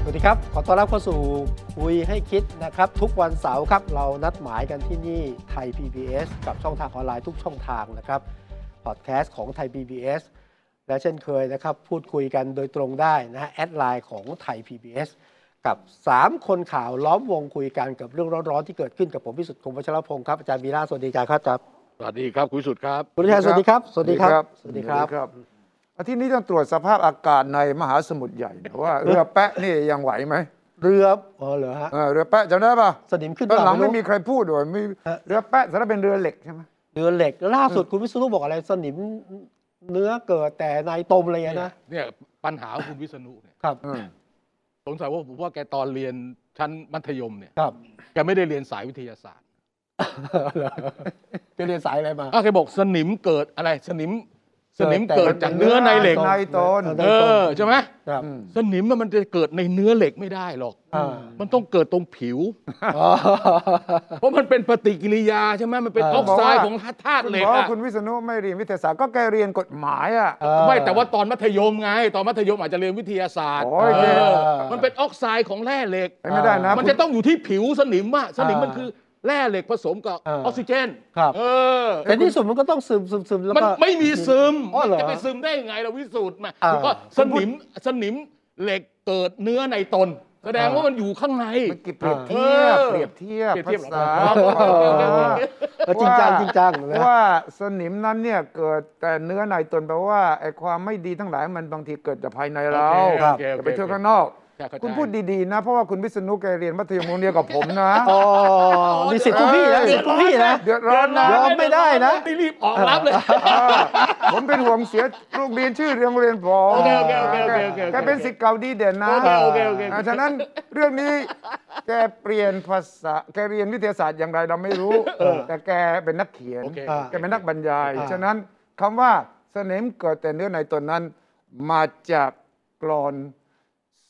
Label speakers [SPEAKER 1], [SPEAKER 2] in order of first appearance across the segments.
[SPEAKER 1] สวัสดีครับ ขอต้อนรับเข้าสู่คุยให้คิดนะครับ ทุกวันเสาร์ครับ เรานัดหมายกันที่นี่ไทย PBS กับช่องทางออนไลน์ทุกช่องทางนะครับพอดแคสต์ของไทย PBS และเช่นเคยนะครับ พูดคุยกันโดยตรงได้นะฮะแอดไลน์ของไทย PBS กับ 3 คนข่าวล้อมวงคุยกันกับเรื่องร้อนๆที่เกิดขึ้นกับผมพิสุทธิ์คงวัชรพงศ์ครับอาจารย์วีระสวัสดีอาจารย์ครับอาจารย์
[SPEAKER 2] สวัสดีครับ คุณวิสุทธิ์ครับ
[SPEAKER 1] คุณวิชัยสวัสดีครับ สวัสดีครับ
[SPEAKER 3] สวัสดีครับอาทิตย์นี้ต้องตรวจสภาพอากาศในมหาสมุทรใหญ่นะว่า เรือแปะนี่ยังไหวไหม
[SPEAKER 1] เรืออ๋อเหรอฮะ
[SPEAKER 3] เออเรือแปะจำได้ป่ะ
[SPEAKER 1] สนิมขึ้น
[SPEAKER 3] ตอนหลัง
[SPEAKER 1] รู้
[SPEAKER 3] ไม่มีใครพูดด้วยมี
[SPEAKER 1] ฮะ
[SPEAKER 3] เรือแปะสำหรับเป็นเรือเหล็กใช่ไหม
[SPEAKER 1] เรือเหล็กล่าสุดคุณวิศนุบอกอะไรสนิมเนื้อเกิดแต่ในตมอะไรอย่างเงี้ยนะ
[SPEAKER 2] เนี่ยปัญหาของคุณวิษณุเนี่ย
[SPEAKER 1] ครับ
[SPEAKER 3] เออ
[SPEAKER 2] สงสัยว่าผมว่าแกตอนเรียนชั้นมัธยมเนี่ย
[SPEAKER 1] ครับ
[SPEAKER 2] แกไม่ได้เรียนสายวิทยาศาสตร์
[SPEAKER 1] ไปเรียนสายอะไรมา
[SPEAKER 2] อ้าวแกบอกสนิมเกิดอะไรสนิมสนิม
[SPEAKER 1] เกิ
[SPEAKER 2] เกิ
[SPEAKER 1] ด
[SPEAKER 2] ดจากเนื้อในเหล็ก
[SPEAKER 1] จาก
[SPEAKER 3] ใน
[SPEAKER 1] เอ
[SPEAKER 3] ตน
[SPEAKER 1] เอ
[SPEAKER 2] เออใช่ไหม
[SPEAKER 1] ครับ
[SPEAKER 3] อืม
[SPEAKER 2] สนิมมันจะเกิดในเนื้อเหล็กไม่ได้หรอก
[SPEAKER 1] อ่า
[SPEAKER 2] มันต้องเกิดตรงผิว
[SPEAKER 1] อ๋อ
[SPEAKER 2] เพราะมันเป็นปฏิกิริยาใช่ไหมมันเป็น
[SPEAKER 1] เออ
[SPEAKER 2] ออกไซด์ของธาตุ
[SPEAKER 3] คุณ
[SPEAKER 2] เหล็ก
[SPEAKER 3] บอกว่า
[SPEAKER 2] อะ
[SPEAKER 3] คุณวิษณุไม่เรียนวิทยาศาสตร์ก็แกเรียนกฎหมายอ่ะ
[SPEAKER 1] เออ
[SPEAKER 2] ไม่แต่ว่าตอนมัธยมไง ตอนมัธยมอาจจะเรียนวิทยาศาสตร์
[SPEAKER 3] โอ้ย
[SPEAKER 2] เออ
[SPEAKER 1] เออ
[SPEAKER 2] มันเป็นออกไซด์ของแร่เหล็ก
[SPEAKER 3] ไปไม่ได้นะ
[SPEAKER 2] มันจะต้องอยู่ที่ผิวสนิมอะสนิม
[SPEAKER 1] อ่ามั
[SPEAKER 2] มันคือแร่เหล็กผสมกับ
[SPEAKER 1] อ่า
[SPEAKER 2] ออกซิเจน
[SPEAKER 1] ครับ
[SPEAKER 2] เออ
[SPEAKER 1] แต่ที่สุดมันก็ต้องซึมซึมซึมแล้ว
[SPEAKER 2] มัน
[SPEAKER 1] ก็
[SPEAKER 2] ไม่มีซึม
[SPEAKER 1] อ๋อเหรอ
[SPEAKER 2] จะไปซึมได้ยังไงเราวิสูจน์มา
[SPEAKER 1] อ่า
[SPEAKER 2] ก็สนิมสนิมเหล็กเกิดเนื้อในตน แสดง
[SPEAKER 1] อ่า
[SPEAKER 2] ว่ามันอยู่ข้างใน
[SPEAKER 3] มันกิบเปรียบ
[SPEAKER 2] เอ
[SPEAKER 3] เทีย
[SPEAKER 2] อบ
[SPEAKER 3] เปรียบเทียบ
[SPEAKER 2] เปรียบเทียบเหร
[SPEAKER 3] ภา
[SPEAKER 2] อ
[SPEAKER 3] ษา
[SPEAKER 2] ครับ
[SPEAKER 3] เออ
[SPEAKER 1] เออจริงจังจริงจังนะ
[SPEAKER 3] ว่าสนิมนั้นเนี่ยเกิดแต่เนื้อในตนแปลว่าไอ้ความไม่ดีทั้งหลายมันบางทีเกิดจากภายในเรา
[SPEAKER 2] โอเคครับ
[SPEAKER 3] อย่าไปเที่ยว
[SPEAKER 2] โอเค
[SPEAKER 3] ข้างนอก
[SPEAKER 2] ใช่เข้าใจ
[SPEAKER 3] คุณพูดดีๆนะ เพราะว่าคุณวิษณุแกเรียนมัธยมโรงเดียวกับผมนะ
[SPEAKER 1] อ๋อมีสิทธิ์ทุกพี่นะสิทธิ์ทุกพี่นะ
[SPEAKER 3] เดือดร้อนนะ
[SPEAKER 1] ยอมไม่ได้นะ
[SPEAKER 2] รีบออกรับเลย
[SPEAKER 3] เออผมเป็นห่วงเสียลูกเรียนชื่อโรงเรียนผม
[SPEAKER 2] โอเคโอเคโอเคโอเคโอเค
[SPEAKER 3] แกเป็นสิทธิ์เก่าดีเด่นนะ
[SPEAKER 2] โอเคโอเคโอเค
[SPEAKER 3] อ่าฉะนั้นเรื่องนี้แกเปลี่ยนภาษาแกเรียนวิทยาศาสตร์อย่างไรเราไม่รู้ แต่แกเป็นนักเขียน
[SPEAKER 2] โอเค
[SPEAKER 1] อ่า
[SPEAKER 3] แกเป็นนักบรรยาย
[SPEAKER 1] อ่า
[SPEAKER 3] ฉะนั้นคำว่าเสนมเกิดแต่เนื้อในตนนั้น มาจากกรอน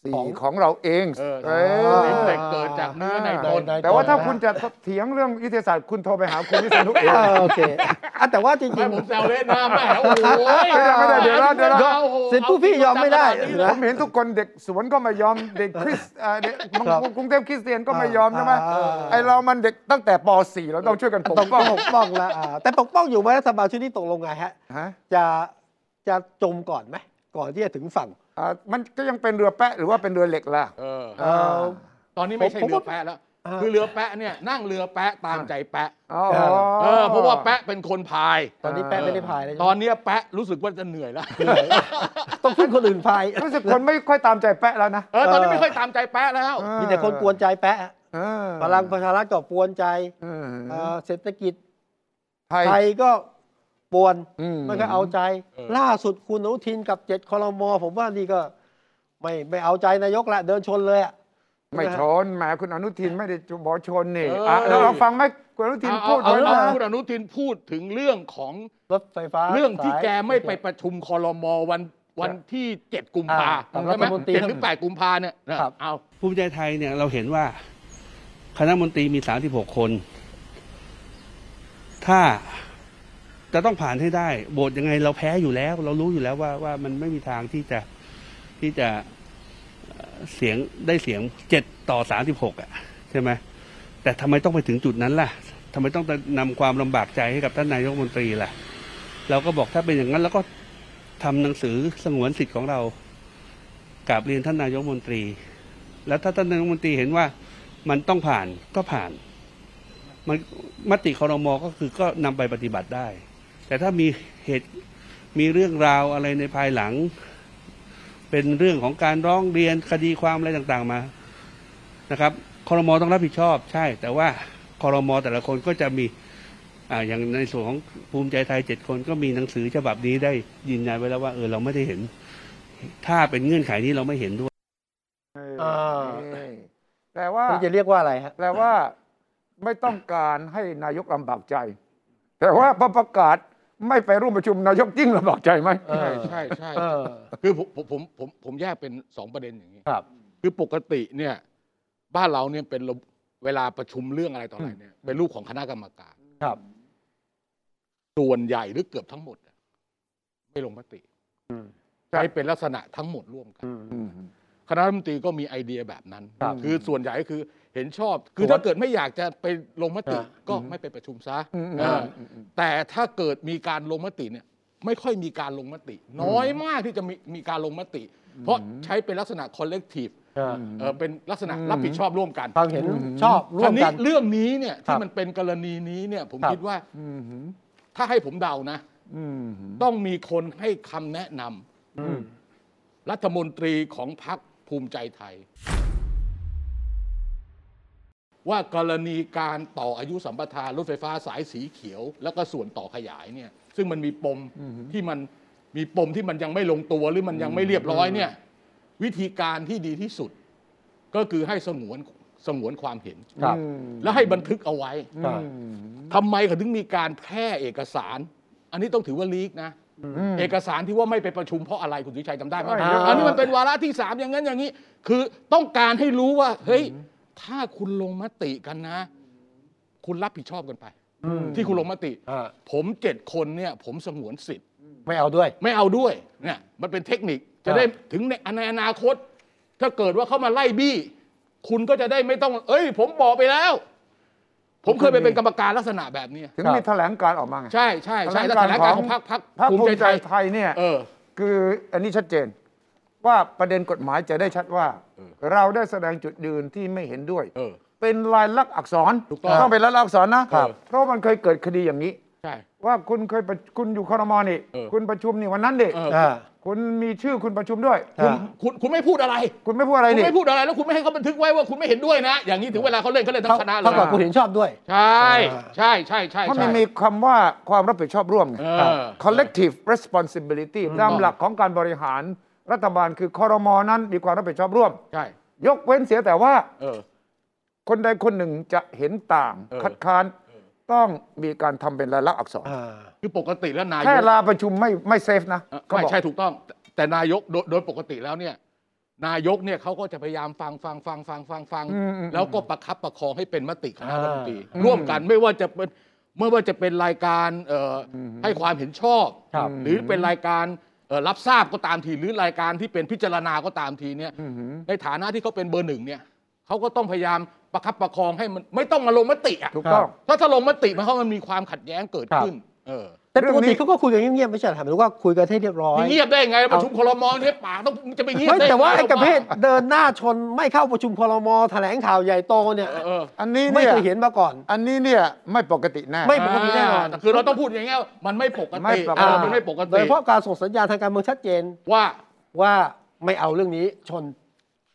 [SPEAKER 3] สีของเราเอง
[SPEAKER 2] เออ
[SPEAKER 3] เอ้ย
[SPEAKER 2] สนิมเหล็กเกิดจากเนื้อในตน
[SPEAKER 1] ได้
[SPEAKER 3] แต่ว่าถ้าคุณจะเถียงเรื่องวิทยาศาสตร์คุณโทรไปหาคุณวิษณุเอง
[SPEAKER 1] เออโอเคอ่ะแต่ว่าจริง
[SPEAKER 2] ไม่ผมแซวเล่นนะแม่โอ้โห
[SPEAKER 3] ไม่ได้เดี๋ยวนะเดี๋ยวนะ
[SPEAKER 2] อาโห
[SPEAKER 1] สิทธิ์ผู้พี่ยอมไม่ได้
[SPEAKER 3] ผ
[SPEAKER 1] นะ
[SPEAKER 3] มเห็นทุกคนเด็กสวนก็ไม่ยอมเด็กคริสเอ่อเด็ก
[SPEAKER 1] ครับ
[SPEAKER 3] กรุงเทพคริสเตียนก็ไม่ยอมใช่ไหม
[SPEAKER 1] อ่า
[SPEAKER 3] ไอเรามันเด็กตั้งแต่ป .4 เราต้องช่วยกันปก
[SPEAKER 1] ต้อง
[SPEAKER 3] ป้อง
[SPEAKER 1] ปกป้องละอ่าแต่ปกป้องอยู่ไหมรัฐบาลชุดนี้ตกลงไงฮะ
[SPEAKER 3] ฮะ
[SPEAKER 1] จะจะจมก่อนไหมก่อนที่จะถึงฝั่ง
[SPEAKER 3] อ่ามันก็ยังเป็นเรือแปะหรือว่าเป็นเรือเหล็กล่ะ
[SPEAKER 2] เออ
[SPEAKER 3] เออ
[SPEAKER 2] ตอนนี้ไม่ใช่
[SPEAKER 1] ผมผม
[SPEAKER 2] เรือแปะแล้ว
[SPEAKER 1] อ่า
[SPEAKER 2] คือเรือแปะเนี่ยนั่งเรือแปะตามใจแปะ
[SPEAKER 3] อ๋อ
[SPEAKER 2] เออเพราะว่าแปะเป็นคนพาย
[SPEAKER 1] ตอนนี้แป้ไม่ได้พายเลย
[SPEAKER 2] ตอนเนี้ยแปะรู้สึกว่าจะเหนื่อยแล้ว
[SPEAKER 1] ต้องพึ่งคนอื่นพาย
[SPEAKER 3] รู้สึกคนไม่ค่อยตามใจแปะแล้วนะ
[SPEAKER 2] เออตอนนี้ไม่ค่อยตามใจแปะแล้ว
[SPEAKER 3] เออ
[SPEAKER 1] มีแต่คนกวนใจแปะฮะ
[SPEAKER 3] เออ
[SPEAKER 1] พลังประชารัฐก็ปวนใจ
[SPEAKER 3] เออ
[SPEAKER 1] เอ่อเศรษฐกิจ
[SPEAKER 3] ไทย
[SPEAKER 1] ไทยก็ปวน
[SPEAKER 3] อืม
[SPEAKER 1] ไม่ก็เอาใจ
[SPEAKER 2] เออ
[SPEAKER 1] ล่าสุดคุณอนุทินกับเจ็ดคอรมอผมว่านี่ก็ ไม่ไม่เอาใจนายกละเดินชนเลยอะ
[SPEAKER 3] ไม่ชนแหมคุณอนุทินไม่ได้บอกชนนี่
[SPEAKER 2] เอออ่
[SPEAKER 3] ะแล้วเราฟังไหมคุณอนุทิน
[SPEAKER 2] เอา
[SPEAKER 3] พูด
[SPEAKER 2] เอา
[SPEAKER 3] ไว้
[SPEAKER 2] เอา
[SPEAKER 3] นะ
[SPEAKER 2] คุณอนุทินพูดถึงเรื่องของ
[SPEAKER 1] รถไฟฟ้า
[SPEAKER 2] เรื่องที่
[SPEAKER 1] สาย
[SPEAKER 2] แกไม่ไปประชุมคอรมอวันวันที่ 7 กุมภา
[SPEAKER 1] อ่า
[SPEAKER 2] ใช่ไหม
[SPEAKER 1] รัฐมนตรี
[SPEAKER 2] เจ็ดถึงแปดกุมภาเนี่ยนะครับ เอา
[SPEAKER 4] ภูมิใจไทยเนี่ยเราเห็นว่าคณะมนตรีมี 36 คน ถ้าจะต้องผ่านให้ได้โหวตยังไงเราแพ้อยู่แล้ว เรารู้อยู่แล้วว่าว่ามันไม่มีทางที่จะที่จะเอ่อเสียงได้เสียง 7 ต่อ 36อ่ะใช่ไหมแต่ทำไมต้องไปถึงจุดนั้นล่ะทำไมต้องนำความลำบากใจให้กับท่านนายกรัฐมนตรีล่ะ เราก็บอกถ้าเป็นอย่างนั้นเราก็ทำหนังสือสงวนสิทธิ์ของเรากราบเรียนท่านนายกรัฐมนตรี แล้วถ้าท่านนายกรัฐมนตรีเห็นว่ามันต้องผ่านก็ผ่าน มันมติคอรมอก็คือก็นำไปปฏิบัติได้ แต่ถ้ามีเหตุมีเรื่องราวอะไรในภายหลัง เป็นเรื่องของการร้องเรียนคดีความอะไรต่างๆมานะครับคอรมอต้องรับผิดชอบใช่ แต่ว่าคอรมอแต่ละคนก็จะมีอ่าอย่างในส่วนของภูมิใจไทยเจ็ดคนก็มีหนังสือฉบับนี้ได้ยืนยันไว้แล้วว่าเออเราไม่ได้เห็น ถ้าเป็นเงื่อนไขนี้เราไม่เห็นด้วย
[SPEAKER 3] เออ
[SPEAKER 1] เออ
[SPEAKER 3] นี่ แปลว่า
[SPEAKER 1] นี่จะเรียกว่าอะไรฮะ
[SPEAKER 3] แปลว่าไม่ต้องการให้นายกลำบากใจ แต่ว่าพอประกาศไม่ไปร่วมประชุมนายกยิ่งลำบากใจไหม
[SPEAKER 1] เออ
[SPEAKER 2] ใช่ใช่ใช่
[SPEAKER 1] เออ
[SPEAKER 2] คือผมผมผมผมผมแยกเป็นสองประเด็นอย่างนี้
[SPEAKER 1] ครับ
[SPEAKER 2] คือปกติเนี่ยบ้านเราเนี่ยเป็นระบบเวลาประชุมเรื่องอะไรต่ออะไรเนี่ยเป็นรูปของคณะกรรมการ
[SPEAKER 1] ครับ
[SPEAKER 2] ส่วนใหญ่หรือเกือบทั้งหมดอะไม่ลงมติ
[SPEAKER 1] อืม
[SPEAKER 2] ใช้เป็นลักษณะทั้งหมดร่วมกัน
[SPEAKER 1] อืม
[SPEAKER 2] คณะรัฐมนตรีก็มีไอเดียแบบนั้น
[SPEAKER 1] ครับ
[SPEAKER 2] คือส่วนใหญ่ก็คือเห็นชอบ คือ
[SPEAKER 1] ครับ
[SPEAKER 2] ถ้าเกิดไม่อยากจะไปลงมติ
[SPEAKER 1] อ่า
[SPEAKER 2] ก็ไม่ไปประชุมซะ
[SPEAKER 3] อืม
[SPEAKER 2] เอออ
[SPEAKER 3] อืม
[SPEAKER 2] แต่ถ้าเกิดมีการลงมติเนี่ย ไม่ค่อยมีการลงมติ น้อยมากที่จะมีมีการลงมติ เพราะใช้เป็นลักษณะ collective
[SPEAKER 1] เออ
[SPEAKER 2] เอ่อเป็นลักษณะ
[SPEAKER 3] อืม
[SPEAKER 2] รับผิดชอบร่วมกัน
[SPEAKER 1] ความเห็นชอบร่วม
[SPEAKER 2] ครา
[SPEAKER 1] กั
[SPEAKER 2] วน เรื่องนี้เนี่ย
[SPEAKER 1] ครั
[SPEAKER 2] ที่
[SPEAKER 1] บ
[SPEAKER 2] มันเป็นกรณีนี้เนี่ยผม
[SPEAKER 1] ครับ
[SPEAKER 2] คิดว่า
[SPEAKER 3] อืมหืม
[SPEAKER 2] ถ้าให้ผมเดานะ
[SPEAKER 3] อืมหืม
[SPEAKER 2] ต้องมีคนให้คำแนะนำ
[SPEAKER 1] อืม
[SPEAKER 2] รัฐมนตรีของพรรคภูมิใจไทย ว่ากรณีการต่ออายุสัมปทานรถไฟฟ้าสายสีเขียว แล้วก็ส่วนต่อขยายเนี่ย ซึ่งมันมีปมที่มันมีปมที่มันยังไม่ลงตัวหรือมันยังไม่เรียบร้อยเนี่ย วิธีการที่ดีที่สุด ก็คือให้สงวนสงวนความเห็น
[SPEAKER 1] ครับ
[SPEAKER 2] และให้บันทึกเอาไว้
[SPEAKER 1] ครับ
[SPEAKER 3] อืม
[SPEAKER 2] ทำไมเขาถึงมีการแพร่เอกสาร อันนี้ต้องถือว่าลีกนะ
[SPEAKER 3] หืม
[SPEAKER 2] เอกสารที่ว่าไม่ไปประชุมเพราะอะไรคุณสุชัยจำได้ไหม
[SPEAKER 3] ใช่
[SPEAKER 2] อันนี้มันเป็นวาระที่สามอย่างนั้นอย่างนี้ คือต้องการให้รู้ว่า เฮ้ย ถ้าคุณลงมติกันนะ คุณรับผิดชอบกันไป ที่คุณลงมติ
[SPEAKER 1] อ่า
[SPEAKER 2] ผมเจ็ดคนเนี่ย ผมสงวนสิทธิ์
[SPEAKER 1] ไม่เอาด้วย
[SPEAKER 2] ไม่เอาด้วยเนี่ยมันเป็นเทคนิคจะได้ถึงในในอนาคต ถ้าเกิดว่าเขามาไล่บี้ คุณก็จะได้ไม่ต้อง เอ้ย ผมบอกไปแล้ว ผมเคยไปเป็นกรรมการลักษณะแบบเนี้ย
[SPEAKER 3] ถึง
[SPEAKER 1] ครับ
[SPEAKER 3] มีแถลงการณ์ออกมาไง
[SPEAKER 2] ใช่ใช่ใช่
[SPEAKER 3] แถ
[SPEAKER 2] แถ
[SPEAKER 3] ล
[SPEAKER 2] ล
[SPEAKER 3] ง
[SPEAKER 2] ง
[SPEAKER 3] กา
[SPEAKER 2] การ ร
[SPEAKER 3] ณ์ขอ
[SPEAKER 2] ขอ
[SPEAKER 3] ง
[SPEAKER 2] งพรรคพรรค
[SPEAKER 3] พรรคภูมิใจ
[SPEAKER 2] ไท
[SPEAKER 3] ไท
[SPEAKER 2] ย
[SPEAKER 3] ยเนี่ย
[SPEAKER 2] เออ
[SPEAKER 3] คืออันนี้ชัดเจน ว่าประเด็นกฎหมายจะได้ชัดว่า เราได้แสดงจุดยืนที่ไม่เห็นด้วย
[SPEAKER 2] เออ
[SPEAKER 3] เป็นลายลักษณ์อักษร
[SPEAKER 2] ถูกต้อง
[SPEAKER 3] เป็นลายลักษณ์อักษรนะครับ เพราะมันเคยเกิดคดีอย่างนี้
[SPEAKER 2] ใช่
[SPEAKER 3] ว่าคุณเคยประคุณอยู่คอรมอนี่
[SPEAKER 2] เออ
[SPEAKER 3] คุณประชุมนี่วันนั้นดิ
[SPEAKER 2] เออ
[SPEAKER 1] อ่า
[SPEAKER 3] คุณมีชื่อคุณประชุมด้วย
[SPEAKER 1] อ่า
[SPEAKER 2] คุณคุณไม่พูดอะไร
[SPEAKER 3] คุณไม่พูดอะไร
[SPEAKER 2] คุณ
[SPEAKER 3] นี่
[SPEAKER 2] ไม่พูดอะไรแล้วคุณไม่ให้เขาบันทึกไว้ว่าคุณไม่เห็นด้วยนะ อย่างนี้ถึงเวลาเขาเล่นเขาเล่นทั้
[SPEAKER 1] เท่าง
[SPEAKER 2] คณะเล
[SPEAKER 1] เท่าย กับคุณเห็นชอบด้วย
[SPEAKER 2] ใช่ใช่ใช่ใช่
[SPEAKER 3] เพราะมั
[SPEAKER 2] ใช่
[SPEAKER 3] นมีคำว่าความรับผิดชอบร่วมไง
[SPEAKER 2] เออ
[SPEAKER 3] collective responsibility ตามหลักของการบริหารรัฐบาลคือคอรมอนั้นมีความรับผิดชอบร่วม
[SPEAKER 2] ใช่
[SPEAKER 3] ยกเว้นเสียแต่ว่า
[SPEAKER 2] เออ
[SPEAKER 3] คนใดคนหนึ่งจะเห็นต่าง
[SPEAKER 2] เออ
[SPEAKER 3] คัดค้านต้องมีการทำเป็นลายลักษณ์อักษร
[SPEAKER 1] อ่า
[SPEAKER 2] คือปกติแล้วนายก
[SPEAKER 3] แค่ลาประชุมไม่ไม่เซฟนะ
[SPEAKER 2] เออ
[SPEAKER 3] เขา
[SPEAKER 2] ไม่
[SPEAKER 3] บอก
[SPEAKER 2] ใช่ถูกต้อง แต่แต่นายกโดยโดยปกติแล้วเนี่ย นายกเนี่ยเขาก็จะพยายามฟังฟังฟังฟังฟังฟัง
[SPEAKER 3] อืมอืม
[SPEAKER 2] แล้วก็ประคับประคองให้เป็นมติคณะรัฐมนตรี
[SPEAKER 1] อ่า
[SPEAKER 2] ร่วมกันไม่ว่าจะเป็นไม่ว่าจะเป็นรายการเอ่ออให้ความเห็นชอบ
[SPEAKER 1] ครับ
[SPEAKER 2] หรือเป็นรายการเอ่อรับทราบก็ตามที หรือรายการที่เป็นพิจารณาก็ตามทีเนี่ยในฐานะที่เขาเป็นเบอร์หนึ่งเนี่ยเขาก็ต้องพยายามประคับประคองให้มันไม่ต้องมาลงมติอ่ะ
[SPEAKER 3] ถูกต้อง
[SPEAKER 2] ถ้าถ้าลงมติมันเขามันมีความขัดแย้งเกิดขึ้น เออ
[SPEAKER 1] แต่
[SPEAKER 3] เรื่
[SPEAKER 1] ป
[SPEAKER 3] อ
[SPEAKER 1] ก
[SPEAKER 3] งนี้
[SPEAKER 1] ติเขาก็คุยกันเงียบๆไม่ใช่เหรอถามหรือว่าคุยกันให้เรียบร้อย
[SPEAKER 2] มีเงียบได้ไงประชุมคลมอเนี่ยปากต้องจะไปเงียบ
[SPEAKER 1] เฮ้ย
[SPEAKER 2] ได้
[SPEAKER 1] แต่ว่า
[SPEAKER 2] ยังง
[SPEAKER 1] ไอ้ประเภทเดินหน้าชนไม่เข้าประชุมครมแถลงข่าวใหญ่โตเนี่ย
[SPEAKER 2] เออเออ
[SPEAKER 3] อันนี้
[SPEAKER 1] ไม่
[SPEAKER 3] เนี่ย
[SPEAKER 1] เคยเห็นมาก่อน
[SPEAKER 3] อันนี้เนี่ยไม่ปกติแน่
[SPEAKER 1] ไม่ ปกติแน่นอน
[SPEAKER 2] าคือเราต้องพูดอย่างเงี้ยว่ามันไม่ปก
[SPEAKER 3] ไม่
[SPEAKER 2] ติ
[SPEAKER 3] ปกติ
[SPEAKER 2] เออมันไม่ปก
[SPEAKER 1] โด
[SPEAKER 2] ติ
[SPEAKER 1] ยเฉพาะการส่งสัญญาณทางการเมืองชัดเจน
[SPEAKER 2] ว่า
[SPEAKER 1] ว่าไม่เอาเรื่องนี้ชน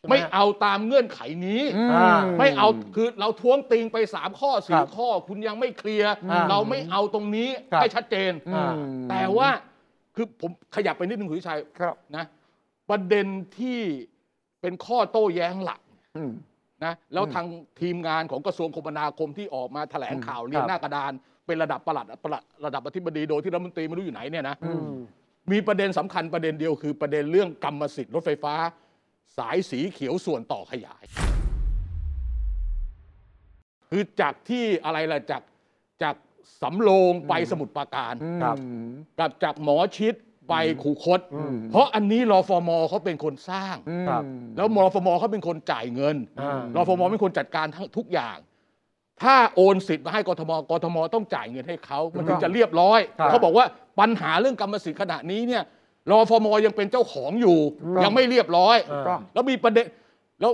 [SPEAKER 1] ใช่ห
[SPEAKER 2] ไม่เอาตามเงื่อนไขนี้
[SPEAKER 3] อืม
[SPEAKER 1] อ่า
[SPEAKER 2] ไม่เอาคือเราท้วงติงไป 3 ข้อ
[SPEAKER 1] ครั
[SPEAKER 2] สี่
[SPEAKER 1] บ
[SPEAKER 2] ข้อคุณยังไม่เคลียร์
[SPEAKER 1] อ่า
[SPEAKER 2] เราไม่เอาตรงนี้
[SPEAKER 1] ครับ
[SPEAKER 2] ให้ชัดเจน
[SPEAKER 1] อ่า
[SPEAKER 2] แต่ว่าคือผมขยับไปนิดนึงคุณวิชัย
[SPEAKER 3] ครับ
[SPEAKER 2] นะประเด็นที่เป็นข้อโต้แย้งหลัก
[SPEAKER 3] อืม
[SPEAKER 2] นะแล้วทางทีมงานของกระทรวงคมนาคมที่ออกมาแถลงข่าวเรียงหน้ากระดาน เป็นระดับประหลัดประหลัดระดับอธิบดีโดยที่รัฐมนตรีไม่รู้อยู่ไหนเนี่ยนะ
[SPEAKER 1] อืม
[SPEAKER 2] มีประเด็นสำคัญประเด็นเดียวคือประเด็นเรื่องกรรมสิทธิ์รถไฟฟ้า สายสีเขียวส่วนต่อขยาย คือจากที่อะไรล่ะจากจากสำโรงไปสมุทรปราการ
[SPEAKER 1] ครับ
[SPEAKER 2] กับจากหมอชิดไปขู่คด เพราะอันนี้รอฟมเขาเป็นคนสร้าง
[SPEAKER 1] ครับ
[SPEAKER 2] แล้วรอฟมเขาเป็นคนจ่ายเงิน
[SPEAKER 1] อ่าร
[SPEAKER 2] อฟมเป็นคนจัดการทั้งทุกอย่าง ถ้าโอนสิทธิ์มาให้กทมกทมต้องจ่ายเงินให้เขามันถึงจะเรียบร้อย
[SPEAKER 1] ครับ
[SPEAKER 2] เขาบอกว่าปัญหาเรื่องกรรมสิทธิ์ขณะนี้เนี่ยรอฟมยังเป็นเจ้าของอยู่
[SPEAKER 3] ถูกต้อง
[SPEAKER 2] ยังไม่เรียบร้อย
[SPEAKER 1] อ่า
[SPEAKER 3] ถูกต้อง
[SPEAKER 2] แล้วมีประเด็นแล้ว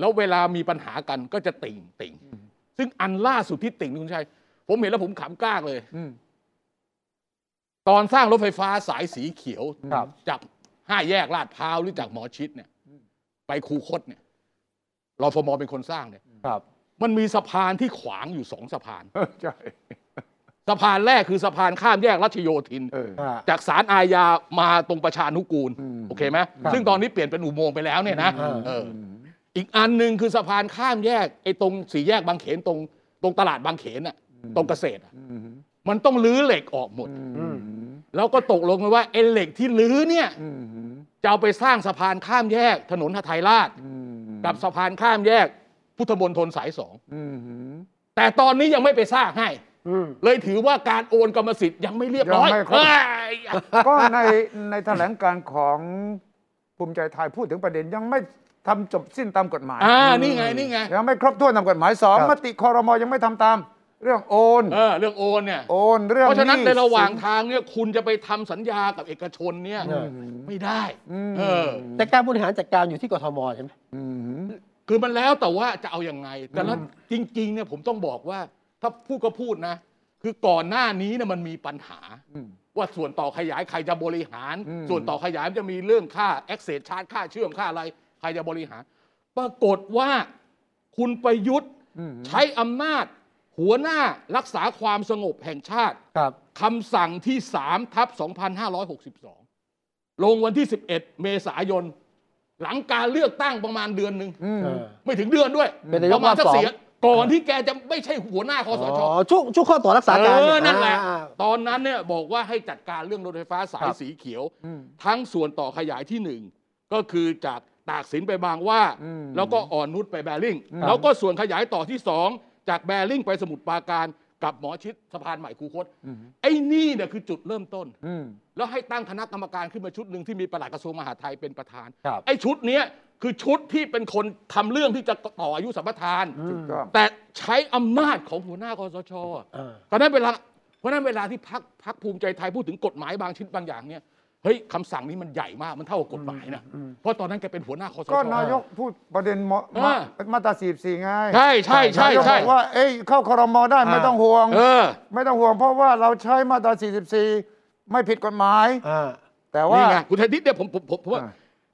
[SPEAKER 2] แล้วเวลามีปัญหากันก็จะติ่งติ่งซึ่งอันล่าสุดที่ติ่งนี่คุณชัยผมเห็นแล้วผมขำกล้ากเลย
[SPEAKER 3] อืม
[SPEAKER 2] ตอนสร้างรถไฟฟ้าสายสีเขียว
[SPEAKER 1] ครับ
[SPEAKER 2] จากห้าแยกลาดพร้าวหรือจากหมอชิดเนี่ย ไปคูคตเนี่ยรอฟมเป็นคนสร้างเนี่ย
[SPEAKER 1] ครับ
[SPEAKER 2] มันมีสะพานที่ขวางอยู่สองสะพาน
[SPEAKER 3] เออใช่
[SPEAKER 2] สะพานแรกคือสะพานข้ามแยกรัชโยธิน
[SPEAKER 3] เออ
[SPEAKER 1] อ่า
[SPEAKER 2] จากสารอาญามาตรงประชานุกูล
[SPEAKER 3] อืม
[SPEAKER 2] โอเคไหม
[SPEAKER 1] ครับ
[SPEAKER 2] ซึ่งตอนนี้เปลี่ยนเป็นอุโมงค์ไปแล้วเนี่ยนะ
[SPEAKER 1] อืม
[SPEAKER 2] เออ อีกอันหนึ่งคือสะพานข้ามแยกไอ้ตรงสี่แยกบางเขนตรงตรงตลาดบางเขนน่ะตรงเกษตรอะ
[SPEAKER 3] อืม
[SPEAKER 2] มันต้องลื้อเหล็กออกหมด
[SPEAKER 3] อืม
[SPEAKER 2] แล้วก็ตกลงกันว่าไอ้เหล็กที่ลื้อเนี่ย
[SPEAKER 3] อืม
[SPEAKER 2] จะเอาไปสร้างสะพานข้ามแยกถนนหทัยราช
[SPEAKER 3] อืม
[SPEAKER 2] กับสะพานข้ามแยกพุทธมณฑลสายสอง
[SPEAKER 3] อืม
[SPEAKER 2] แต่ตอนนี้ยังไม่ไปสร้างให้
[SPEAKER 1] อืม
[SPEAKER 2] เลยถือว่าการโอนกรรมสิทธิ์ยังไม่เรียบร้อยเอ้ย
[SPEAKER 3] ก็ใน ในแถลงการของภูมิใจไทยพูดถึงประเด็นยังไม่ทำจบสิ้นตามกฎหมาย
[SPEAKER 2] อ่านี่ไงนี่ไง
[SPEAKER 3] ยังไม่ครบถ้วนตามกฎหมายสอง
[SPEAKER 1] ครับ
[SPEAKER 3] มติคอรมอยังไม่ทำตาม เรื่องโอน
[SPEAKER 2] เออเรื่องโอนเนี่ย
[SPEAKER 3] โอนเรื่อง
[SPEAKER 2] เพราะฉะนั้น
[SPEAKER 3] ห
[SPEAKER 2] ในระหว่าง
[SPEAKER 3] สิ
[SPEAKER 2] ทางเนี่ยคุณจะไปทำสัญญากับเอกชนเนี่ย
[SPEAKER 1] อืม
[SPEAKER 2] ไม่ได้
[SPEAKER 3] อืม
[SPEAKER 2] เออ
[SPEAKER 1] แต่การบริหารจัดการอยู่ที่กทมใช่ไหม
[SPEAKER 3] อืม
[SPEAKER 2] คือมันแล้วแต่ว่าจะเอาอยัางไง แต่ละจริงๆเนี่ยผมต้องบอกว่า ถ้าพูดก็พูดนะ คือก่อนหน้านี้เนี่ยมันมีปัญหา
[SPEAKER 3] อืม
[SPEAKER 2] ว่าส่วนต่อขยายใครจะบริหาร
[SPEAKER 3] อืม
[SPEAKER 2] ส่วนต่อขยายมันจะมีเรื่องค่า access charge ค่าเชื่อมค่าอะไร ใครจะบริหาร ปรากฏว่าคุณประยุทธ์
[SPEAKER 3] อืม
[SPEAKER 2] ใช้อำนาจ หัวหน้ารักษาความสงบแห่งชาติ
[SPEAKER 1] ครับ
[SPEAKER 2] คำสั่งที่3ทับ2562 ลงวันที่ 11 เมษายน หลังการเลือกตั้งประมาณเดือนหนึ่ง
[SPEAKER 3] อืม
[SPEAKER 1] เออ
[SPEAKER 2] ไม่ถึงเดือนด้วย
[SPEAKER 1] เป็นนายก
[SPEAKER 2] ประมาณสัก
[SPEAKER 1] รอบสอง
[SPEAKER 2] เสียก่อนที่แกจะไม่ใช่หัวหน้าคอสช
[SPEAKER 1] อช่วงช่วงข้อต่อรักษาการ
[SPEAKER 2] เออ นั่นแหละ
[SPEAKER 1] อ่า
[SPEAKER 2] ตอนนั้นเนี่ยบอกว่าให้จัดการเรื่องรถไฟฟ้าสา
[SPEAKER 1] ค
[SPEAKER 2] ย
[SPEAKER 1] รับ
[SPEAKER 2] สีเขียว
[SPEAKER 3] อืม
[SPEAKER 2] ทั้งส่วนต่อขยายที่หนึ่งก็คือจากตากสินไปบางหว่า
[SPEAKER 3] อืม
[SPEAKER 2] แล้วก็อ่อนนุชไปแบริ่ง
[SPEAKER 3] ครับ
[SPEAKER 2] แล้วก็ส่วนขยายต่อที่สองจากแบริ่งไปสมุทรปราการกับหมอชิดสะพานใหม่คูคต
[SPEAKER 3] อืม
[SPEAKER 2] ไอ้นี่เนี่ยคือจุดเริ่มต้น
[SPEAKER 3] อืม
[SPEAKER 2] แล้วให้ตั้งคณะกรรมการขึ้นมาชุดหนึ่งที่มีปลัดกระทรวงมหาดไทยเป็นประธาน
[SPEAKER 1] ครับ
[SPEAKER 2] ไอ้ชุดเนี้ยคือชุดที่เป็นคนทำเรื่องที่จะต่ออายุสัมปทาน
[SPEAKER 1] อืม
[SPEAKER 3] ถูกต้อง
[SPEAKER 2] แต่ใช้อำนาจของหัวหน้าคอสชอะ
[SPEAKER 1] อ่า
[SPEAKER 2] เพราะฉะนั้นเวลาเพราะฉะนั้นเวลาที่พักพักภูมิใจไทยพูดถึงกฎหมายบางชิ้นบางอย่างเนี่ยเฮ้ยคำสั่งนี้มันใหญ่มากมันเท่ากับกฎหมายนะเพราะตอนนั้นแกเป็นหัวหน้าคอสช
[SPEAKER 3] ก็นายกพูดประเด็นม
[SPEAKER 2] เออ
[SPEAKER 3] มาตราสี่สี่ไง
[SPEAKER 2] ใช่ใช่ใช่
[SPEAKER 3] นายก
[SPEAKER 2] ใช่
[SPEAKER 3] บอกว่าเอ้ยเข้าคอรมอได้ไม่ต้องห่วง
[SPEAKER 2] เออ
[SPEAKER 3] ไม่ต้องห่วงเพราะว่าเราใช้มาตรา44 ไม่ผิดกฎหมาย
[SPEAKER 1] อ่า
[SPEAKER 3] แต่ว่า
[SPEAKER 2] นี่ไงคุณเทนนิสเนี่ยผมผมผมผมว่า
[SPEAKER 3] อ่า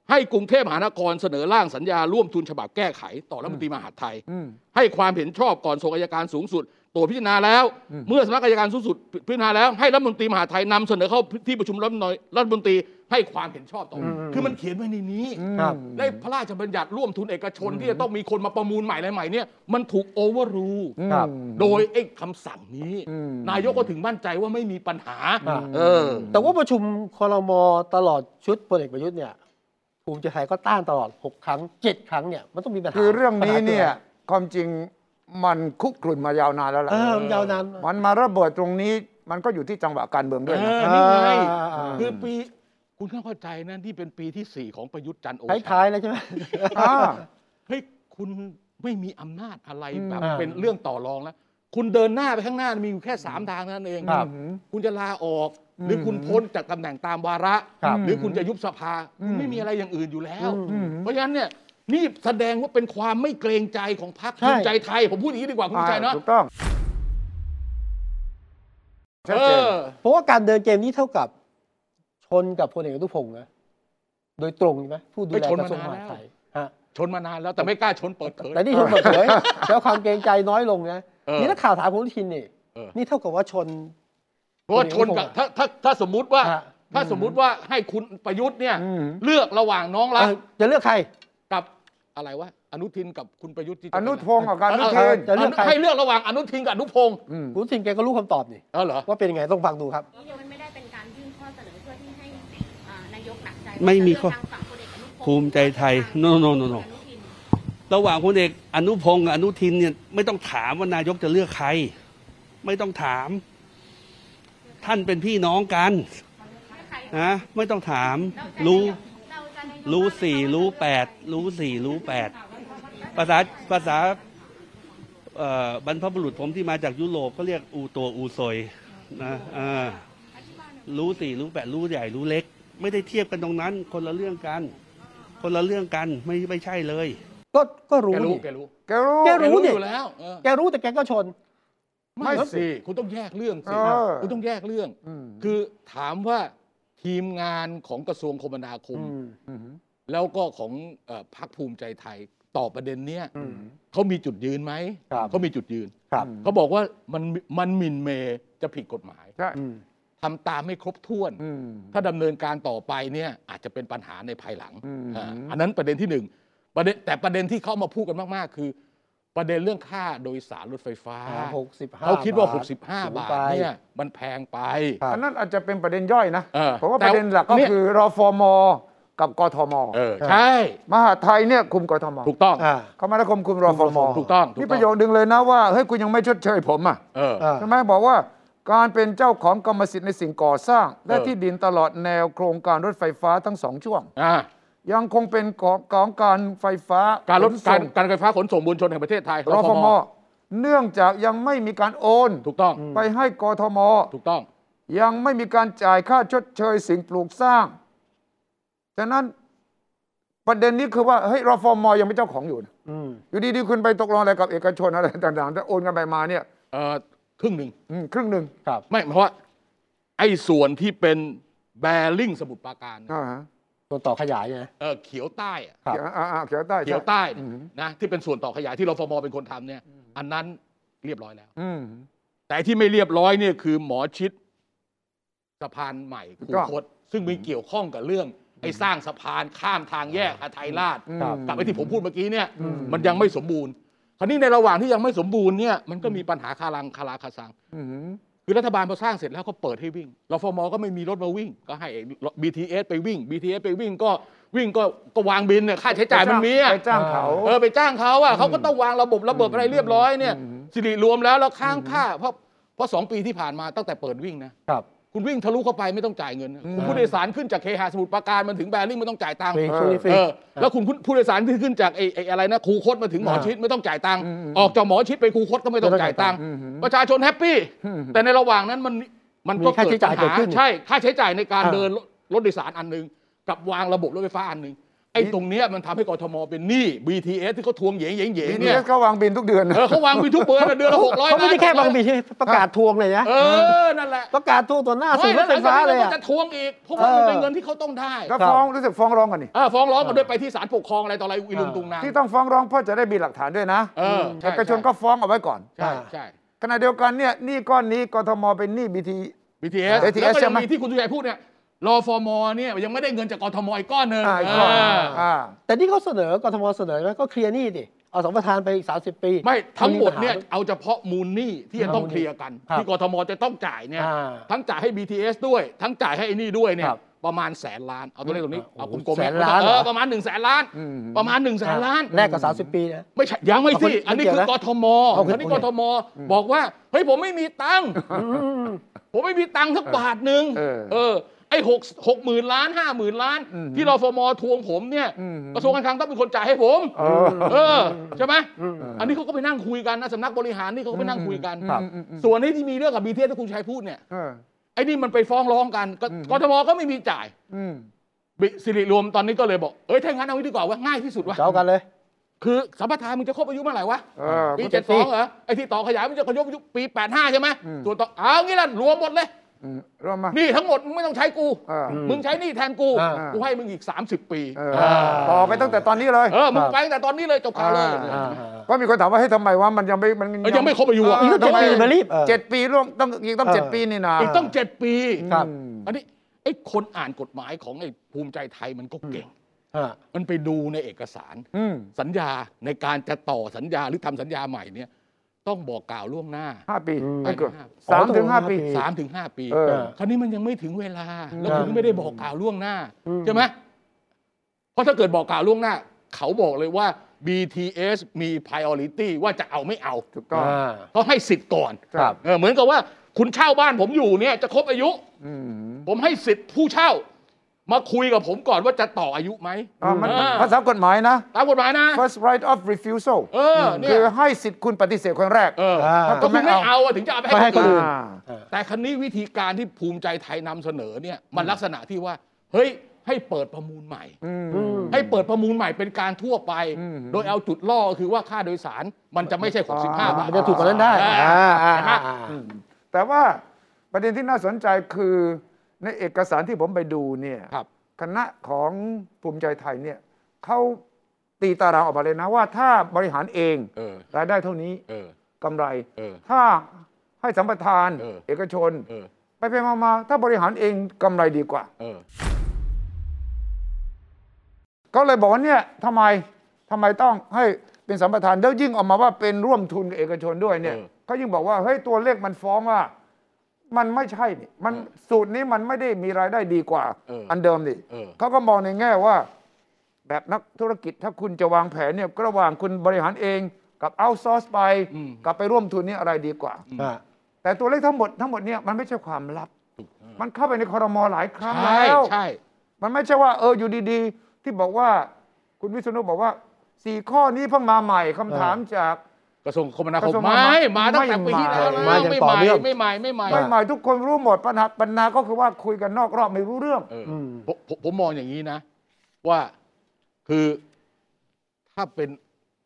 [SPEAKER 2] ให้กรุงเทพมหานครเสนอร่างสัญญาร่วมทุนฉบับแก้ไข ต่อรัฐมนตรีมหาดไทย
[SPEAKER 3] อืม
[SPEAKER 2] ให้ความเห็นชอบก่อนส่งอัยการสูงสุดตรวจพิจารณาแล้ว
[SPEAKER 3] อืม
[SPEAKER 2] เมื่อสำนักอัยการสูงสุดพิจารณาแล้วให้รัฐมนตรีมหาดไทยนำเสนอเข้าที่ประชุมรัฐมนตรีรัฐมนตรีให้ความเห็นชอบต่ออ
[SPEAKER 1] ม
[SPEAKER 2] คือมันเขียนไว้ในนี้
[SPEAKER 1] ครับ
[SPEAKER 2] ได้พระราชบัญญัติร่วมทุนเอกชนที่จะต้องมีคนมาประมูลใหม่อะไรใหม่เนี่ยมันถูกโอเวอร์รู
[SPEAKER 3] อืม
[SPEAKER 1] ครับ
[SPEAKER 2] โดยไอ้คำสั่งนี้
[SPEAKER 3] อืม
[SPEAKER 2] นายกก็ถึงมั่นใจว่าไม่มีปัญหา
[SPEAKER 1] อ่า
[SPEAKER 2] เออ
[SPEAKER 1] แต่ว่าประชุมคอรมอตลอดชุดพลเอกประยุทธ์เนี่ยภูมิใจไทยก็ต้านตลอด 6 ครั้ง 7 ครั้งเนี่ยมันต้องมีปัญหา
[SPEAKER 3] คือเรื่องนี้เนี่ย
[SPEAKER 1] ปัญหา
[SPEAKER 3] ความจริงมันคุกกลุ่นมายาวนานแล้ว
[SPEAKER 1] คืออะไร
[SPEAKER 3] ล่ะ
[SPEAKER 1] เออมันยาวนานมาก
[SPEAKER 3] มันมาระเบิดตรงนี้ มันก็อยู่ที่จังหวะการเมืองด้วยนะ
[SPEAKER 2] เออ นี่ไง
[SPEAKER 1] อ่าอ่าอ่า
[SPEAKER 2] คือปี คุณต้องเข้าใจนะที่เป็นปีที่ 4 ของประยุทธ์จันทร์โอ
[SPEAKER 1] ค
[SPEAKER 2] ชา
[SPEAKER 1] ล้ายๆแล้วใช่ไหม
[SPEAKER 3] อ่า
[SPEAKER 2] เฮ้ยคุณไม่มีอำนาจอะไร
[SPEAKER 3] อืม
[SPEAKER 2] แบบ
[SPEAKER 1] อ่า
[SPEAKER 2] เป็นเรื่องต่อรองแล้ว คุณเดินหน้าไปข้างหน้ามีอยู่แค่ 3 ทางเท่านั้นเอง
[SPEAKER 1] ครับ
[SPEAKER 2] คุณจะลาออก หรือคุณพ้นจากตำแหน่งตามวาระ
[SPEAKER 1] ครับ
[SPEAKER 2] หรือคุณจะยุบสภาคุณไม่มีอะไรอย่างอื่นอยู่แล้ว
[SPEAKER 3] อืม
[SPEAKER 2] เพราะฉะนั้นเนี่ยนี่แสดงว่าเป็นความไม่เกรงใจของพรรค
[SPEAKER 1] ใช่
[SPEAKER 2] ภูมิใจไทย ผมพูดอย่างนี้ดีกว่าภูมิใจเนาะ
[SPEAKER 3] ถูกต้องชัด
[SPEAKER 2] เอ
[SPEAKER 3] เจน
[SPEAKER 2] อ
[SPEAKER 1] เพราะว่าการเดินเกมนี้เท่ากับ ชนกับพลเอกอนุพงศ์นะโดยตรงใช่ไหมผู้ดู
[SPEAKER 2] ไม่
[SPEAKER 1] แล
[SPEAKER 2] ชน
[SPEAKER 1] ก
[SPEAKER 2] มา
[SPEAKER 1] ระทรวงมหาด
[SPEAKER 2] นานแล้ว
[SPEAKER 1] ไทยฮะ
[SPEAKER 2] ชนมานานแล้วแต่ไม่กล้าชนเปิดเผย
[SPEAKER 1] แต่นี่ชนเปิดเผ ย แล้วความเกรงใจน้อยลงนะ
[SPEAKER 2] เออ
[SPEAKER 1] นี่นักข่าวถามคุณอนุทินนี่
[SPEAKER 2] เออ
[SPEAKER 1] นี่เท่ากับว่าชน
[SPEAKER 2] เพราะว่าชนกับถ้าถ้าถ้าสมมุติว่า
[SPEAKER 1] ฮะ
[SPEAKER 2] ถ้าสมมุติว่าให้คุณประยุทธ์เนี่ย
[SPEAKER 3] อืม
[SPEAKER 2] เลือกระหว่างน้องรัก
[SPEAKER 1] เออจะเลือกใคร
[SPEAKER 2] กับอะไรวะอนุทินกับคุณประยุทธ์ที่จะ
[SPEAKER 3] อนุพงศ์กับ
[SPEAKER 2] เป็
[SPEAKER 3] การ
[SPEAKER 2] น
[SPEAKER 3] อนุ
[SPEAKER 2] อะไร
[SPEAKER 3] เทน
[SPEAKER 1] จะเลือกใคร
[SPEAKER 2] ให้เลือกระหว่างอนุทินกับอนุพงศ์
[SPEAKER 3] อืม
[SPEAKER 1] คุณอนุทินแกก็รู้คำตอบนี่
[SPEAKER 2] เออเหรอ
[SPEAKER 1] ว่าเป็นยังไงต้องฟังดูครับ
[SPEAKER 5] แล้วยังไม่ได้เป็นการยื่นข้อเสนอเพื่อที่ให้อ่านายกหนักใจ
[SPEAKER 4] ไม่มีข้
[SPEAKER 5] ข้
[SPEAKER 4] อ
[SPEAKER 5] อ
[SPEAKER 4] ภูมิใจไทย no no no no ระหว่างพลเอกอนุพงศ์กับอนุทินเนี่ยไม่ต้องถามว่านายกจะเลือกใคร ไม่ต้องถาม ท่านเป็นพี่น้องกันนะไม่ต้องถาม รู้ รู้สี่รู้แปดรู้สี่รู้แปดภาษาภาษาเอ่อบรรพบุรุษผมที่มาจากยุโรปก็เรียกอูตัวอูซอยนะเออรู้สี่รู้แปดรู้ใหญ่รู้เล็ก ไม่ได้เทียบกันตรงนั้น คนละเรื่องกัน คนละเรื่องกันไม่ไม่ใช่เลย
[SPEAKER 1] ก็ก็รู้
[SPEAKER 2] แกรู้
[SPEAKER 1] นี่
[SPEAKER 2] แกรู้
[SPEAKER 3] แกรู้
[SPEAKER 1] แก รู้ดิ
[SPEAKER 2] อยู่แล้วเออ
[SPEAKER 1] แกรู้แต่แกก็ชน
[SPEAKER 2] ไม่
[SPEAKER 3] ไม่สิ
[SPEAKER 2] สิคุณต้องแยกเรื่องสิ
[SPEAKER 3] เออ
[SPEAKER 2] คุณต้องแยกเรื่อง
[SPEAKER 3] อืม
[SPEAKER 2] คือถามว่าทีมงานของกระทรวงคมนาคม
[SPEAKER 3] อืม
[SPEAKER 2] แล้วก็ของเอ่อพรรคภูมิใจไทยต่อประเด็นเนี้ย
[SPEAKER 3] อืม
[SPEAKER 2] เขามีจุดยืนไหม
[SPEAKER 1] ครับ
[SPEAKER 2] เขามีจุดยืน
[SPEAKER 1] ครับ
[SPEAKER 2] เขาบอกว่ามันมันหมินเมย์จะผิดกฎหมาย
[SPEAKER 3] ใช่
[SPEAKER 2] ทำตามไม่ครบถ้วน
[SPEAKER 3] อืม
[SPEAKER 2] ถ้าดำเนินการต่อไปเนี่ยอาจจะเป็นปัญหาในภายหลัง
[SPEAKER 3] อืม
[SPEAKER 2] อ่าอันนั้นประเด็นที่หนึ่ง ประเด็นแต่ประเด็นที่เขาเอามาพูดกันมากๆ คือ ประเด็นเรื่องค่าโดยสารรถไฟฟ้า
[SPEAKER 1] อ่า65
[SPEAKER 2] เขาคิดว่า
[SPEAKER 1] บาท
[SPEAKER 2] 65 บ
[SPEAKER 1] สูง
[SPEAKER 2] าท
[SPEAKER 1] ไป
[SPEAKER 2] เนี่ยมันแพงไป
[SPEAKER 1] ครับ
[SPEAKER 3] อันนั้นอาจจะเป็นประเด็นย่อยนะ
[SPEAKER 2] เออ
[SPEAKER 3] ผมว่าประเด็นหลักก็
[SPEAKER 2] เนี่ย
[SPEAKER 3] คือรอฟอมอกับกทม
[SPEAKER 2] เออใช่
[SPEAKER 3] มหาดไทยเนี่ยคุมกทม
[SPEAKER 2] ถูกต้อง
[SPEAKER 1] อ่า
[SPEAKER 3] คมนาคมคุมรอฟอมอ
[SPEAKER 2] ถูกต้องถูกต้อง
[SPEAKER 3] นี่ประโยชน์ดึงเลยนะว่าเฮ้ยคุณยังไม่ชดเชยผมอ่ะ
[SPEAKER 2] เออ
[SPEAKER 1] อ่า
[SPEAKER 3] ใช่ไหมบอกว่าการเป็นเจ้าของกรรมสิทธิ์ในสิ่งก่อสร้าง และ
[SPEAKER 2] เออ
[SPEAKER 3] ที่ดินตลอดแนวโครงการรถไฟฟ้าทั้งสองช่วง
[SPEAKER 2] อ่า
[SPEAKER 3] ยังคงเป็นของของการไฟฟ้า
[SPEAKER 2] การรถ
[SPEAKER 3] ขน
[SPEAKER 2] กา
[SPEAKER 3] ส่
[SPEAKER 2] รง การไฟฟ้าขนส่งมวลชนแห่งประเทศไทย
[SPEAKER 3] รอฟมเนื่องจากยังไม่มีการโอน
[SPEAKER 2] ถูกต้อง
[SPEAKER 3] ไปให้กทม
[SPEAKER 2] ถูกต้อง
[SPEAKER 3] ยังไม่มีการจ่ายค่าชดเชยสิ่งปลูกสร้างฉะนั้นประเด็นนี้คือว่าเฮ้ยรอฟมยังเป็นเจ้าของอยู่นะ
[SPEAKER 1] อืม
[SPEAKER 3] อยู่ดีๆคุณไปตกลงอะไรกับเอกชนอะไรต่างๆแต่โอนกันไปมาเนี่ย
[SPEAKER 2] เออครึ่งหนึ่ง
[SPEAKER 3] อืมครึ่งหนึ่ง
[SPEAKER 1] ครับ
[SPEAKER 2] ไม่เพราะว่า ไอ้ส่วนที่เป็นแบริ่งสมุทรปราการนะ
[SPEAKER 3] อ่าฮะ
[SPEAKER 1] ตัวต่อขยายไง
[SPEAKER 2] เออเขียวใต้อะ
[SPEAKER 1] ครับ
[SPEAKER 3] เขียวอ่าอ่าเขียวใต้
[SPEAKER 2] เขียวใต้
[SPEAKER 3] ช่อืม
[SPEAKER 2] นะที่เป็นส่วนต่อขยายที่รฟมเป็นคนทำเนี่ย อันนั้นเรียบร้อยแล้ว
[SPEAKER 3] อืม
[SPEAKER 2] แต่ที่ไม่เรียบร้อยเนี่ยคือหมอชิดสะพานใหม่คู
[SPEAKER 3] ก็
[SPEAKER 2] คตซึ่งมีเกี่ยวข้องกับเรื่อง ไอ้สร้างสะพานข้ามทางแยกอาไทยราช
[SPEAKER 3] อืม
[SPEAKER 1] ครับ
[SPEAKER 2] กับไอ้ที่ผมพูดเมื่อกี้เนี่ย
[SPEAKER 3] อืม
[SPEAKER 2] มันยังไม่สมบูรณ์ คราวนี้ในระหว่างที่ยังไม่สมบูรณ์เนี่ยมันก็มีปัญหาคารังคาราคาซัง
[SPEAKER 3] อืม
[SPEAKER 2] คือรัฐบาลพอสร้างเสร็จแล้วก็เปิดให้วิ่งรฟมก็ไม่มีรถมาวิ่ง ก็ให้ไอ้ BTS ไปวิ่ง BTS ไปวิ่งก็วิ่งก็ก็วางบินเนี่ยค่าใช้จ่ายมันมีอะ
[SPEAKER 3] ไปจ้างเขา
[SPEAKER 2] เออไปจ้างเขาอ่ะเขาก็ต้องวางระบบระเบิดอะไรเรียบร้อยเนี่ย
[SPEAKER 3] อืม
[SPEAKER 2] สิริรวมแล้วเราค้างค่าเพราะเพราะสองปีที่ผ่านมาตั้งแต่เปิดวิ่งนะครับ คุณวิ่งทะลุเข้าไปไม่ต้องจ่ายเงินนะคุณผู้โดยสารขึ้นจากเคหะสมุทรปราการมันถึงแบริ่งไม่ต้องจ่ายตังค์
[SPEAKER 1] ฟรีช่วงนี้ฟรี
[SPEAKER 2] เออแล้วคุณคุณผู้โดยสารที่ขึ้นจากไอ้ไอ้อะไรนะครูคดมาถึงหมอ
[SPEAKER 1] อ่า
[SPEAKER 2] ชิดไม่ต้องจ่ายตังค์
[SPEAKER 3] อืมอืม
[SPEAKER 2] ออกจากหมอชิดไปครูคดก็ไม่ต้องจ่ายตังค์
[SPEAKER 3] อืมอืม
[SPEAKER 2] ประชาชนแฮปปี้
[SPEAKER 3] อืม
[SPEAKER 2] แต่ในระหว่างนั้นมันมัน
[SPEAKER 1] มี
[SPEAKER 2] ก็
[SPEAKER 1] ค่าใช้จ่าย
[SPEAKER 2] ปัญ
[SPEAKER 1] เกิดขึ้น
[SPEAKER 2] ใช่ค่าใช้จ่ายในการ
[SPEAKER 1] อ่า
[SPEAKER 2] เดินรถรถโดยสารอันหนึ่งกับวางระบบรถไฟฟ้าอันหนึ่งไอ้ตรงเนี้ยมันทำให้กทมเป็นหนี้ BTS ที่เขาทวงเหยงเหยงเหยง
[SPEAKER 3] บีที
[SPEAKER 2] เนี่
[SPEAKER 3] เอย สเขาวางบินทุกเดือนนะ
[SPEAKER 2] เออเขาวางบินทุกเบอร์นะเดือนละหกร้อย
[SPEAKER 1] เขาไม่ได้แค่บางปีใช่ไหมประกาศทวงเลยนะ
[SPEAKER 2] เออนั่นแหละ
[SPEAKER 1] ประกาศทวงต่อหน้าสื่อรถไฟ
[SPEAKER 2] ไม่แวหลังจก
[SPEAKER 1] ฟ้า
[SPEAKER 2] นั้น
[SPEAKER 1] เลย
[SPEAKER 2] ก็
[SPEAKER 1] อะ
[SPEAKER 2] จะทวงอีกเพราะว่ามันเป็น
[SPEAKER 1] เออ
[SPEAKER 2] เงินที่เขาต้องได้
[SPEAKER 3] ก็ฟ้องรู้สึกฟ้องร้องกันนี่
[SPEAKER 2] เออฟ้องร้องกันด้วยไปที่ศาลปกครองอะไรต่ออะไรอีลุงตุงนาง
[SPEAKER 3] ที่ต้องฟ้องร้องเพราะจะได้มีหลักฐานด้วยนะ
[SPEAKER 2] เออใช่
[SPEAKER 3] เอกชนก็ฟ้องเอาไว้ก่อน
[SPEAKER 2] ใช่ใช่
[SPEAKER 3] ขณะเดียวกันเนี่ยหนี้ก้อนนี้กทมเป็นหนี้บีที
[SPEAKER 2] BTS
[SPEAKER 3] อ่า BTS
[SPEAKER 2] แล้วก็
[SPEAKER 3] ใช่
[SPEAKER 2] ยัง
[SPEAKER 3] ไหม
[SPEAKER 2] มีที่คุณสุชัยพูดเนี่ยรอฟอร์มอเนี่ยยังไม่ได้เงินจากกทมอีกก้อนหนึ่ง
[SPEAKER 3] อ่าอีกก้อน
[SPEAKER 2] เออ
[SPEAKER 3] อ่า
[SPEAKER 1] แต่นี่เขาเสนอกทมเสนอแล้วก็เคลียร์หนี้ดิ เอาสัมปทานไปอีก 30 ปี
[SPEAKER 2] ไม่ทั้งหมดเนี่ย
[SPEAKER 1] ปัญา
[SPEAKER 2] เอาเฉพาะมูลหนี้ที่จะต้องเคลียร์กัน
[SPEAKER 1] ครับ
[SPEAKER 2] ที่กทมจะต้องจ่ายเนี่ย
[SPEAKER 1] อ่า
[SPEAKER 2] ทั้งจ่ายให้ BTS ด้วย ทั้งจ่ายให้ไอ้นี่ด้วยเนี่ย
[SPEAKER 1] ครับ
[SPEAKER 2] ประมาณแสนล้านเอาตัวเลขตรงนี้
[SPEAKER 1] โอ้โห
[SPEAKER 2] เอากลมๆ
[SPEAKER 1] แสนล้าน
[SPEAKER 2] เอ
[SPEAKER 1] เหร
[SPEAKER 2] อ
[SPEAKER 1] อ
[SPEAKER 2] ประมาณ1นึ่งแสนล้าน
[SPEAKER 3] อืม
[SPEAKER 2] ประมาณ1นึ่งแสนล้าน
[SPEAKER 1] แลกกับ 30 ปีนะ
[SPEAKER 2] ไม่ใช่ยังไม่
[SPEAKER 1] เอาค
[SPEAKER 2] สิ
[SPEAKER 1] น
[SPEAKER 2] อันนี้
[SPEAKER 1] เดียว
[SPEAKER 2] คือ
[SPEAKER 1] นะ
[SPEAKER 2] กทม
[SPEAKER 1] เอาคน
[SPEAKER 2] อันนี้
[SPEAKER 1] เดี
[SPEAKER 2] ก
[SPEAKER 1] ยว
[SPEAKER 2] ทมบอกว่าเฮ้ยผมไม่มีตังค์ผมไม่มีตังค์สักบาทหนึ่ง
[SPEAKER 3] เออ
[SPEAKER 2] เออไอ้หกหกหมื่นล้านห้าหมื่นล้าน
[SPEAKER 3] อืม
[SPEAKER 2] ที่รฟมทวงผมเนี่ย
[SPEAKER 3] อืม
[SPEAKER 2] กระทรวงการคลังต้องเป็นคนจ่ายให้ผม
[SPEAKER 3] เออ
[SPEAKER 2] เออใช่ไหมอันนี้เขาก็ไปนั่งคุยกันนะสำนักบริหารนี่เขาก็ไปนั่งคุยกัน
[SPEAKER 3] ครับอืมอืม
[SPEAKER 2] ส่วนนี้ที่มีเรื่องกับบีเทสที่คุณชัยพูดเนี่ย
[SPEAKER 3] เออ
[SPEAKER 2] ไอ้นี่มันไปฟ้องร้องกันก็
[SPEAKER 3] อืม
[SPEAKER 2] กทมก็ไม่มีจ่าย
[SPEAKER 3] อืม
[SPEAKER 2] บิสิริรวมตอนนี้ก็เลยบอกเอ้ยถ้างั้นเอาไว้ดีกว่าว่าง่ายที่สุดว่ะ
[SPEAKER 1] เจ้ากันเลย
[SPEAKER 2] คือสัมปทานมึงจะครบอายุเมื่อไหร่วะ
[SPEAKER 3] เออ
[SPEAKER 2] ปี
[SPEAKER 1] เจ็
[SPEAKER 2] เจ็ด
[SPEAKER 1] ด
[SPEAKER 2] ส
[SPEAKER 1] สิ
[SPEAKER 2] อบ งเหรอไอ้ที่ต่อขยายมันจะขยบยุคปีแปดห้าใช่ไหม
[SPEAKER 3] อืม
[SPEAKER 2] ส่วนต่อเอางี้ล่ะรวมหมดเลย
[SPEAKER 3] อืมร่วมมา
[SPEAKER 2] หนี่ทั้งหมดมึงไม่ต้องใช้กู
[SPEAKER 3] เอออืม
[SPEAKER 2] มึงใช้หนี่แทนกู
[SPEAKER 1] อ่า
[SPEAKER 2] กูให้มึงอีก 30 ปี
[SPEAKER 3] เออ
[SPEAKER 2] เออ
[SPEAKER 3] ต่อไปตั้งแต่ตอนนี้เลย
[SPEAKER 2] เออมึง
[SPEAKER 1] ครับ
[SPEAKER 2] ไปตั้งแต่ตอนนี้เลยจบข่าวเลย
[SPEAKER 3] อ่
[SPEAKER 1] อ่า
[SPEAKER 3] ก็มีคนถามว่าเฮ้ยทำไมวะมันยังไม่มัน
[SPEAKER 2] เออยังไม่ครบอายุอ่ะ
[SPEAKER 1] อีกตั้งเจ็ดปีมารีบเออ
[SPEAKER 3] เจ็ดปีร่วมต้องอีกต้อง
[SPEAKER 1] เออ
[SPEAKER 3] เจ็ดปีนี่นะ
[SPEAKER 2] อีกต้องเจ็ดปี
[SPEAKER 1] ครับ
[SPEAKER 3] อืม
[SPEAKER 2] อันนี้ไอ้คนอ่านกฎหมายของไอ้ภูมิใจไทยมันก็เก่ง
[SPEAKER 1] อ่า
[SPEAKER 2] มันไปดูในเอกสาร
[SPEAKER 3] อืม
[SPEAKER 2] สัญญาในการจะต่อสัญญาหรือทำสัญญาใหม่เนี่ยต้องบอกกล่าวล่วงหน้า
[SPEAKER 3] ห้าปี
[SPEAKER 1] อืม
[SPEAKER 3] ไม่เกิน
[SPEAKER 2] ห้า
[SPEAKER 3] สามถึงห้าปี
[SPEAKER 1] ปี
[SPEAKER 2] สามถึงห้าปี
[SPEAKER 3] เออ
[SPEAKER 2] คราวนี้มันยังไม่ถึงเวลา แล้ว
[SPEAKER 1] ครับ
[SPEAKER 2] คุณก็ไม่ได้บอกกล่าวล่วงหน้า
[SPEAKER 1] อืม
[SPEAKER 2] ใช่ไหมเพราะถ้าเกิดบอกกล่าวล่วงหน้า เขาบอกเลยว่า BTS มี priority ว่าจะเอาไม่เอา
[SPEAKER 3] ถูกต้อง
[SPEAKER 1] อ่า
[SPEAKER 2] เขาให้สิทธิ์ก่อน
[SPEAKER 1] ครับ
[SPEAKER 2] เออเหมือนกับว่าคุณเช่าบ้านผมอยู่เนี่ยจะครบอายุ
[SPEAKER 3] อืม
[SPEAKER 2] ผมให้สิทธิ์ผู้เช่า มาคุยกับผมก่อนว่าจะต่ออายุไหม
[SPEAKER 3] อ่ะมัน
[SPEAKER 2] อ่า
[SPEAKER 3] ภาษากฎหมายนะ
[SPEAKER 2] ตามกฎหมายนะ
[SPEAKER 3] first right of refusal
[SPEAKER 2] เออเนี่ย
[SPEAKER 3] คือให้สิทธิ์คุณปฏิเสธคนแรก
[SPEAKER 2] เออ
[SPEAKER 1] อ่า
[SPEAKER 2] ก็คุณไม่เอาอะถึงจะเอาไป
[SPEAKER 1] ไม่ให้
[SPEAKER 2] ให้ค
[SPEAKER 1] คน น
[SPEAKER 2] อื่
[SPEAKER 1] อื่
[SPEAKER 2] น
[SPEAKER 1] น
[SPEAKER 3] อ่า
[SPEAKER 2] แต่คันนี้วิธีการที่ภูมิใจไทยนำเสนอเนี่ยมันลักษณะที่ว่าเฮ้ยให้เปิดประมูลใหม่ ให้เปิดประมูลใหม่เป็นการทั่วไป
[SPEAKER 3] อืม
[SPEAKER 2] โดยเอาจุดล่อก็คือว่าค่าโดยสารมันจะไม่ใช่ 65 บาท
[SPEAKER 1] มันจะถูกกว่านั้นได้
[SPEAKER 2] อ่า
[SPEAKER 1] อ่าอ่าอ่า
[SPEAKER 3] แต่ว่าประเด็นที่น่าสนใจคือในเอกสารที่ผมไปดูเนี่ย
[SPEAKER 2] ครับ
[SPEAKER 3] คณะของภูมิใจไทยเนี่ยเขาตีตารางออกมาเลยนะว่าถ้าบริหารเอง
[SPEAKER 2] เออ
[SPEAKER 3] รายได้เท่านี้
[SPEAKER 2] เออ
[SPEAKER 3] กำไร
[SPEAKER 2] เออ
[SPEAKER 3] ถ้าให้สัมปทาน
[SPEAKER 2] เออ
[SPEAKER 3] กชน
[SPEAKER 2] เออ
[SPEAKER 3] ไปไปมามาถ้าบริหารเองกำไรดีกว่า
[SPEAKER 2] เออ
[SPEAKER 3] ก็เลยบอกว่าเนี่ยทำไมท ทำไมต้องให้เป็นสัมปทานแล้วยิ่งออกมาว่าเป็นร่วมทุนกับเอกชนด้วยเนี่ย
[SPEAKER 2] เออ
[SPEAKER 3] เขายิ่งบอกว่าเฮ้ยตัวเลขมันฟ้องว่า มันไม่ใช่นี่มันสูตรนี้มันไม่ได้มีรายได้ดีกว่า
[SPEAKER 2] เอออั
[SPEAKER 3] นเดิมนี่
[SPEAKER 2] เออ
[SPEAKER 3] เขาก็มองในแง่ว่า แบบนักธุรกิจถ้าคุณจะวางแผนเนี่ยก็ระหว่างคุณบริหารเองกับเอาซอร์สไป
[SPEAKER 2] อืม
[SPEAKER 3] กับไปร่วมทุนนี่อะไรดีกว่า
[SPEAKER 1] อ่า
[SPEAKER 3] แต่ตัวเลขทั้งหมดทั้งหมดเนี่ยมันไม่ใช่ความลับ มันเข้าไปในคอรมอหลายครั้ง
[SPEAKER 2] ใช่
[SPEAKER 3] แล้ว
[SPEAKER 2] ใช่
[SPEAKER 3] มันไม่ใช่ว่าเอออยู่ดีๆ ที่บอกว่า คุณวิษณุบอกว่าสี่ข้อนี้เพิ่งมาใหม่คำถามจาก
[SPEAKER 2] กระทรวงคมนาคม
[SPEAKER 3] กระทรวงคมนาคม
[SPEAKER 2] ไม่มาตั้งแต่
[SPEAKER 3] ไม่
[SPEAKER 2] ปีที่แล้วแล้ว
[SPEAKER 1] มาอย่าง
[SPEAKER 2] ไม่
[SPEAKER 1] ต่อ
[SPEAKER 2] ใหม่
[SPEAKER 1] เนื่อง
[SPEAKER 2] ไม่ใหม่ไม่ใหม่
[SPEAKER 3] ไม่ใหม่ทุกคนรู้หมดปัญหาปัญหาก็คือว่าคุยกันนอกรอบไม่รู้เรื่อง
[SPEAKER 2] เออ
[SPEAKER 1] อืม
[SPEAKER 2] ผมผมผมมองอย่างนี้นะ ว่าคือถ้าเป็น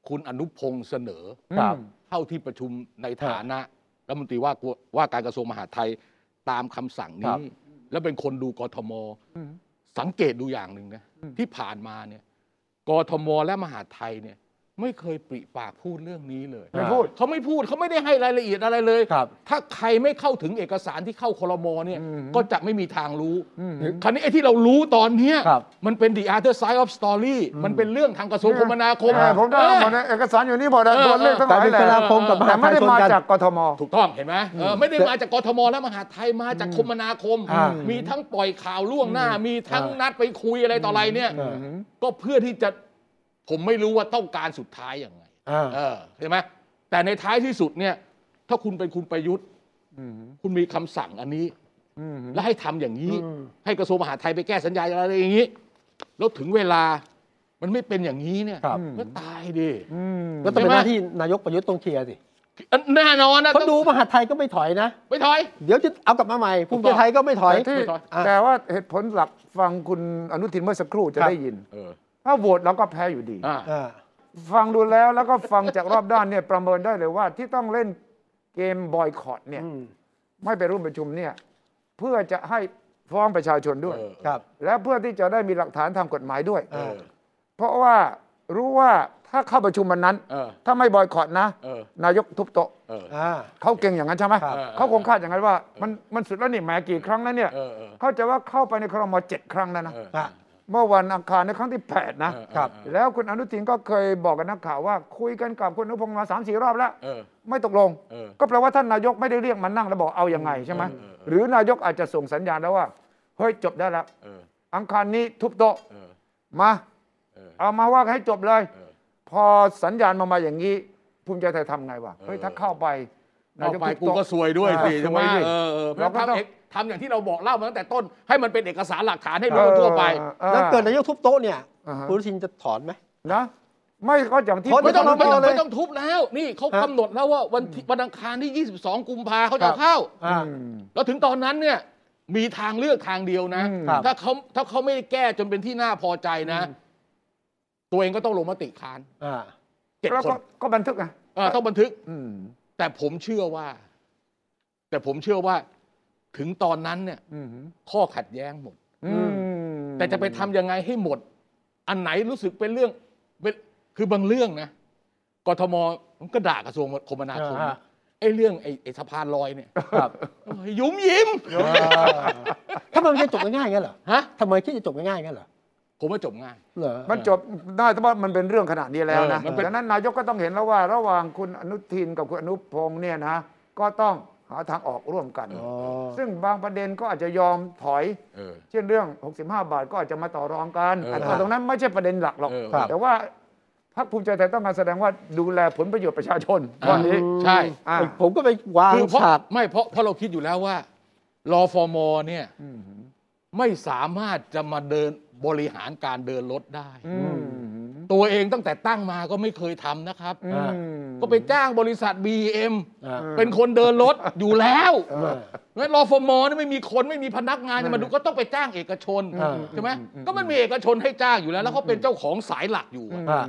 [SPEAKER 2] คุณอนุพงษ์เสนอ
[SPEAKER 1] ครับ
[SPEAKER 2] เข้าที่ประชุมในฐานะรัฐมนตรีว่าการว่าการกระทรวงมหาดไทยตามคำสั่ง
[SPEAKER 1] ครั
[SPEAKER 2] นี้
[SPEAKER 1] บ
[SPEAKER 2] แล้วเป็นคนดูกทม
[SPEAKER 3] อืม
[SPEAKER 2] สังเกตดูอย่างหนึ่งนะ
[SPEAKER 3] อืม
[SPEAKER 2] ที่ผ่านมาเนี่ยกทมและมหาดไทยเนี่ย ไม่เคยปริปากพูดเรื่องนี้เลย
[SPEAKER 3] ไม่พูด
[SPEAKER 2] เขาไม่พูดเขาไม่ได้ให้รายละเอียดอะไรเลย
[SPEAKER 1] ครับ
[SPEAKER 2] ถ้าใครไม่เข้าถึงเอกสารที่เข้าคลมเนี่ย
[SPEAKER 3] อืม
[SPEAKER 2] ก็จะไม่มีทางรู้
[SPEAKER 3] อืม
[SPEAKER 2] คราวนี้ไอ้ที่เรารู้ตอนเนี้ย
[SPEAKER 1] ครับ
[SPEAKER 2] มันเป็น the other side of story มันเป็นเรื่องทางกระทรวง
[SPEAKER 3] เนี่ย
[SPEAKER 2] คมนาคม
[SPEAKER 3] เออผมได้หมดนะเอกสารอยู่นี่หมดนะ
[SPEAKER 2] เออ
[SPEAKER 3] ตัวเลขทั้งห
[SPEAKER 1] กลา
[SPEAKER 3] ลาย ย
[SPEAKER 1] เป็น
[SPEAKER 3] แหละ
[SPEAKER 1] คณะคมกับม
[SPEAKER 3] แต่
[SPEAKER 1] หาดไท
[SPEAKER 3] ไม่
[SPEAKER 1] ย
[SPEAKER 3] ได้
[SPEAKER 1] ชน
[SPEAKER 3] มา
[SPEAKER 1] กัน
[SPEAKER 3] จากกทม
[SPEAKER 2] ถูกต้องเห็นไหมเออไม่ได้มาจากกทมและมหาดไทยมาจากคมนาคม
[SPEAKER 3] อ่า
[SPEAKER 2] มีทั้งปล่อยข่าวล่วงหน้า มีทั้ง
[SPEAKER 1] อ่านั
[SPEAKER 2] นัดไปคุยอะไรต่ออะไรเนี่ย
[SPEAKER 1] อืม
[SPEAKER 2] ก็เพื่อที่จะผมไม่รู้ว่าต้องการสุดท้ายอย่างไง
[SPEAKER 1] อ่า
[SPEAKER 2] เออใช่ไหมแต่ในท้ายที่สุดเนี่ย ถ้าคุณเป็นคุณประยุทธ์คุณมีคำสั่งอันนี้ แล้วให้ทำอย่างนี้
[SPEAKER 1] อืม
[SPEAKER 2] ให้กระทรวงมหาดไทยไปแก้สัญญาอะไรอย่างนี้ แล้วถึงเวลามันไม่เป็นอย่างนี้เนี่ย
[SPEAKER 1] ครับ
[SPEAKER 2] ก็ตายดิ
[SPEAKER 1] ก็ต้องเป็นหน้าที่นายกประยุทธ์ต้องเคลียร์สิ
[SPEAKER 2] แน่นอนนะ
[SPEAKER 1] เขา
[SPEAKER 2] ต้อง
[SPEAKER 1] ดูมหาดไทยก็ไม่ถอยนะ
[SPEAKER 2] ไม่ถอย
[SPEAKER 1] เดี๋ยวจะเอากลับมาใหม่ภูมิใจไทยก็ไม่ถอย
[SPEAKER 3] แต่ที่
[SPEAKER 2] ไม่ถอย
[SPEAKER 3] แต่ว่าเหตุผลหลักฟังคุณอนุทินเมื่อสักครู่จะ
[SPEAKER 1] ครับ
[SPEAKER 3] ได้ยิน
[SPEAKER 2] เออ
[SPEAKER 3] ถ้าโหวตเราก็แพ้อยู่ดี
[SPEAKER 2] อ่า
[SPEAKER 1] อ่า
[SPEAKER 3] ฟังดูแล้วแล้วก็ฟังจากรอบด้านเนี่ยประเมินได้เลยว่าที่ต้องเล่นเกมบอยคอตเนี่ย ไม่ไปร่วมประชุมเนี่ยเพื่อจะให้ฟ้องประชาชนด้วย
[SPEAKER 2] เออ
[SPEAKER 1] ครับ
[SPEAKER 3] และเพื่อที่จะได้มีหลักฐานทางกฎหมายด้วย
[SPEAKER 2] เออ
[SPEAKER 3] เพราะว่ารู้ว่าถ้าเข้าประชุมวันนั้น
[SPEAKER 2] เออ
[SPEAKER 3] ถ้าไม่บอยคอตนะ
[SPEAKER 2] เออ
[SPEAKER 3] นายกทุบโต๊ะ
[SPEAKER 2] เออ
[SPEAKER 1] อ่า
[SPEAKER 3] เขาเก่งอย่างนั้นใช่ไหม
[SPEAKER 1] ครับ
[SPEAKER 3] เขาคงคาดอย่างนั้นว่า มันมันสุดแล้วนี่แหมกี่ครั้งแล้วเนี่ย
[SPEAKER 2] เออเออ
[SPEAKER 3] เข้าใจว่าเข้าไปในครมเจ็ดครั้งแล้วนะ
[SPEAKER 2] เออ
[SPEAKER 1] อ่า
[SPEAKER 3] เมื่อวันอังคารในครั้งที่ 8 นะ
[SPEAKER 2] เออ
[SPEAKER 1] ครับ
[SPEAKER 2] เออ
[SPEAKER 3] แล้วคุณอนุทินก็เคยบอกกับนักข่าวว่า คุยกันกับคุณอนุพงศ์มาสามสี่รอบแล้ว
[SPEAKER 2] เออ
[SPEAKER 3] ไม่ตกลง
[SPEAKER 2] เออ
[SPEAKER 3] ก็แปลว่าท่านนายกไม่ได้เรียกมานั่งแล้วบอกเอายังไงใช่ไหม
[SPEAKER 2] เออเออเออ
[SPEAKER 3] หรือนายกอาจจะส่งสัญญาณแล้วว่า เฮ้ยจบได้แล้ว
[SPEAKER 2] เออ
[SPEAKER 3] อังคารนี้ทุบโต๊ะ
[SPEAKER 2] เออ
[SPEAKER 3] มา
[SPEAKER 2] เออ
[SPEAKER 3] เอามาว่าให้จบเลย
[SPEAKER 2] เออ
[SPEAKER 3] พอสัญญาณมามาอย่างนี้ ภูมิใจไทยทำไงวะเฮ้ย
[SPEAKER 2] เออ
[SPEAKER 3] ถ้าเข้าไปนา
[SPEAKER 2] เอา
[SPEAKER 3] ยก
[SPEAKER 2] ไป
[SPEAKER 3] ทุบ
[SPEAKER 2] กู
[SPEAKER 3] โต๊ะ
[SPEAKER 2] ก็ซวยด้วยสิใช่ไหม
[SPEAKER 3] ซวยดิ
[SPEAKER 2] เออเออ
[SPEAKER 3] เราก็
[SPEAKER 2] ทำ
[SPEAKER 3] ต้อง
[SPEAKER 2] เอกทำอย่างที่เราบอกเล่ามาตั้งแต่ต้น ให้มันเป็นเอกสารหลักฐานให้รู้กันทั่วไป
[SPEAKER 3] ออ
[SPEAKER 1] แล้วเกิดนายกทุบโต๊ะเนี่ย
[SPEAKER 3] อ่าฮะ
[SPEAKER 1] คุณอนุทินจะถอนไหม
[SPEAKER 3] นะ ไม่ก็อย่างที่
[SPEAKER 1] เพราะ
[SPEAKER 2] ไม่ต้อง
[SPEAKER 1] ไม่
[SPEAKER 2] ไม่
[SPEAKER 1] ต้
[SPEAKER 2] ต้
[SPEAKER 1] อ
[SPEAKER 2] อง ง
[SPEAKER 1] เลย
[SPEAKER 2] ไม่ต้องทุบแล้ว นี่เขา
[SPEAKER 1] ฮะ
[SPEAKER 2] กำหนดแล้วว่าวันที่วันอังคารที่ 22 กุมภาเขา
[SPEAKER 1] ครั
[SPEAKER 2] จะ
[SPEAKER 1] บ
[SPEAKER 2] เข้า
[SPEAKER 1] อ่า
[SPEAKER 3] อืม
[SPEAKER 2] แล้วถึงตอนนั้นเนี่ยมีทางเลือกทางเดียวนะ
[SPEAKER 3] อืม
[SPEAKER 1] ครับ
[SPEAKER 2] ถ้าเขาถ้าเขาไม่ได้แก้จนเป็นที่น่าพอใจนะ ตัวเองก็ต้องลงมติค้าน
[SPEAKER 1] อ่า
[SPEAKER 2] เจ็ด
[SPEAKER 3] แล้ว
[SPEAKER 2] ค
[SPEAKER 3] ก็
[SPEAKER 2] น
[SPEAKER 3] ก็บันทึกอะ
[SPEAKER 2] เออต้องบันทึก
[SPEAKER 3] อืม
[SPEAKER 2] แต่ผมเชื่อว่า แต่ผมเชื่อว่า ถึงตอนนั้นเนี่ย
[SPEAKER 3] อืม
[SPEAKER 2] ข้อขัดแย้งหมด
[SPEAKER 3] อืม
[SPEAKER 2] แต่จะไปทำยังไงให้หมด อันไหนรู้สึกเป็นเรื่องเป็นคือบางเรื่องนะกทมมันก็ด่ากระทรวงคมนาคม
[SPEAKER 1] อ่า
[SPEAKER 2] นะไอ้เรื่องไอ้ไอ้สะพานลอยเนี่ย
[SPEAKER 1] ครับ
[SPEAKER 2] โอ้ยหยุมหยิม
[SPEAKER 1] ถ้ามันไม่ใช่จบง่ายๆงั้นเหรอ
[SPEAKER 2] ฮะ
[SPEAKER 1] ทำไมคิดจะจบง่ายๆงั้นเหรอ
[SPEAKER 2] ผมว่าจบง่าย
[SPEAKER 1] เหรอ
[SPEAKER 3] มันจบได้แต่ว่ามันเป็นเรื่องขนาดนี้แล้วนะ
[SPEAKER 2] เออมันเป็น
[SPEAKER 3] ดังนั้นนายกก็ต้องเห็นแล้วว่า ระหว่างคุณอนุทินกับคุณอนุพงษ์เนี่ยนะ ก็ต้องหาทางออกร่วมกัน
[SPEAKER 1] อ๋อ
[SPEAKER 3] ซึ่งบางประเด็นก็อาจจะยอมถอย
[SPEAKER 2] เออ
[SPEAKER 3] เช่นเรื่อง 65 บาทก็อาจจะมาต่อรองกัน
[SPEAKER 2] เออ
[SPEAKER 3] แต่ตรงนั้นไม่ใช่ประเด็นหลักหรอก
[SPEAKER 2] เออครับ
[SPEAKER 3] แต่ว่าพรรคภูมิใจไทยต้องการแสดงว่าดูแลผลประโยชน์ประชาชน
[SPEAKER 2] อ่า
[SPEAKER 3] วันนี้
[SPEAKER 2] ใช่
[SPEAKER 3] อ่า
[SPEAKER 1] ผมก็ไปวาง
[SPEAKER 2] คือเพราะ
[SPEAKER 1] ฉาก
[SPEAKER 2] ไม่เพราะเพราะเราคิดอยู่แล้วว่ารอฟอร์มเนี่ยไม่สามารถจะมาเดินบริหารการเดินรถได้ ตัวเองตั้งแต่ตั้งมาก็ไม่เคยทำนะครับ
[SPEAKER 3] อืม
[SPEAKER 2] ก็ไปจ้างบริษัท BM
[SPEAKER 1] อ่า
[SPEAKER 2] เป็นคนเดินรถอยู่แล้ว
[SPEAKER 1] เออ
[SPEAKER 2] งั้นรอฟอร์มอนี่ไม่มีคนไม่มีพนักงานจะมาดูก็ต้องไปจ้างเอกชน
[SPEAKER 1] อ่า
[SPEAKER 2] ใช่ไหมก็มันมีเอกชนให้จ้างอยู่แล้ว แล้วเขาเป็นเจ้าของสายหลักอยู่อะ
[SPEAKER 1] อ่า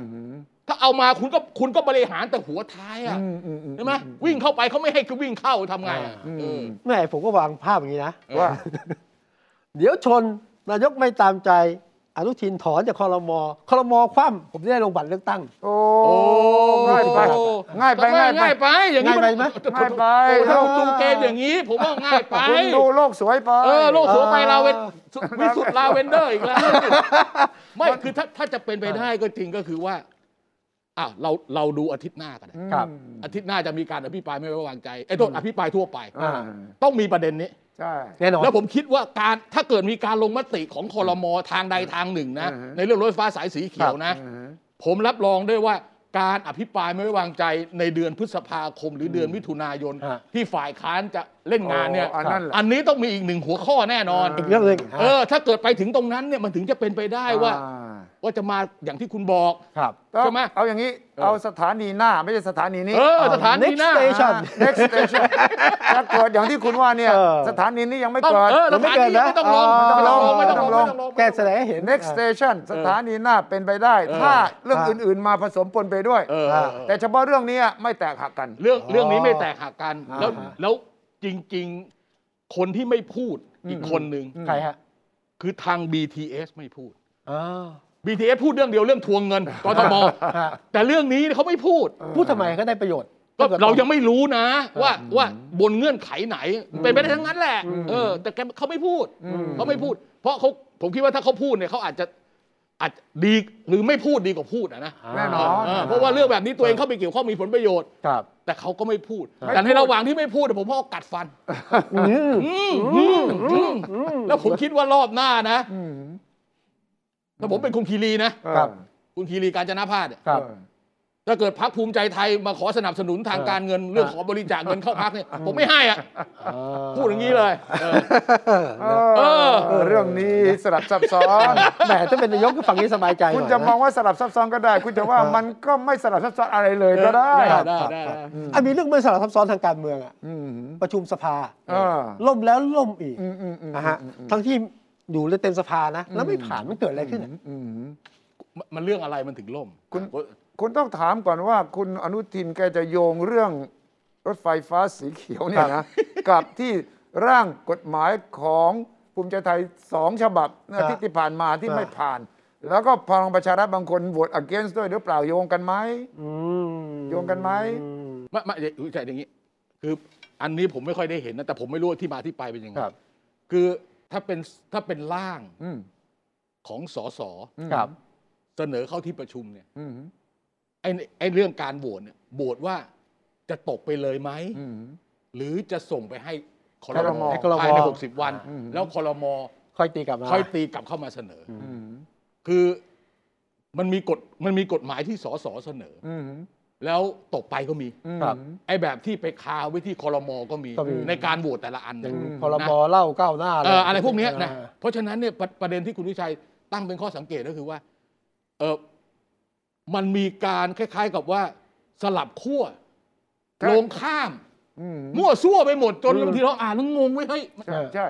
[SPEAKER 2] ถ้าเอามาคุณก็คุณก็บริหารแต่หัวท้ายอ่ะใช่ไหมวิ่งเข้าไปเขาไม่ให้คือวิ่งเข้าทำไงอะ
[SPEAKER 3] อืม
[SPEAKER 2] เออ
[SPEAKER 1] แม่ผมก็วางภาพอย่างนี้นะ
[SPEAKER 3] ว่า
[SPEAKER 1] เดี๋ยวชนนายกไม่ตามใจอนุทินถอนจากคอรมอคอรมอคว่ำผมจะได้ลงบัตรเลือกตั้ง
[SPEAKER 3] โอ้
[SPEAKER 2] โอ้
[SPEAKER 3] ง่ายไป ง่ายไป
[SPEAKER 2] ง่าย
[SPEAKER 3] ง่ายไป
[SPEAKER 2] ไปอย่างนี้
[SPEAKER 1] ง่ายไปไหม
[SPEAKER 3] ง่ายไป
[SPEAKER 2] โอ้ถ้า
[SPEAKER 3] แล้ว
[SPEAKER 2] คุณตุงเกมอย่างนี้ ผมว่าง่ายไป
[SPEAKER 3] คุณดูโลกสวยไป
[SPEAKER 2] เออโลกสวยไปลาเวนสุวิสุทธ์ลาเวนเดอร์อีกแล้ว ไม่คือถ้าถ้าจะเป็นไปได้ก็จริงก็คือว่า อ้าวเราเราดูอาทิตย์หน้ากันนะ
[SPEAKER 1] ค
[SPEAKER 3] ค
[SPEAKER 1] รั
[SPEAKER 3] รับ บ
[SPEAKER 2] อาทิตย์หน้าจะมีการอภิปรายไม่ไว้วางใจไอ้ต้นอภิปรายทั่วไป
[SPEAKER 3] อ่า
[SPEAKER 2] ต้องมีประเด็นนี้
[SPEAKER 3] ใช่
[SPEAKER 1] แน่นอน
[SPEAKER 2] แล้วผมคิดว่าการถ้าเกิดมีการลงมติของคอรมอทางใดทางหนึ่งนะ
[SPEAKER 3] อ่าฮะ
[SPEAKER 2] ในเรื่องรถไฟฟ้าสายสีเขียวนะ
[SPEAKER 3] อ่าฮะ
[SPEAKER 2] ผมรับรองได้ว่าการอภิปรายไม่ไว้วางใจในเดือนพฤษภาคม หรือเดือนมิถุนายน
[SPEAKER 1] ฮะ
[SPEAKER 2] ที่ฝ่ายค้านจะเล่นงานเนี่ย
[SPEAKER 3] อ๋ออันนั้นแหละ
[SPEAKER 2] อันนี้ต้องมีอีกหนึ่งหัวข้อแน่นอน
[SPEAKER 1] อีกเรื่องหนึ่ง
[SPEAKER 2] เออถ้าเกิดไปถึงตรงนั้นเนี่ยมันถึงจะเป็นไปได้ว่า
[SPEAKER 3] อ่
[SPEAKER 2] ว่าจะมาอย่างที่คุณบอก
[SPEAKER 1] ครับ
[SPEAKER 3] ต้อง
[SPEAKER 2] ใช่ไหม
[SPEAKER 3] เอาอย่างนี้
[SPEAKER 2] เออ
[SPEAKER 3] เอาสถานีหน้าไม่ใช่สถานีนี้
[SPEAKER 2] เออสถานที่หน้า
[SPEAKER 1] next station
[SPEAKER 3] อ่า next station ถ้าเกิดอย่างที่คุณว่าเนี่ย
[SPEAKER 1] เออ
[SPEAKER 3] สถานีนี้ยังไม่
[SPEAKER 2] ต้อง
[SPEAKER 3] เกิด
[SPEAKER 2] เออสถานที่ไม่ต้องลง
[SPEAKER 3] ไม่
[SPEAKER 2] ไม่
[SPEAKER 3] ต้
[SPEAKER 2] ต้อ
[SPEAKER 3] องง
[SPEAKER 2] ลงไม่ต้องลง
[SPEAKER 3] ลงไม่ต้องลง
[SPEAKER 2] ไม่ต้องลง
[SPEAKER 1] แก้แสดงให้เห็น
[SPEAKER 3] next station สถานีหน้าเป็นไปได้
[SPEAKER 2] เออ
[SPEAKER 3] ถ้าเรื่อง
[SPEAKER 1] อ่า
[SPEAKER 3] อื่น ๆ มาผสมปนไปด้วย
[SPEAKER 2] เออเออเออ
[SPEAKER 3] แต่เฉพาะเรื่องนี้ไม่แตกหักกัน
[SPEAKER 2] เรื่อง
[SPEAKER 1] อ๋อ
[SPEAKER 2] เรื่องนี้ไม่แตกหักกัน
[SPEAKER 1] อ่า
[SPEAKER 2] แล้ว
[SPEAKER 1] ฮะ
[SPEAKER 2] แล้วจริง ๆ คนที่ไม่พูดอีกคนหนึ่ง
[SPEAKER 1] ใครฮะ
[SPEAKER 2] คือทาง BTS ไม่พูด
[SPEAKER 1] อ๋อ
[SPEAKER 2] BTS พูดเรื่องเดียวเรื่องทวงเงินกทม
[SPEAKER 1] ฮะ
[SPEAKER 2] แต่เรื่องนี้เขาไม่พูด
[SPEAKER 1] พูดทำไมก็ได้ประโยชน์
[SPEAKER 2] ก็
[SPEAKER 1] ถ้กิด
[SPEAKER 2] เรายังไม่รู้นะ ว่าว่าบนเงื่อนไขไหนเป็นไปได้ทั้งนั้นแหละ เออ แต่แกเขาไม่พูด
[SPEAKER 3] อืม
[SPEAKER 2] เขาไม่พูด เพราะเขาผมคิดว่าถ้าเขาพูดเนี่ยเขาอาจจะอาจดีหรือไม่พูดดีกว่าพูดอะนะ
[SPEAKER 1] อ่า
[SPEAKER 3] แน่นอน
[SPEAKER 2] เออเพราะว่าเรื่องแบบนี้ตัวเองเข้าไปเกี่ยวข้องมีผลประโยชน์
[SPEAKER 1] ครับ
[SPEAKER 2] แต่เขาก็ไม่พูด
[SPEAKER 3] ไม่
[SPEAKER 2] แต่ใน
[SPEAKER 3] พูด
[SPEAKER 2] ระหว่างที่ไม่พูดเนี่ยผมพ่อกัดฟัน
[SPEAKER 1] อืม
[SPEAKER 2] แล้วผมคิดว่ารอบหน้านะ
[SPEAKER 3] อืม
[SPEAKER 2] ถ้าผมเป็นคุณคีรีนะ
[SPEAKER 1] ครับ
[SPEAKER 2] คุณคีรีการจนาพาด
[SPEAKER 1] ครับ
[SPEAKER 2] ถ้าเกิดพักภูมิใจไทยมาขอสนับสนุนทาง
[SPEAKER 1] เออ
[SPEAKER 2] การเงินเรื่องขอบริจาคเงินเข้าพักเนี่ยผมไม่ให้อ่ะพูดอย่างนี้เลยเออ
[SPEAKER 3] เอ
[SPEAKER 2] เออ
[SPEAKER 3] อเออ เรื่องนี้สลับซับซ้อน
[SPEAKER 1] แหมถ้าเป็นนายกก็ฝั่งนี้สบายใจ
[SPEAKER 3] คุณ
[SPEAKER 1] หยน
[SPEAKER 3] จะมองว่าสลับซับซ้อนก็ได้ คุณจะว่ามันก็ไม่สลับซับซ้อนอะไรเลยก็ได้
[SPEAKER 2] ได้
[SPEAKER 3] ครับ
[SPEAKER 2] ได้ได้ได้
[SPEAKER 1] อ่ะมีเรื่องเมื่อสารทับซ้อนทางการเมืองอะ
[SPEAKER 3] อืม
[SPEAKER 1] ประชุมสภา
[SPEAKER 3] เออ
[SPEAKER 1] ล่มแล้วล่มอีก
[SPEAKER 3] อืมอืมอืม
[SPEAKER 1] นะฮะทั้งที่อยู่เลยเต็มสภานะ แล้วไม่ผ่านมันเกิดอะไรขึ้นอะ
[SPEAKER 3] อืม
[SPEAKER 2] มันมันเรื่องอะไรมันถึงล่ม
[SPEAKER 3] คุณ คุณต้องถามก่อนว่า คุณอนุทินแกจะโยงเรื่องรถไฟฟ้าสีเขียวเนี่ยนะกับที่ร่างกฎหมายของภูมิใจไทยสองฉบับ
[SPEAKER 1] ครั
[SPEAKER 3] นะ
[SPEAKER 1] บ
[SPEAKER 3] ที่ที่ผ่านมาที่
[SPEAKER 1] ครับ
[SPEAKER 3] ไม่ผ่าน แล้วก็พลังประชารัฐบางคนโหวต against ด้วยหรือเปล่าโยงกันไหม โยงกันไหม
[SPEAKER 2] ไม่ไม่ไม่ใช่อย่างนี้ คืออันนี้ผมไม่ค่อยได้เห็นนะแต่ผมไม่รู้ว่าที่มาที่ไปเป็นยังไง
[SPEAKER 1] ครับ
[SPEAKER 2] คือถ้าเป็นถ้าเป็นร่าง
[SPEAKER 3] อืม
[SPEAKER 2] ของสส
[SPEAKER 3] อืม
[SPEAKER 1] ครับ
[SPEAKER 2] เสนอเข้าที่ประชุมเนี่ย
[SPEAKER 3] อืม
[SPEAKER 2] ไอ้ไอ้เรื่องการโหวตเนี่ยโหวตว่าจะตกไปเลยไหม
[SPEAKER 3] อืม
[SPEAKER 2] หรือจะส่งไปให้คอร
[SPEAKER 3] คร
[SPEAKER 2] ม
[SPEAKER 3] ม
[SPEAKER 2] อ
[SPEAKER 1] ให้ครม
[SPEAKER 2] ภายใน 60 วัน
[SPEAKER 3] อืม
[SPEAKER 2] แล้วคอรมอ
[SPEAKER 1] ค่อยตีกลับมา
[SPEAKER 2] ค่อยตีกลับเข้ามาเสนออ
[SPEAKER 3] อืม
[SPEAKER 2] คือมันมีกฎมันมีกฎหมายที่สสเสนอ
[SPEAKER 3] อืม
[SPEAKER 2] แล้วตกไปก็มี
[SPEAKER 3] อืม
[SPEAKER 1] ครับ
[SPEAKER 2] ไอ้แบบที่ไปคาไว้ที่คอรมอก็มี
[SPEAKER 1] ก็มี
[SPEAKER 2] ในการโหวตแต่ละอัน
[SPEAKER 1] อย่า
[SPEAKER 2] นะ
[SPEAKER 1] ง
[SPEAKER 3] อืม
[SPEAKER 1] พรบเหล่าก้าวหน้า
[SPEAKER 2] เอ่ออะไรพวกเนี้ยนะ
[SPEAKER 1] อ่า
[SPEAKER 2] เพราะฉะนั้นเนี่ยประประเด็นที่คุณวิชัยตั้งเป็นข้อสังเกตก็คือว่าเออมันมีการคล้าย ๆ กับว่าสลับขั้ว
[SPEAKER 3] ครับ
[SPEAKER 2] ลงข้าม
[SPEAKER 3] อืม
[SPEAKER 2] มั่วซั่วไปหมดจน
[SPEAKER 1] อืม
[SPEAKER 2] บางทีเราอ่านแล้วงงไว้ยเฮ้ยมัน
[SPEAKER 3] ใช่ใช่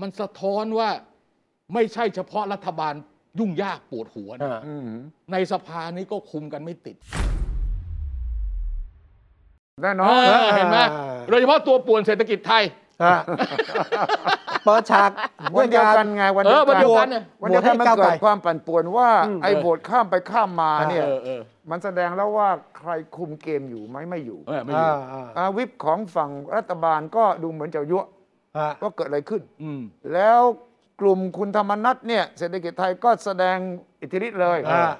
[SPEAKER 2] มันสะท้อนว่าไม่ใช่เฉพาะรัฐบาลยุ่งยากปวดหัวนะ
[SPEAKER 1] อ่า
[SPEAKER 3] อืม
[SPEAKER 2] ในสภานี้ก็คุมกันไม่ติด
[SPEAKER 3] แน่นอ
[SPEAKER 2] เอน อเห็นไหม
[SPEAKER 1] อ่า
[SPEAKER 2] โดยเฉพาะตัวป่วนเศรษฐกิจไทย
[SPEAKER 1] ฮะเปิดฉาก
[SPEAKER 3] วันเดียวกันไงวันเดี
[SPEAKER 2] เอ
[SPEAKER 3] ยว
[SPEAKER 2] อวันเดียวกั
[SPEAKER 3] กัน น
[SPEAKER 2] เนี่ย
[SPEAKER 3] วันเดียวกันมั
[SPEAKER 1] โหวตให้
[SPEAKER 3] น
[SPEAKER 1] ก้าวไกล
[SPEAKER 3] เกิดความปั่นป่วนว่า
[SPEAKER 1] อืม
[SPEAKER 3] ไอ้
[SPEAKER 2] เออ
[SPEAKER 3] โหวตข้ามไปข้ามมาเนี่ย
[SPEAKER 2] เออเออ
[SPEAKER 3] มันแสดงแล้วว่าใครคุมเกมอยู่ไหมไม่อยู่
[SPEAKER 2] เออไม่อยู่
[SPEAKER 1] าอ่า
[SPEAKER 3] อาวิปของฝั่งรัฐบาลก็ดูเหมือนจะยั่ว
[SPEAKER 1] ฮะ
[SPEAKER 3] ว่าเกิดอะไรขึ้น
[SPEAKER 2] อืม
[SPEAKER 3] แล้วกลุ่มคุณธรรมนัฐเนี่ยเศรษฐกิจไทยก็แสดงอิทธิฤทธิ์เลย
[SPEAKER 2] อ่า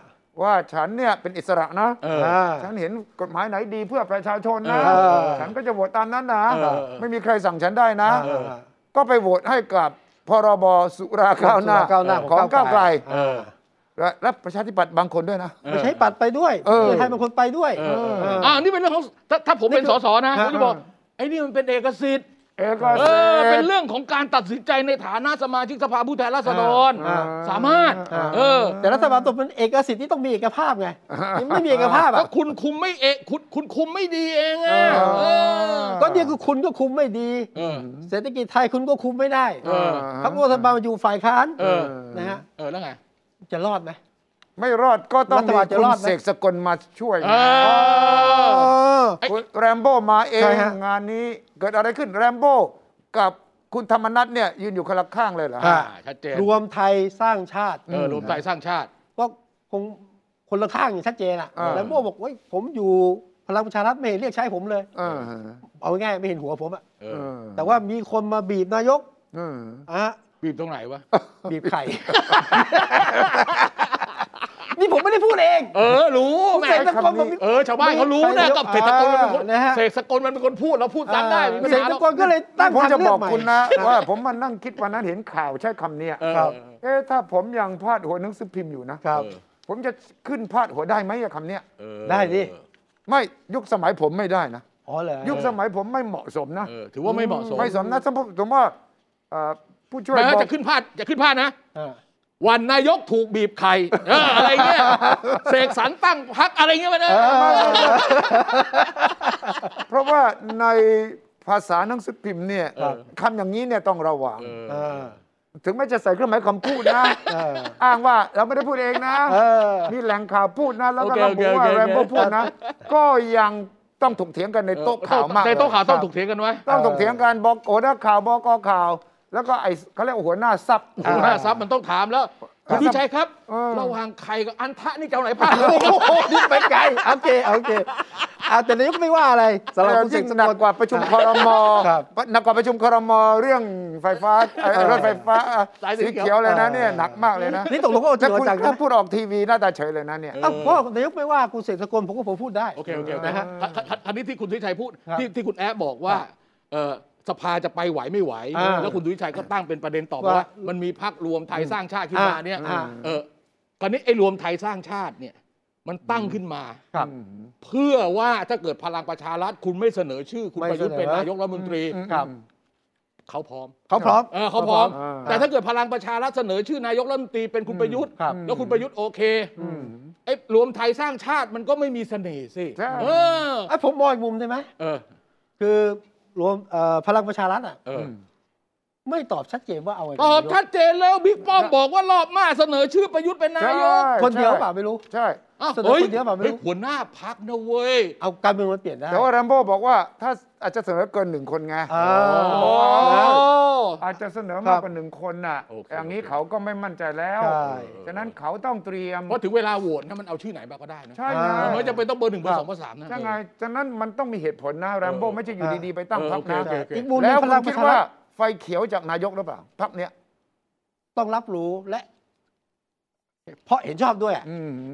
[SPEAKER 3] ว่าฉันเนี่ยเป็นอิสระนะ
[SPEAKER 2] เออ
[SPEAKER 1] อ่า
[SPEAKER 3] ฉันเห็นกฎหมายไหนดีเพื่อประชาชนนะ
[SPEAKER 1] เออ
[SPEAKER 3] ฉันก็จะโหวตตามนั้นนะ
[SPEAKER 2] เออ
[SPEAKER 3] ไม่มีใครสั่งฉันได้นะ
[SPEAKER 1] เออ
[SPEAKER 3] ก็ไปโหวตให้กับพรบสุราก้าวหน้า
[SPEAKER 1] สุราก้าวหน้าของ
[SPEAKER 3] ของก้าวไกล
[SPEAKER 1] ก้าวไกล
[SPEAKER 2] เออ
[SPEAKER 3] และและประชาธิปัตย์บางคนด้วยนะ
[SPEAKER 2] เออ
[SPEAKER 1] ไม่ใช่ปัดไปด้วย
[SPEAKER 3] เออ
[SPEAKER 1] พื่ให้บางคนไปด้วย
[SPEAKER 2] เออเออ
[SPEAKER 1] เออ
[SPEAKER 2] เอ่านี่เป็นเรื่องของถ้าถ้าผมเป็นสสนะ
[SPEAKER 1] ฮะ
[SPEAKER 2] ผมจะบอกไอ้นี่มันเป็นเอกสิทธิ์
[SPEAKER 3] เอกเส
[SPEAKER 2] เออ
[SPEAKER 3] ร
[SPEAKER 2] เป็นเรื่องของการตัดสินใจในฐานะสมาชิกสภาผู้แทนราษฎร
[SPEAKER 1] อ่า
[SPEAKER 2] สามารถ
[SPEAKER 1] อ่า
[SPEAKER 2] เออ
[SPEAKER 1] แต่รัฐบาลตัวเป็นเอกสิทธิ์ที่ต้องมีเอกภาพไงยังไม่มีเอกภาพ
[SPEAKER 2] ก็
[SPEAKER 1] อ่ะ
[SPEAKER 2] คุณคุมไม่เอะคุณคุณคุมไม่ดีเองอ่ะ
[SPEAKER 1] เออ
[SPEAKER 2] เออ
[SPEAKER 1] ก็เนี่ยคือคุณก็คุมไม่ดี
[SPEAKER 2] เออ
[SPEAKER 1] เศรษฐกิจไทยคุณก็คุมไม่ได้
[SPEAKER 2] เออ
[SPEAKER 1] พรรครัฐบาลอยู่ฝ่ายค้าน
[SPEAKER 2] เออ
[SPEAKER 1] นะฮะ
[SPEAKER 2] เออแล้วไง
[SPEAKER 1] จะรอดไหม
[SPEAKER 3] ไม่รอดก็ต้อง
[SPEAKER 1] รัฐ
[SPEAKER 3] มี
[SPEAKER 1] บาลจะ
[SPEAKER 3] คุ
[SPEAKER 1] ร
[SPEAKER 3] ณ
[SPEAKER 1] อดไหม
[SPEAKER 3] เสกสกลมาช่วย
[SPEAKER 2] เออ ไอ้
[SPEAKER 3] คุณแรมโบ้มาเอง
[SPEAKER 1] ใช่ฮะ
[SPEAKER 3] งานนี้เกิดอะไรขึ้นแรมโบ้กับคุณธรรมนัฐเนี่ยยืนอยู่คนละข้างเลยเหรอ
[SPEAKER 2] อ่า
[SPEAKER 3] ฮะ
[SPEAKER 2] ชัดเจน
[SPEAKER 1] รวมไทยสร้างชาติ
[SPEAKER 2] เออรวมไทยสร้างชาติ
[SPEAKER 1] ก็คงคนละข้างอย่างชัดเจนอ่ะ
[SPEAKER 3] เออ
[SPEAKER 1] แล้วโบ้บอกว่าผมอยู่พลังประชารัฐไม่เห็นเรียกใช้ผมเลย
[SPEAKER 3] เออ
[SPEAKER 1] เอาง่ายๆไม่เห็นหัวผมอ่ะ
[SPEAKER 2] เอ
[SPEAKER 3] เอ
[SPEAKER 2] อ
[SPEAKER 3] อ
[SPEAKER 1] แต่ว่ามีคนมาบีบนายก
[SPEAKER 3] เออ
[SPEAKER 1] อ่ะ
[SPEAKER 2] บีบตรงไหนวะ
[SPEAKER 1] บีบไข่ นี่ผมไม่ได้พูดเอง
[SPEAKER 2] เออรู้แหม่
[SPEAKER 1] เศรษฐกรมัน
[SPEAKER 2] เออชาวบ้านเขารู้นะก็เศรษฐกรมันเป็นคน
[SPEAKER 1] อ่านะฮะ
[SPEAKER 2] เศรษฐกรมันเป็นคนพูดเราพูดตามได้ไม่มี
[SPEAKER 1] เกษ
[SPEAKER 2] ปัญหา
[SPEAKER 1] ตร
[SPEAKER 2] หรอก
[SPEAKER 1] กรก็เลยตั้ง
[SPEAKER 3] ผม
[SPEAKER 1] ทาง
[SPEAKER 3] จะ
[SPEAKER 1] เลื
[SPEAKER 3] บ
[SPEAKER 1] อ
[SPEAKER 3] อก
[SPEAKER 1] กใหม่
[SPEAKER 3] คุณนะ ว่าผมมานั่งคิดวันนั้นเห็นข่าวใช้คำเนี้ย
[SPEAKER 2] เออ
[SPEAKER 1] ครับ
[SPEAKER 3] เอ๊ะถ้าผมยังพาดหัวหนังสือพิมพ์อยู่นะ
[SPEAKER 1] ครับ
[SPEAKER 3] ผมจะขึ้นพาดหัวได้ไหมอะคำเนี้ย
[SPEAKER 2] เออ
[SPEAKER 1] ได้ดิ
[SPEAKER 3] ไม่ยุคสมัยผมไม่ได้นะ
[SPEAKER 1] อ๋อเหรอ
[SPEAKER 3] ยุคสมัยผมไม่เหมาะสมนะ
[SPEAKER 2] เออถือว่าไม่เหมาะสม
[SPEAKER 3] ไม่สมนะสมมติสมมติว่าเอ่อผู้ช่วย
[SPEAKER 2] แม้ว่า
[SPEAKER 3] บอก
[SPEAKER 2] จะขึ้นพาดจะขึ้นพาดนะ วันนายกถูกบีบไข่เอออะไรเงี้ยเสกสรรตั้งพักอะไรเงี้ยมันเออ
[SPEAKER 3] เพราะว่าในภาษาหนังสือพิมพ์เนี่ย
[SPEAKER 1] ครับ
[SPEAKER 3] คำอย่างนี้เนี่ยต้องระวัง
[SPEAKER 2] เออ
[SPEAKER 1] เออ
[SPEAKER 3] ถึงแม้จะใส่เครื่องหมายคำพูดนะ
[SPEAKER 1] เออ
[SPEAKER 3] อ้างว่าเราไม่ได้พูดเองนะ
[SPEAKER 1] เออ
[SPEAKER 3] นี่แหล่งข่าวพูดนะแล้วก็ระบุว่าแรมโบ้พูดนะ ก็ยังต้องถกเถียงกันในโต๊ะข่าวมาก
[SPEAKER 2] ในโต๊ะข่าวต้อง
[SPEAKER 3] ครับ
[SPEAKER 2] ถูกเถียงกันไว้
[SPEAKER 3] ต้องถกเถียงกันบอกโอนักข่าวบอกกข่าว แล้วก็ไอ้เขาเรียกว่าหัวหน้าซับ
[SPEAKER 2] หัวหน้าทรัพย์มันต้องถามแล้วคุณพิชัยครับ
[SPEAKER 3] เออ
[SPEAKER 2] ระหว่างไข่กับอันทะนี่จะเอาไหนพลาด
[SPEAKER 1] โอ้โหนี่ไปไกลโอเคโอเคอาแต่นายกไม่ว่าอะไรสำหรับคุณเส
[SPEAKER 3] ยิ่
[SPEAKER 1] ก
[SPEAKER 3] ง
[SPEAKER 1] ส
[SPEAKER 3] หนัก
[SPEAKER 1] กล
[SPEAKER 3] กว่าประชุมคอรมอ
[SPEAKER 1] ครับ
[SPEAKER 3] หนักกว่าประชุมคอรมอเรื่องไฟฟ้าเอ่อ
[SPEAKER 1] เออ
[SPEAKER 3] รถไฟฟ้า
[SPEAKER 2] สายสี
[SPEAKER 3] สี
[SPEAKER 2] เขียว
[SPEAKER 3] เขียวเลยนะ
[SPEAKER 1] เออ
[SPEAKER 3] เนี่ยหนักมากเลยนะ
[SPEAKER 1] นี่ตกลงก็เอาจริ
[SPEAKER 3] ถ้าง
[SPEAKER 1] เอา
[SPEAKER 3] คุณ
[SPEAKER 1] จัง
[SPEAKER 3] ถ้า
[SPEAKER 1] นะ
[SPEAKER 3] พูดออกทีวีหน้าตาเฉยเลยนะเนี่ย
[SPEAKER 1] เอ้าเพราะนายกไม่ว่าคุณเสกสกลผมก็ผมพูดได้
[SPEAKER 2] โอเคโอเคโอเค
[SPEAKER 1] นะฮะ
[SPEAKER 2] คันคันคันนี้ที่คุณทิชัยพูด
[SPEAKER 1] ครับ
[SPEAKER 2] ที่ที่คุณแอบบอกว่าเอ่อสภาจะไปไหวไม่ไหว
[SPEAKER 1] อ่า
[SPEAKER 2] แล้วคุณทิชัยก็ตั้งเป็นประเด็นต่อไป
[SPEAKER 1] ว่า
[SPEAKER 2] ว่ามันมีพักรวมไทยสร้างชาติขึ้นมาเนี่ย
[SPEAKER 1] อ่า
[SPEAKER 2] เออคราวนี้ไอ้รวมไทยสร้างชาติเนี่ยมันตั้งขึ้นมา
[SPEAKER 1] ครับ
[SPEAKER 2] เพื่อว่าถ้าเกิดพลังประชารัฐคุณไม่เสนอชื่อ คุณ
[SPEAKER 1] ไม่
[SPEAKER 2] ประยุทธ์เป็น
[SPEAKER 1] เสนอ
[SPEAKER 2] นายกรัฐมนตรี
[SPEAKER 1] ครับ
[SPEAKER 2] เขาพร้อม
[SPEAKER 1] เขาพร้อม
[SPEAKER 2] เออเขาพร้อม
[SPEAKER 3] อ่า
[SPEAKER 2] แต่ถ้าเกิดพลังประชารัฐเสนอชื่อนายกรัฐมนตรีเป็นคุณประยุทธ์
[SPEAKER 1] ครับ
[SPEAKER 2] แล้วคุณประยุทธ์โอเคไอ้รวมไทยสร้างชาติมันก็ไม่มีเสน่ห์สิ
[SPEAKER 3] ใช่
[SPEAKER 2] เออ
[SPEAKER 1] ไอ้ยผมมองอีกมุมได้ไหม
[SPEAKER 2] เออ
[SPEAKER 1] คือรวมเอ่อพลังประชารัฐอ่ะ
[SPEAKER 2] เออ
[SPEAKER 1] ไม่ตอบชัดเจนว่าเอาไง
[SPEAKER 2] ตอบชัดเจนแล้วบิ๊กป้อมบอกว่ารอบหน้าเสนอชื่อประยุทธ์เป็นนายก
[SPEAKER 1] คนเดียวเปล่า
[SPEAKER 3] ใช่
[SPEAKER 1] ไม่รู้
[SPEAKER 3] ใช่
[SPEAKER 2] อ้าว
[SPEAKER 1] เสนอ
[SPEAKER 2] เฮ้ย
[SPEAKER 1] คนเดียวเปล่าไม่รู้
[SPEAKER 2] เฮ้ยหัวหน้าพักนะเว้ย
[SPEAKER 1] เอาการเมืองมันเปลี่ยนได้
[SPEAKER 3] แต่ว่าแรมโบ้บอกว่าถ้าอาจจะเสนอเกินหนึ่งคนไง
[SPEAKER 1] อ่า
[SPEAKER 2] โอ้
[SPEAKER 3] อาจจะเสนอ
[SPEAKER 1] ครั
[SPEAKER 3] มาก
[SPEAKER 1] บ
[SPEAKER 3] กว่าหนึ่งคนน่ะ
[SPEAKER 2] โอเค
[SPEAKER 3] อย่างนี้เขาก็ไม่มั่นใจแล้ว
[SPEAKER 1] ใช่
[SPEAKER 3] ฉะนั้นเขาต้องเตรียม
[SPEAKER 2] เพราะถึงเวลาโหวตนะมันเอาชื่อไหนมาก็ได้นะ
[SPEAKER 3] ใช่ไง
[SPEAKER 1] อ่า
[SPEAKER 2] ไม่จะเป็นต้องเบอร์หนึ่งเบอร์สองเบอร์สามนะ
[SPEAKER 3] ใช่ไงฉะนั้นมันต้องมีเหตุผลนะแรมโบ้ไม่ใช่อยู่ดีๆไปตั้งพรรค
[SPEAKER 2] เออ
[SPEAKER 3] นะ
[SPEAKER 2] โอเคโอเค
[SPEAKER 1] อีกมุมหนึ
[SPEAKER 3] แล้
[SPEAKER 1] ง
[SPEAKER 3] ว
[SPEAKER 1] พ
[SPEAKER 3] คุ
[SPEAKER 1] ลั
[SPEAKER 3] ณ
[SPEAKER 1] งป
[SPEAKER 3] คิ
[SPEAKER 1] ระ
[SPEAKER 3] ด
[SPEAKER 1] ชารั
[SPEAKER 3] ว่า
[SPEAKER 1] ฐ
[SPEAKER 3] ไฟเขียวจากนายกหรือเปล่าพักเนี้ย
[SPEAKER 1] ต้องรับรู้และ เพราะเห็นชอบด้วยอะ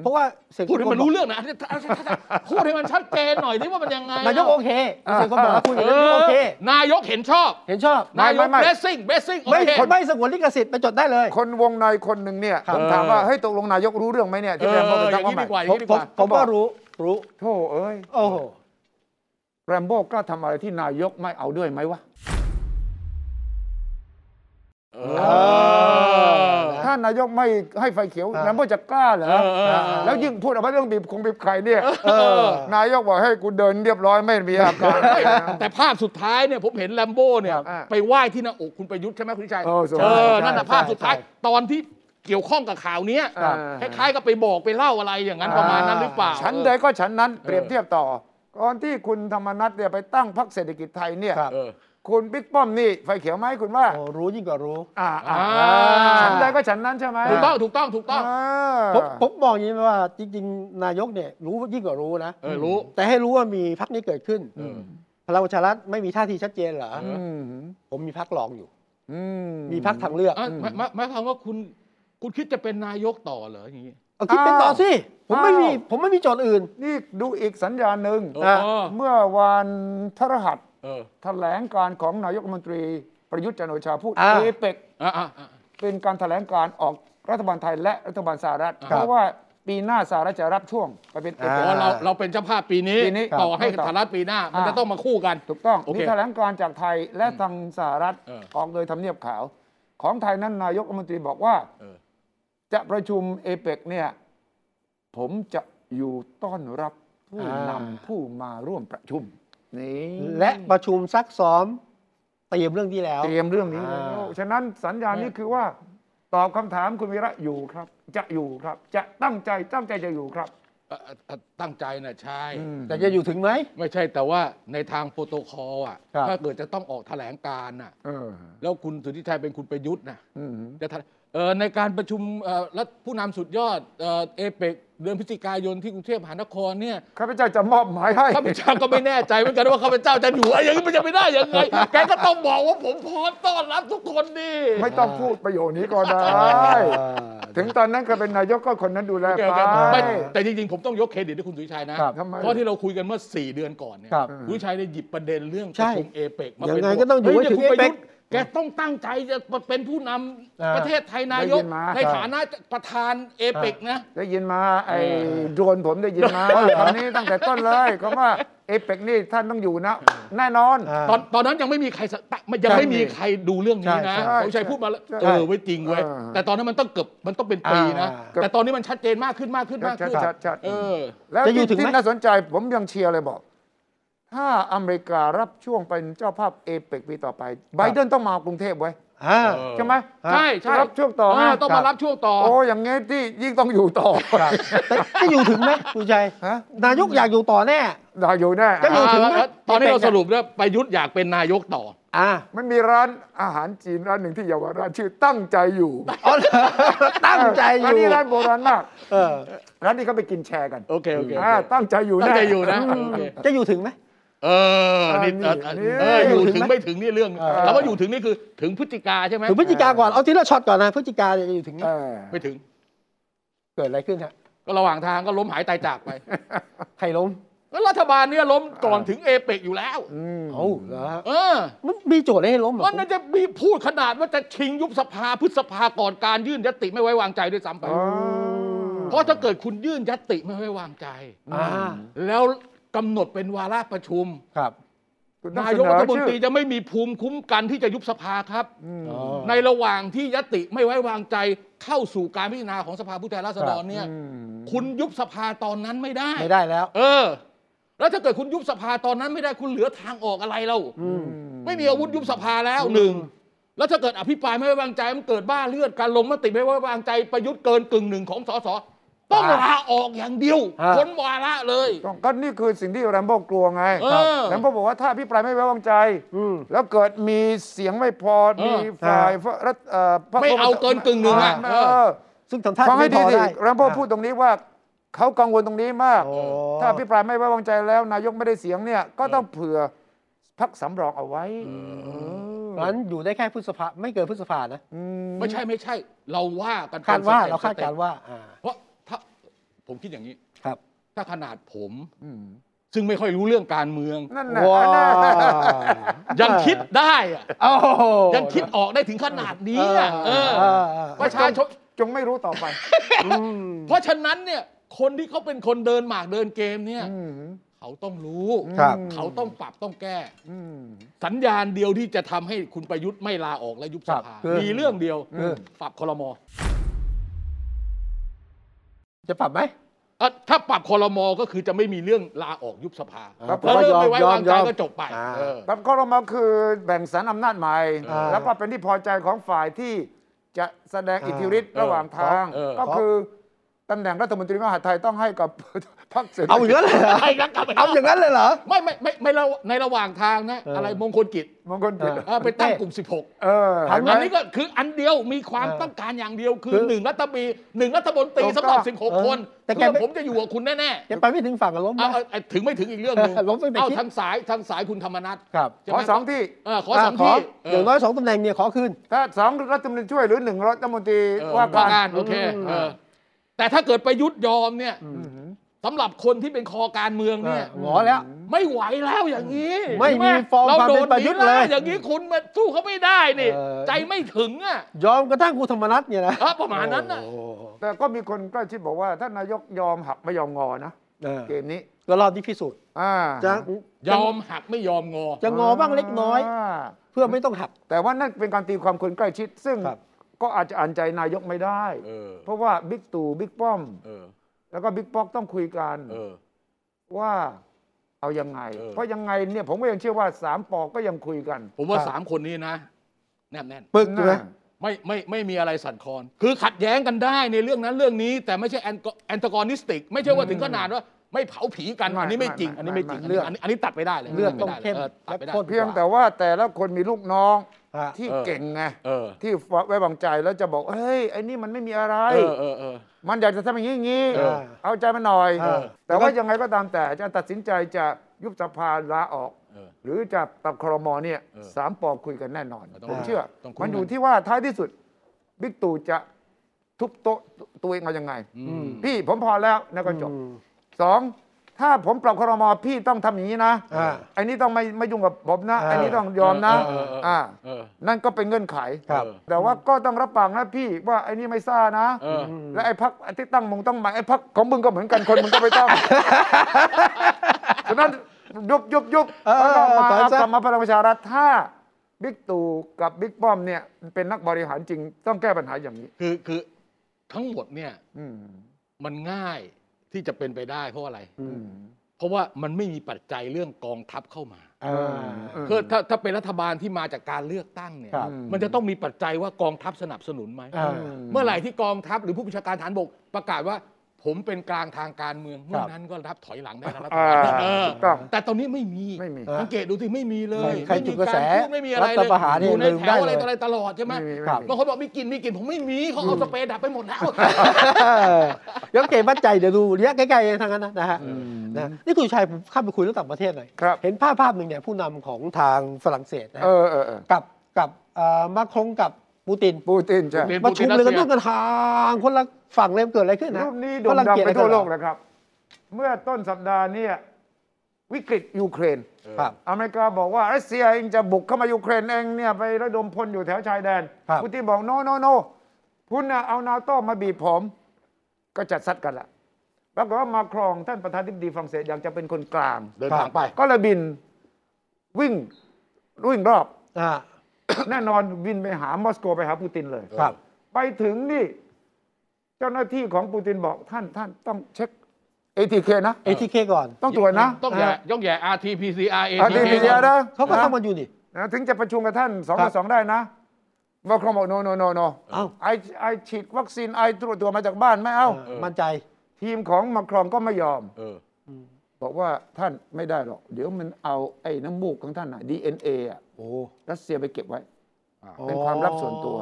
[SPEAKER 1] เพราะว่าเสกส
[SPEAKER 2] พูดให้
[SPEAKER 1] ก
[SPEAKER 2] มั
[SPEAKER 1] ล
[SPEAKER 2] น
[SPEAKER 1] บอ
[SPEAKER 2] รู้
[SPEAKER 1] ก
[SPEAKER 2] เรื่องนะถ้าถ้าถ้าถ้าพูดให้มันชัดเจนหน่อยดิว่ามันยังไง
[SPEAKER 1] นายกโอเคเสกสกลบอกว่าคุยกับนายกโอเค
[SPEAKER 2] นายกเห็นชอบ
[SPEAKER 1] เห็นชอบ
[SPEAKER 2] นายก
[SPEAKER 3] ไม่
[SPEAKER 2] เบสซิ่งเบสซิ่งโอ
[SPEAKER 1] ไม่
[SPEAKER 2] เค
[SPEAKER 1] ไม่สงวนลิขสิทธิ์ไปจดได้เลย
[SPEAKER 3] คนวงในคนหนึ่งเนี่ย
[SPEAKER 1] ครับ
[SPEAKER 3] ผมถามว่าเฮ้ยตกลงนายกรู้เรื่องไหมเนี่ยที่แรมโบ้ไปตั้ง
[SPEAKER 2] เอออย่างนี้
[SPEAKER 3] ว่าใหม่
[SPEAKER 2] ดีก
[SPEAKER 1] ผ
[SPEAKER 2] ว่า
[SPEAKER 1] มผมผมก็รู้รู้
[SPEAKER 3] โธ่เอ้ย
[SPEAKER 1] โอ้โห
[SPEAKER 3] แรมโบ้กล้าทำอะไรที่นายกไม่เอาด้วยไหมวะ
[SPEAKER 2] เออ
[SPEAKER 3] ถ้านายกไม่ให้ไฟเขียว
[SPEAKER 1] อ่า
[SPEAKER 3] แรมโบ้จะกล้าเหรอ
[SPEAKER 2] เออเออเออ
[SPEAKER 3] แล้วยิ่งพูดเอาไว้เรื่องบีบคงบีบใครเนี่ย
[SPEAKER 1] เออ
[SPEAKER 3] นายกบอกให้กูเดินเรียบร้อยไม่มีอาการ
[SPEAKER 2] แต่ภาพสุดท้ายเนี่ยผมเห็นแลมโบ้เนี่ย
[SPEAKER 3] อ่า
[SPEAKER 2] ไปไหว้ที่หน้าอกคุณประยุทธ์ใช่ไหมคุณชัย
[SPEAKER 3] เออสวย
[SPEAKER 2] เออ
[SPEAKER 1] ใช่
[SPEAKER 2] นั่นแหะ
[SPEAKER 1] ใช่
[SPEAKER 2] ภาพสุดท้าย
[SPEAKER 1] ใช่
[SPEAKER 2] ตอนที่เกี่ยวข้องกับข่าวเนี้ย
[SPEAKER 3] ครับ
[SPEAKER 2] คล้ายๆก็ไปบอกไปเล่าอะไรอย่างนั้นประมาณนั้นหรือเปล่า
[SPEAKER 3] ฉันใดก็ฉันนั้นเปรียบเทียบต่อก่อนที่คุณธรรมนัฐเนี่ยไปตั้งพรรคเศรษฐกิจไทยเนี่ย
[SPEAKER 1] ครับ
[SPEAKER 2] เออ
[SPEAKER 3] คุณบิ๊กป้อมนี่ไฟเขียวไหมคุณว่า
[SPEAKER 1] โอ้รู้ยิ่งกว่ารู้
[SPEAKER 3] อ่าอ่า
[SPEAKER 2] อ่า
[SPEAKER 3] ฉันได้ก็ฉันนั้นใช่ไหม
[SPEAKER 2] ถูกต้องถูกต้องถูกต้อง
[SPEAKER 3] อ่า
[SPEAKER 1] ผมผมมองอย่างนี้ว่าจริง ๆ นายกเนี่ยรู้ยิ่งกว่ารู้นะ
[SPEAKER 2] เออรู้
[SPEAKER 1] แต่ให้รู้ว่ามีพักนี้เกิดขึ้น
[SPEAKER 2] เออ
[SPEAKER 1] พลังประชารัฐไม่มีท่าทีชัดเจนเหรอ
[SPEAKER 2] เออ
[SPEAKER 3] อืม
[SPEAKER 1] ผมมีพักรองอยู่
[SPEAKER 3] อื
[SPEAKER 1] มีพักทางเลือก
[SPEAKER 2] เอ้ยหมายหมายหมายความว่าคุณคุณคิดจะเป็นนายกต่อเหรออย่างนี้
[SPEAKER 1] เอาคิดเป็นต่อสิ ผมไม่มีผมไม่มีโจทย์อื่น
[SPEAKER 3] นี่ดูอีกสัญญาณหนึ่ง
[SPEAKER 2] เอ
[SPEAKER 1] อ่ะ
[SPEAKER 2] อ
[SPEAKER 3] เมื่อวันพฤหัส
[SPEAKER 2] เออ
[SPEAKER 3] แถลงการของนายกรัฐมนตรีประยุทธ์จันทร์โอชาพูด
[SPEAKER 1] อ่า
[SPEAKER 3] เอเปก
[SPEAKER 2] อ่ะอ่ะอ่ะ
[SPEAKER 3] เป็นการแถลงการออกรัฐบาลไทยและรัฐบาลสหรัฐ
[SPEAKER 2] ครับ
[SPEAKER 3] เพราะว่าปีหน้าสหรัฐจะรับช่วงไปเป็นเอเปก
[SPEAKER 2] อ๋อเราเราเป็นเจ้าภาพปีนี้
[SPEAKER 3] ปีนี้
[SPEAKER 2] ต่อ
[SPEAKER 3] ครับ
[SPEAKER 2] ให้สหรัฐปีหน้า มัน
[SPEAKER 3] อ่า
[SPEAKER 2] จะต้องมาคู่กัน
[SPEAKER 3] ถูกต้อง
[SPEAKER 2] โอเค
[SPEAKER 3] มีแถลงการจากไทยและทางสหรัฐ
[SPEAKER 2] เออ
[SPEAKER 3] ออกโดยทำเนียบขาว ของไทยนั้นนายกรัฐมนตรีบอกว่า
[SPEAKER 2] เออ
[SPEAKER 3] จะประชุมเอเปกเนี่ย ผมจะอยู่ต้อนรับผู้
[SPEAKER 1] อ่า
[SPEAKER 3] นำผู้มาร่วมประชุมนี่
[SPEAKER 1] และประชุมซักซ้อมเตรียมเรื่องที่แล้ว
[SPEAKER 3] เตรียมเรื่องนี้แล้ว
[SPEAKER 1] อ่า
[SPEAKER 3] ฉะนั้นสัญญาณนี้คือว่า ตอบคำถามคุณวีระอยู่ครับ จะอยู่ครับ จะตั้งใจตั้งใจจะอยู่ครับ
[SPEAKER 2] เอ่อเอ่อตั้งใจนะใช่
[SPEAKER 1] แต่จะอยู่ถึงไหม
[SPEAKER 2] ไม่ใช่แต่ว่าในทางโปรโตคอลอ่ะ
[SPEAKER 3] ครับ
[SPEAKER 2] ถ้าเกิดจะต้องออกแถลงการณ์น่ะ
[SPEAKER 3] เออ
[SPEAKER 2] แล้วคุณสุทธิชัยเป็นคุณประยุทธ์นะ
[SPEAKER 3] อืม
[SPEAKER 2] จะแถลเอ่อในการประชุมเอ่อรัฐผู้นำสุดยอดเอ่อเปกเดือนพฤศจิกายนที่กรุงเทพมหานคร เนี่ย
[SPEAKER 3] ข้าพเจ้าจะมอบหมายให้
[SPEAKER 2] ข้าพเจ้าก็ไม่แน่ใจเหมือนกันว่าข้าพเจ้าจะอยู่ อะไรอย่างนี้มันจะไม่ได้ยังไง แกก็ต้องบอกว่าผมพร้อมต้อนรับทุกคนดิ
[SPEAKER 3] ไม่ต้องพูดประโยคนี้ก็ได้
[SPEAKER 1] อ่า
[SPEAKER 3] ถึงตอนนั้นก็เป็นนายกก็คนนั้นดูแล
[SPEAKER 2] โอเคโอ
[SPEAKER 3] ไป
[SPEAKER 2] เคไม่แต่จริงๆ ผมต้องยกเครดิตให้คุณสุวิชัยนะ
[SPEAKER 1] ครับ
[SPEAKER 3] ทำไม
[SPEAKER 2] เพราะที่เราคุยกันเมื่อ 4 เดือนก่อนเนี่ย
[SPEAKER 1] ครับ
[SPEAKER 2] คุณสุวิชัยได้หยิบประเด็นเรื่องป
[SPEAKER 1] ใช่
[SPEAKER 2] ระชุมเอเปกมาเป็น
[SPEAKER 1] ยังไงก็ต้องอยู่
[SPEAKER 2] เฮ้
[SPEAKER 1] ให้ถึง
[SPEAKER 2] คุณประยุทธ์
[SPEAKER 1] APEC
[SPEAKER 2] แกต้องตั้งใจจะเป็นผู้นำ
[SPEAKER 1] อ่า
[SPEAKER 2] ประเทศไทยนายก
[SPEAKER 3] ได้ยินมา
[SPEAKER 2] ในฐานะประธานเอเปกนะ
[SPEAKER 3] ได้ยินมาไอ้
[SPEAKER 1] เออ
[SPEAKER 3] โดรนผมได้ยินมา
[SPEAKER 1] เออ
[SPEAKER 3] คำนี้ตั้งแต่ต้นเลยคำว่าเอเปกนี่ท่านต้องอยู่นะ แน่นอน
[SPEAKER 1] อ่า
[SPEAKER 2] ตอนตอนนั้นยังไม่มีใครสะตะมันยัง
[SPEAKER 1] ใช่
[SPEAKER 2] ไม่มีใครดูเรื่องนี้นะ
[SPEAKER 1] ใช่ใช่
[SPEAKER 2] ผมชัยพูดมาแล้ว
[SPEAKER 3] ใช่
[SPEAKER 2] เออไว้จริงเว้ย
[SPEAKER 3] อ่า
[SPEAKER 2] แต่ตอนนั้นมันต้องเกือบมันต้องเป็นปีนะ
[SPEAKER 1] อ่
[SPEAKER 3] า
[SPEAKER 2] แต่ตอนนี้มันชัดเจนมากขึ้นมากขึ้นมาก
[SPEAKER 3] ชัด
[SPEAKER 2] ขึ้น
[SPEAKER 3] ชัดชัด
[SPEAKER 2] เออ
[SPEAKER 3] แล้ว
[SPEAKER 1] จะอยู่
[SPEAKER 3] ที่
[SPEAKER 1] ถึงไหม
[SPEAKER 3] ที่น่าสนใจผมยังเชียร์เลยบอก ถ้าอเมริการับ่วงเป็นเจ้าภาพเอเปกปีต่อไป ไบเดนต้องมากรุงเทพไว้ย
[SPEAKER 1] อ่า
[SPEAKER 2] เออ
[SPEAKER 3] ใช่ไหม
[SPEAKER 2] ใช่ใช่
[SPEAKER 3] รับช่วงต่อ
[SPEAKER 2] เ
[SPEAKER 3] นะ
[SPEAKER 2] ต้อง
[SPEAKER 1] ครับ
[SPEAKER 2] มารับช่วงต่อ
[SPEAKER 3] โอ้อย่างงี้ที่ยิ่งต้องอยู่ต่อ
[SPEAKER 1] ครับแต่จะอยู่ถึงไหมคุณชัย
[SPEAKER 3] ฮะ
[SPEAKER 1] นายกอยากอยู่ต่อแน่
[SPEAKER 3] ได้อยู่แน่
[SPEAKER 1] ก็อยู่ ถึง
[SPEAKER 2] อ่า
[SPEAKER 1] ไหม
[SPEAKER 2] แล้วตอนนี้เรา
[SPEAKER 1] เป็นไง
[SPEAKER 2] สรุปแล้วประยุทธ์อยากเป็นนายกต่อ
[SPEAKER 1] อ่า
[SPEAKER 3] มันมีร้านอาหารจีนร้านหนึ่งที่เยาวราชชื่อตั้งใจอยู่
[SPEAKER 1] อ๋อเหรอ ตั้งใจอ
[SPEAKER 3] ร้าน
[SPEAKER 1] ยู่
[SPEAKER 3] นี้ร้านโบราณมาก
[SPEAKER 1] เออ
[SPEAKER 3] ร้านนี้เขาไปกินแชร์กัน
[SPEAKER 2] โอเคโอเคโอเค
[SPEAKER 3] อ่าตั้งใจอยู่
[SPEAKER 2] ตั้ง
[SPEAKER 3] แน่
[SPEAKER 2] ใจอยู่นะโอเค
[SPEAKER 1] จะอยู่ถึงไหม
[SPEAKER 2] เออนี่เออ
[SPEAKER 3] อันนี้
[SPEAKER 2] เอออยู่ถึง
[SPEAKER 1] ถึงไหม
[SPEAKER 2] ไม่ถึงนี่เรื่องแล้วว่าอยู่ถึงนี่คือถึงพฤศจิกาใช่ไหม
[SPEAKER 1] ถึงพฤศจิกาก่อนเอาทีละช็อตก่อนนะพฤศจิกาเนี่ยจะอยู่ถึงไหม
[SPEAKER 3] เออ
[SPEAKER 2] ไม่ถึง
[SPEAKER 1] เกิดอะไรขึ้นฮะ
[SPEAKER 2] ก็ระหว่างทางก็ล้มหายตายจากไป
[SPEAKER 1] ใครล้ม
[SPEAKER 2] แล้วรัฐบาลเนี่ยล้มก่อนถึงเอเปกอยู่แล้ว
[SPEAKER 3] ม
[SPEAKER 1] เอ้าเหรอฮะ
[SPEAKER 2] เออ
[SPEAKER 1] มันมีโจทย์ให้ล้มเหรอ
[SPEAKER 2] ว่านั่นจะมีพูดขนาดว่าจะชิงยุบสภาพฤษภาก่อนการยื่นยติไม่ไว้วางใจด้วยซ้ำไป
[SPEAKER 3] อ๋อ
[SPEAKER 2] เพราะถ้าเกิดคุณยื่นยติไม่ไว้วางใจ
[SPEAKER 1] อ่า
[SPEAKER 2] แล้วกำหนดเป็นวาระประชุม
[SPEAKER 1] ครับ
[SPEAKER 3] คุณต้อง
[SPEAKER 2] นายกรัฐมนตรี
[SPEAKER 3] เสนอชื่อ
[SPEAKER 2] จะไม่มีภูมิคุ้มกันที่จะยุบสภาครับ
[SPEAKER 1] อ๋อ
[SPEAKER 2] ในระหว่างที่ยติไม่ไว้วางใจเข้าสู่การพิจารณาของสภาผู้แทนราษฎรเนี่ย
[SPEAKER 3] อืม
[SPEAKER 2] คุณยุบสภาตอนนั้นไม่ได้
[SPEAKER 1] ไม่ได้แล้ว
[SPEAKER 2] เออ แล้วถ้าเกิดคุณยุบสภาตอนนั้นไม่ได้คุณเหลือทางออกอะไรเราไม่มีอาวุธยุบสภาแล้วหนึ่งแล้วถ้าเกิดอภิปรายไม่ไว้วางใจมันเกิดบ้าเลือดการลงมติไม่ไว้วางใจประยุทธ์เกินกึ่งหนึ่งของสสต้องลาออกอย่างเดียว
[SPEAKER 1] ฮะ
[SPEAKER 2] พ้นวาระเลย
[SPEAKER 3] ต้องก็นี่คือสิ่งที่แรมโบ้กลัวไง
[SPEAKER 2] เออ
[SPEAKER 3] แรมโบ้บอกว่าถ้าพี่ปรายไม่ไว้วางใจ
[SPEAKER 1] อืม
[SPEAKER 3] แล้วเกิดมีเสียงไม่พอ
[SPEAKER 2] เออ
[SPEAKER 3] มีฝ่ายรัฐเอ่อพรรค
[SPEAKER 2] ไม่เอาเกินกึ่งหนึ่งอะ
[SPEAKER 3] เออ
[SPEAKER 1] ซึ่งทำท่า
[SPEAKER 3] ฟัง
[SPEAKER 1] จะ
[SPEAKER 3] ให้
[SPEAKER 1] ไม่พ
[SPEAKER 3] ดี
[SPEAKER 1] อ
[SPEAKER 3] ดิ
[SPEAKER 1] ได้
[SPEAKER 3] แรมโบ้พูดตรงนี้ว่าเขากังวลตรงนี้มาก
[SPEAKER 1] โอ้
[SPEAKER 3] ถ้าพี่ปรายไม่ไว้วางใจแล้ว นายกไม่ได้เสียงเนี่ย ก็ต้องเผื่อพักสำรองเอาไว้
[SPEAKER 1] งั้นอยู่ได้แค่พฤษภาไม่เกินพฤษภานะ
[SPEAKER 3] อืม
[SPEAKER 2] ไม่ใช่ไม่ใช่ เราว่ากันเป็น
[SPEAKER 1] คาดว่า
[SPEAKER 2] สต็ป
[SPEAKER 1] เราคาดการณ์ว่าอ่า
[SPEAKER 2] เพราะถ้าผมคิดอย่างนี้
[SPEAKER 1] ครับ
[SPEAKER 2] ถ้าขนาดผม ซึ่งไม่ค่อยรู้เรื่องการเมือง
[SPEAKER 3] นั่นน่ะ
[SPEAKER 1] ว้า
[SPEAKER 3] อันน่ะ
[SPEAKER 2] ยังคิดได้อะ
[SPEAKER 1] โอ้โห
[SPEAKER 2] ยังคิดออกได้ถึงขนาดนี้อะเออ
[SPEAKER 1] เออ
[SPEAKER 2] ประชาชน
[SPEAKER 3] จงไม่รู้ต่อไป
[SPEAKER 1] อืม
[SPEAKER 2] เพราะฉะนั้นเนี่ยคนที่เขาเป็นคนเดินหมากเดินเกมเนี่ย
[SPEAKER 3] อืม
[SPEAKER 2] เขาต้องรู้
[SPEAKER 1] ครับ
[SPEAKER 2] เขาต้องปรับต้องแก้
[SPEAKER 3] อืม
[SPEAKER 2] สัญญาณเดียวที่จะทำให้คุณประยุทธ์ไม่ลาออกและยุบสภา
[SPEAKER 1] ครับคือ
[SPEAKER 2] มีเรื่องเดียว
[SPEAKER 1] คือ
[SPEAKER 2] ปรับคอรมอ
[SPEAKER 1] จะปรับไหม
[SPEAKER 2] เอ่อถ้าปรับคอรมอก็คือจะไม่มีเรื่องลาออกยุบสภา
[SPEAKER 1] อ่า
[SPEAKER 2] แล้วเรื่องไม่ไว้
[SPEAKER 1] ยอม
[SPEAKER 2] วางใจ
[SPEAKER 1] ยอม
[SPEAKER 2] ก็จบไป
[SPEAKER 1] อ่า
[SPEAKER 2] เออ
[SPEAKER 3] ปรับข้อลงมาคือแบ่งสรรอำนาจใหม่
[SPEAKER 1] เออ
[SPEAKER 3] แล้วก็เป็นที่พอใจของฝ่ายที่จะแสดง
[SPEAKER 1] เอออิ
[SPEAKER 3] อิทธิฤทธิ์ระหว่างทาง
[SPEAKER 2] เออ
[SPEAKER 3] ก็คือตำแหน่งรัฐมนตรีมหาดไทยต้องให้กับ พรรคเสรี
[SPEAKER 1] เอาอย่างนั้นเลยเหรอ
[SPEAKER 2] ไอ้รักกลับไป
[SPEAKER 1] เอาอย่างนั้นเลยเหรอ
[SPEAKER 2] ไม่ไม่ไม่ไม่ระในระหว่างทางนะ
[SPEAKER 1] เอออ
[SPEAKER 2] อะไรมงคลกิจ
[SPEAKER 3] มงคลกิจ
[SPEAKER 1] เออ
[SPEAKER 2] เออไปตั้งกลุ่ม 16
[SPEAKER 3] เออ
[SPEAKER 1] ถาม
[SPEAKER 3] เห็นไหม
[SPEAKER 2] อันนี้ก็คืออันเดียวมีความ
[SPEAKER 1] เออ
[SPEAKER 2] ต้องการอย่างเดียวคื
[SPEAKER 1] คือ อ
[SPEAKER 2] หนึ่งรัฐบีหนึ่งรัฐมนตรี
[SPEAKER 3] ถูกต้
[SPEAKER 2] สำ
[SPEAKER 3] อง
[SPEAKER 2] หรับ 16 คน
[SPEAKER 1] แต่แก
[SPEAKER 2] เพื่อ
[SPEAKER 1] ไม่
[SPEAKER 2] ผมจะอยู่กับคุณแน่ๆ
[SPEAKER 1] ยังไปไม่ถึงฝั่งกับล้มไหม
[SPEAKER 2] เอาเอาเอาถึงไม่ถึงอีกเรื่องหนึง
[SPEAKER 1] ล้มไม่ไป
[SPEAKER 2] เอา
[SPEAKER 1] คิด
[SPEAKER 2] ทางสายทางสายคุณธรรมนัท
[SPEAKER 1] ครับ
[SPEAKER 2] ใช่ไห
[SPEAKER 3] ข
[SPEAKER 2] ม
[SPEAKER 3] อสองที่
[SPEAKER 2] เออขอสองที่เออ
[SPEAKER 1] อย่างน้อยสองตำแหน่งเนี่ยขอคืน
[SPEAKER 3] ถ้าสองรัฐมนตรีช่วยหรือหนึ่งรัฐมนตรี
[SPEAKER 2] เออ
[SPEAKER 3] ว่า
[SPEAKER 2] ว่าก
[SPEAKER 3] า
[SPEAKER 2] การ รโอเคเออแต่ถ้าเกิดประยุทธ์ยอมเนี่ยสำหรับคนที่เป็นคอการเมืองเนี่ย
[SPEAKER 1] หงอแล้ว
[SPEAKER 2] ไม่ไหวแล้วอย่างนี้
[SPEAKER 1] ไม่มี
[SPEAKER 2] ใช่ห
[SPEAKER 1] ฟอร์ม
[SPEAKER 2] เรา
[SPEAKER 1] ความ
[SPEAKER 2] โด
[SPEAKER 1] เป็น
[SPEAKER 2] น
[SPEAKER 1] ประยุทธ์เลย
[SPEAKER 2] ดีแวอย่างนี้คุณมาสู้เขาไม่ได้นี่
[SPEAKER 1] เออ
[SPEAKER 2] ใจไม่ถึงอ่ะ
[SPEAKER 1] ยอมกระทั่งกูธรรมนัตเนี่ยนะ
[SPEAKER 2] เออประมาณนั้นน่ะ
[SPEAKER 1] โอ้โห
[SPEAKER 3] แต่ก็มีคนใกล้ชิดบอกว่าถ้านายกยอมหักไม่ยอมงอนะ
[SPEAKER 1] เออ
[SPEAKER 3] เกมนี้
[SPEAKER 1] ก็รอบนี้พิสูจน์
[SPEAKER 3] อ่า
[SPEAKER 1] จะ
[SPEAKER 2] ยอมหักไม่ยอมงอ
[SPEAKER 1] จะงอบ้างเล็กน้อย
[SPEAKER 3] า
[SPEAKER 1] เพื่อไม่ต้องหัก
[SPEAKER 3] แต่ว่านั่นเป็นการตีความคนใกล้ชิด ซึ่ง
[SPEAKER 1] ครับ
[SPEAKER 3] ก็อาจจะอ่านใจนายกไม่ได้
[SPEAKER 2] เออ
[SPEAKER 3] เพราะว่าบิ๊กตู่บิ๊กป้อม
[SPEAKER 2] เออ
[SPEAKER 3] แล้วก็บิ๊กป๊อกต้องคุยกัน
[SPEAKER 2] เออ
[SPEAKER 3] ว่าเอายังไง
[SPEAKER 2] เออ
[SPEAKER 3] เพราะยังไงเนี่ยผมก็ยังเชื่อว่าสามปอก็ยังคุยกัน
[SPEAKER 2] ผมว่า
[SPEAKER 1] ครับ
[SPEAKER 2] สามคนนี้นะแน่แน่น
[SPEAKER 1] ปึกใช่ไหม
[SPEAKER 2] ไม่ไม่ไม่มีอะไรสั่นคลอน คือขัดแย้งกันได้ในเรื่องนั้นเรื่องนี้ แต่ไม่ใช่แอนแอนตากอนิสติก ไม่ใช่ว่าถึงขนาดว่าไม่เผาผีกัน
[SPEAKER 3] ไม่
[SPEAKER 2] อันนี้ไม่จริงอัน
[SPEAKER 3] ไม่
[SPEAKER 2] นี้ไม่จริง
[SPEAKER 3] ไม่
[SPEAKER 2] อันนี้อันนี้อันนี้ตัดไม่ได้เลย
[SPEAKER 1] เลือดต้องเข้ม
[SPEAKER 2] ตัดไม่ได้
[SPEAKER 1] และข้น
[SPEAKER 3] เพียงแต่ว่าแต่ละคนมีลูกน้อง
[SPEAKER 1] ฮะ
[SPEAKER 3] ที่เก่งไง
[SPEAKER 2] เออ
[SPEAKER 3] ที่ไว้วางใจแล้วจะบอกเฮ้ยไอ้นี่มันไม่มีอะไร
[SPEAKER 2] เออเออเออ
[SPEAKER 3] มันอยากจะทำอย่างนี้อย่างนี้
[SPEAKER 1] เออ
[SPEAKER 3] เอาใจมันหน่อย
[SPEAKER 1] เออ
[SPEAKER 3] แต่ว่ายังไงก็ตามแต่จะตัดสินใจจะยุบสภาลาออก
[SPEAKER 2] เออ
[SPEAKER 3] หรือจะปรับครมอเนี่ย
[SPEAKER 2] เออ
[SPEAKER 3] สามปอคุยกันแน่นอน
[SPEAKER 2] ต้อง
[SPEAKER 3] ผมเชื่อ
[SPEAKER 2] ต้องคุย
[SPEAKER 3] มันอยู่
[SPEAKER 2] กัน
[SPEAKER 3] ที่ว่าท้ายที่สุดบิ๊กตู่จะ ทุบโต๊ะตัวเองมายังไง
[SPEAKER 2] อืม
[SPEAKER 3] พี่ผมพอแล้วนะก็จบ
[SPEAKER 1] อืม
[SPEAKER 3] สองถ้าผมปรับครมพี่ต้องทำอย่างนี้นะ
[SPEAKER 1] อ่า
[SPEAKER 3] ไอ้นี่ต้องไม่ไม่ยุ่งกับผมนะ
[SPEAKER 1] อ่า
[SPEAKER 3] ไอ้นี่ต้องยอมนะ
[SPEAKER 2] เออเออเอออ่
[SPEAKER 3] ่า
[SPEAKER 2] เออ
[SPEAKER 3] นั่นก็เป็นเงื่อนไข
[SPEAKER 1] ครับ
[SPEAKER 2] เออ
[SPEAKER 3] แต่ว่าก็ต้องรับปากนะพี่ว่าไอ้นี่ไม่ซ่านะ
[SPEAKER 2] เออ
[SPEAKER 1] ม
[SPEAKER 3] และไอ้พักที่ตั้งมึงต้องมาไอ้พักของมึงก็เหมือนกันคนมึงก็ไม่ต้อง ฉะนั้นยุบยุบยุบ
[SPEAKER 1] เออ
[SPEAKER 3] แล้วก็มา
[SPEAKER 1] ถอนซะ
[SPEAKER 3] กลับมาพลังประชารัฐถ้าบิ๊กตู่กับบิ๊กป้อมเนี่ย เป็นนักบริหารจริงต้องแก้ปัญหาอย่างนี้
[SPEAKER 2] คือคือทั้งหมดเนี่ย
[SPEAKER 3] อืม
[SPEAKER 2] มันง่ายที่จะเป็นไปได้เพราะอะไร
[SPEAKER 1] อื
[SPEAKER 3] อื
[SPEAKER 1] ม
[SPEAKER 3] ม
[SPEAKER 2] เพราะว่ามันไม่มีปัจจัยเรื่องกองทัพเข้ามา
[SPEAKER 1] อ่า
[SPEAKER 2] คือถ้าถ้าเป็นรัฐบาลที่มาจากการเลือกตั้งเนี่ย
[SPEAKER 1] ครับ
[SPEAKER 2] มันจะต้องมีปัจจัยว่ากองทัพสนับสนุนไหม
[SPEAKER 1] อ่า
[SPEAKER 2] เมื่อไหร่ที่กองทัพหรือผู้บัญชาการฐานบกประกาศว่า ผมเป็นกลางทางการเมืองเมื่อนั้นก็รับถอยหลังได้แล้วรัฐบา
[SPEAKER 3] อ่า
[SPEAKER 2] ลเออ
[SPEAKER 3] ถูกต้อง
[SPEAKER 2] แต่ตอนนี้ไม่มี
[SPEAKER 3] ไม่มี
[SPEAKER 2] สังเกตดูสิไม่มีเล
[SPEAKER 1] ใคร
[SPEAKER 2] ย
[SPEAKER 1] ใครจุดกระแส
[SPEAKER 2] ไม่มีาพูดไม่มีอะไร
[SPEAKER 1] รั
[SPEAKER 2] เลย
[SPEAKER 1] ฐประหารนี่
[SPEAKER 2] อยู่ใน
[SPEAKER 1] ลืม
[SPEAKER 2] แถ
[SPEAKER 1] ได้
[SPEAKER 2] ว
[SPEAKER 1] เลย
[SPEAKER 2] อะไรต่ออะไรตลอดใช่ไหม
[SPEAKER 3] ไม่มี
[SPEAKER 1] ครับ
[SPEAKER 3] ไม่มี
[SPEAKER 2] บางคนบอกมีกลิ่นมีกลิ่นผมไม่มีเขาเอาสเปรย์ดับไปหมดแล้ว
[SPEAKER 1] ยังเก่งมั่นใจเดี๋ยวดูระยะใกล้ๆเองทางนั้นนะนะฮะ
[SPEAKER 3] อืม
[SPEAKER 1] นะนี่คุณชัยผมข้ามไปคุยเรื่องต่างประเทศหน่อย
[SPEAKER 3] ครับ
[SPEAKER 1] เห็นภาพภาพหนึ่งเนี่ยผู้นำของทางฝรั่งเศสนะ
[SPEAKER 3] เอ
[SPEAKER 1] ฮะ
[SPEAKER 3] อเออเออ
[SPEAKER 1] กับกับเอ่อมาครงกับปูติน
[SPEAKER 3] ปูตินใช่
[SPEAKER 2] เป็น
[SPEAKER 1] มา
[SPEAKER 2] ปูติ
[SPEAKER 1] ชุม
[SPEAKER 2] น
[SPEAKER 1] เลยกัน
[SPEAKER 2] รัสเซีย
[SPEAKER 1] นู่นกันทางคนละฝั่งเลยมันเกิดอะไรขึ้นนะ
[SPEAKER 3] รูปนี้โด่ง
[SPEAKER 1] ฝรั่ง
[SPEAKER 3] ดัง
[SPEAKER 1] เศส
[SPEAKER 3] ไปทั่วโลก
[SPEAKER 1] เลย
[SPEAKER 3] นะครับ เมื่อต้นสัปดาห์เนี่ยวิกฤตยูเครน
[SPEAKER 1] ครับ
[SPEAKER 3] อเมริกาบอกว่ารัสเซียเองจะบุกเข้ามายูเครนเองเนี่ยไประดมพลอยู่แถวชายแดน
[SPEAKER 1] ครับ
[SPEAKER 3] ปูตินบอกโนโนโนคุณน่ะเอานาโต้มาบีบผม ก็จัดซัดกันละปรากฏว่ามาครองท่านประธานทิบดีฝรั่งเศสอยากจะเป็นคนกลาง
[SPEAKER 2] เดินทางไป
[SPEAKER 3] ก็เลยบินวิ่งวิ่งรอบ
[SPEAKER 1] อ่า
[SPEAKER 3] แน่นอนบินไปหามอสโกไปหาปูตินเลย
[SPEAKER 1] ครับ
[SPEAKER 3] ไปถึงนี่ เจ้าหน้าที่ของปูตินบอกท่านท่านต้องเช็ค ATK นะ
[SPEAKER 1] ATK ก่อน
[SPEAKER 3] ต้องตรวจนะ
[SPEAKER 2] ต้องแย่ต้องแย่ RT PCR
[SPEAKER 3] อาร์ติฟิเชียลนะ
[SPEAKER 1] เขาก็ทำกันอยู่นี่
[SPEAKER 3] นะถึงจะประชุมกับท่านสอง
[SPEAKER 1] ครั
[SPEAKER 3] ต่อบ สองได้นะมาครองบอกโนโนโนโน
[SPEAKER 1] เอ้า
[SPEAKER 3] ไอไอฉีดวัคซีนไอตรวจตัวมาจากบ้านไม่เอา
[SPEAKER 1] เออมั่นใจ
[SPEAKER 3] ทีมของมาครองก็ไม่ยอม
[SPEAKER 2] เออ
[SPEAKER 3] บอกว่าท่านไม่ได้หรอก เดี๋ยวมันเอาไอ้น้ำมูกของท่านอะดีเอ็นเออะ
[SPEAKER 1] โอ้
[SPEAKER 3] รัสเซียไปเก็บไว้ เป็นความลับส่วนตัว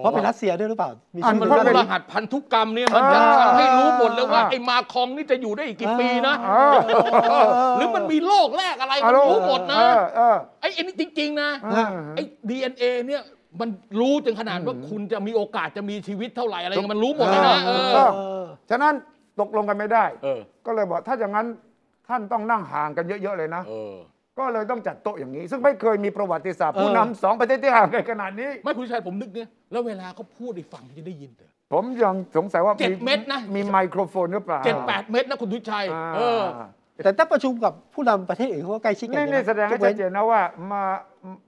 [SPEAKER 1] เพราะเป็นรัสเซียด้วยหรือเปล่า มี
[SPEAKER 3] อัน
[SPEAKER 1] ชื่อ
[SPEAKER 2] มัน
[SPEAKER 3] เพราะเป็
[SPEAKER 2] รู้
[SPEAKER 3] น
[SPEAKER 2] รหัสพันธุกรรมเนี่ยมันจะทำให้รู้หมดเลยว่า
[SPEAKER 3] อ่า
[SPEAKER 2] ไอ้มาคองนี่จะอยู่ได้อีกกี่ปีนะ
[SPEAKER 3] เออ
[SPEAKER 2] หรือมันมีโรคแรกอะไรมั
[SPEAKER 3] เอา
[SPEAKER 2] น
[SPEAKER 3] ลูก
[SPEAKER 2] รู้หมดนะ
[SPEAKER 3] เออเออ
[SPEAKER 2] ไอ้ไอ้นี่จริง ๆ นะ
[SPEAKER 3] เออ
[SPEAKER 2] ไอ้ดีเอ็นเอเนี่ยมันรู้จนขนาดว่าคุณจะมีโอกาสจะมีชีวิตเท่าไหร่อะไรเงี้ยมันรู้หมดเลยนะเอ
[SPEAKER 3] เอ
[SPEAKER 2] อ
[SPEAKER 3] อ ฉะนั้นตกลงกันไม่ได้
[SPEAKER 2] เออ
[SPEAKER 3] ก็เลยบอกถ้าอย่างนั้นท่านต้องนั่งห่างกันเยอะ ๆ เลยนะ
[SPEAKER 2] เออ
[SPEAKER 3] ก็เลยต้องจัดโต๊ะอย่างนี้ ซึ่งไม่เคยมีประวัติศาสตร์ผู้นำสองประเทศที่ห่างกันขนาดนี้
[SPEAKER 2] ไม่คุณชัยผมนึกเนี่ยแล้วเวลาเขาพูดไอ้ฝั่งมันจะได้ยินเหรอ
[SPEAKER 3] ผมยังสงสัยว่า
[SPEAKER 2] เจ็ดเม็ดนะ
[SPEAKER 3] มีไมโครโฟนหรือเปล่า
[SPEAKER 2] เจ็ดแปดเมตรนะคุณทุชัย
[SPEAKER 3] อ่า
[SPEAKER 2] เออ
[SPEAKER 1] แต่ถ้าประชุมกับผู้นำประเทศอื่นเขาก็ใกล้ชิดกัน
[SPEAKER 3] นี่
[SPEAKER 1] อยู่ะ
[SPEAKER 3] นี่แสดงให้
[SPEAKER 1] ก
[SPEAKER 3] ชั
[SPEAKER 1] ว้
[SPEAKER 3] ด
[SPEAKER 1] น
[SPEAKER 3] เจนนะว่ามา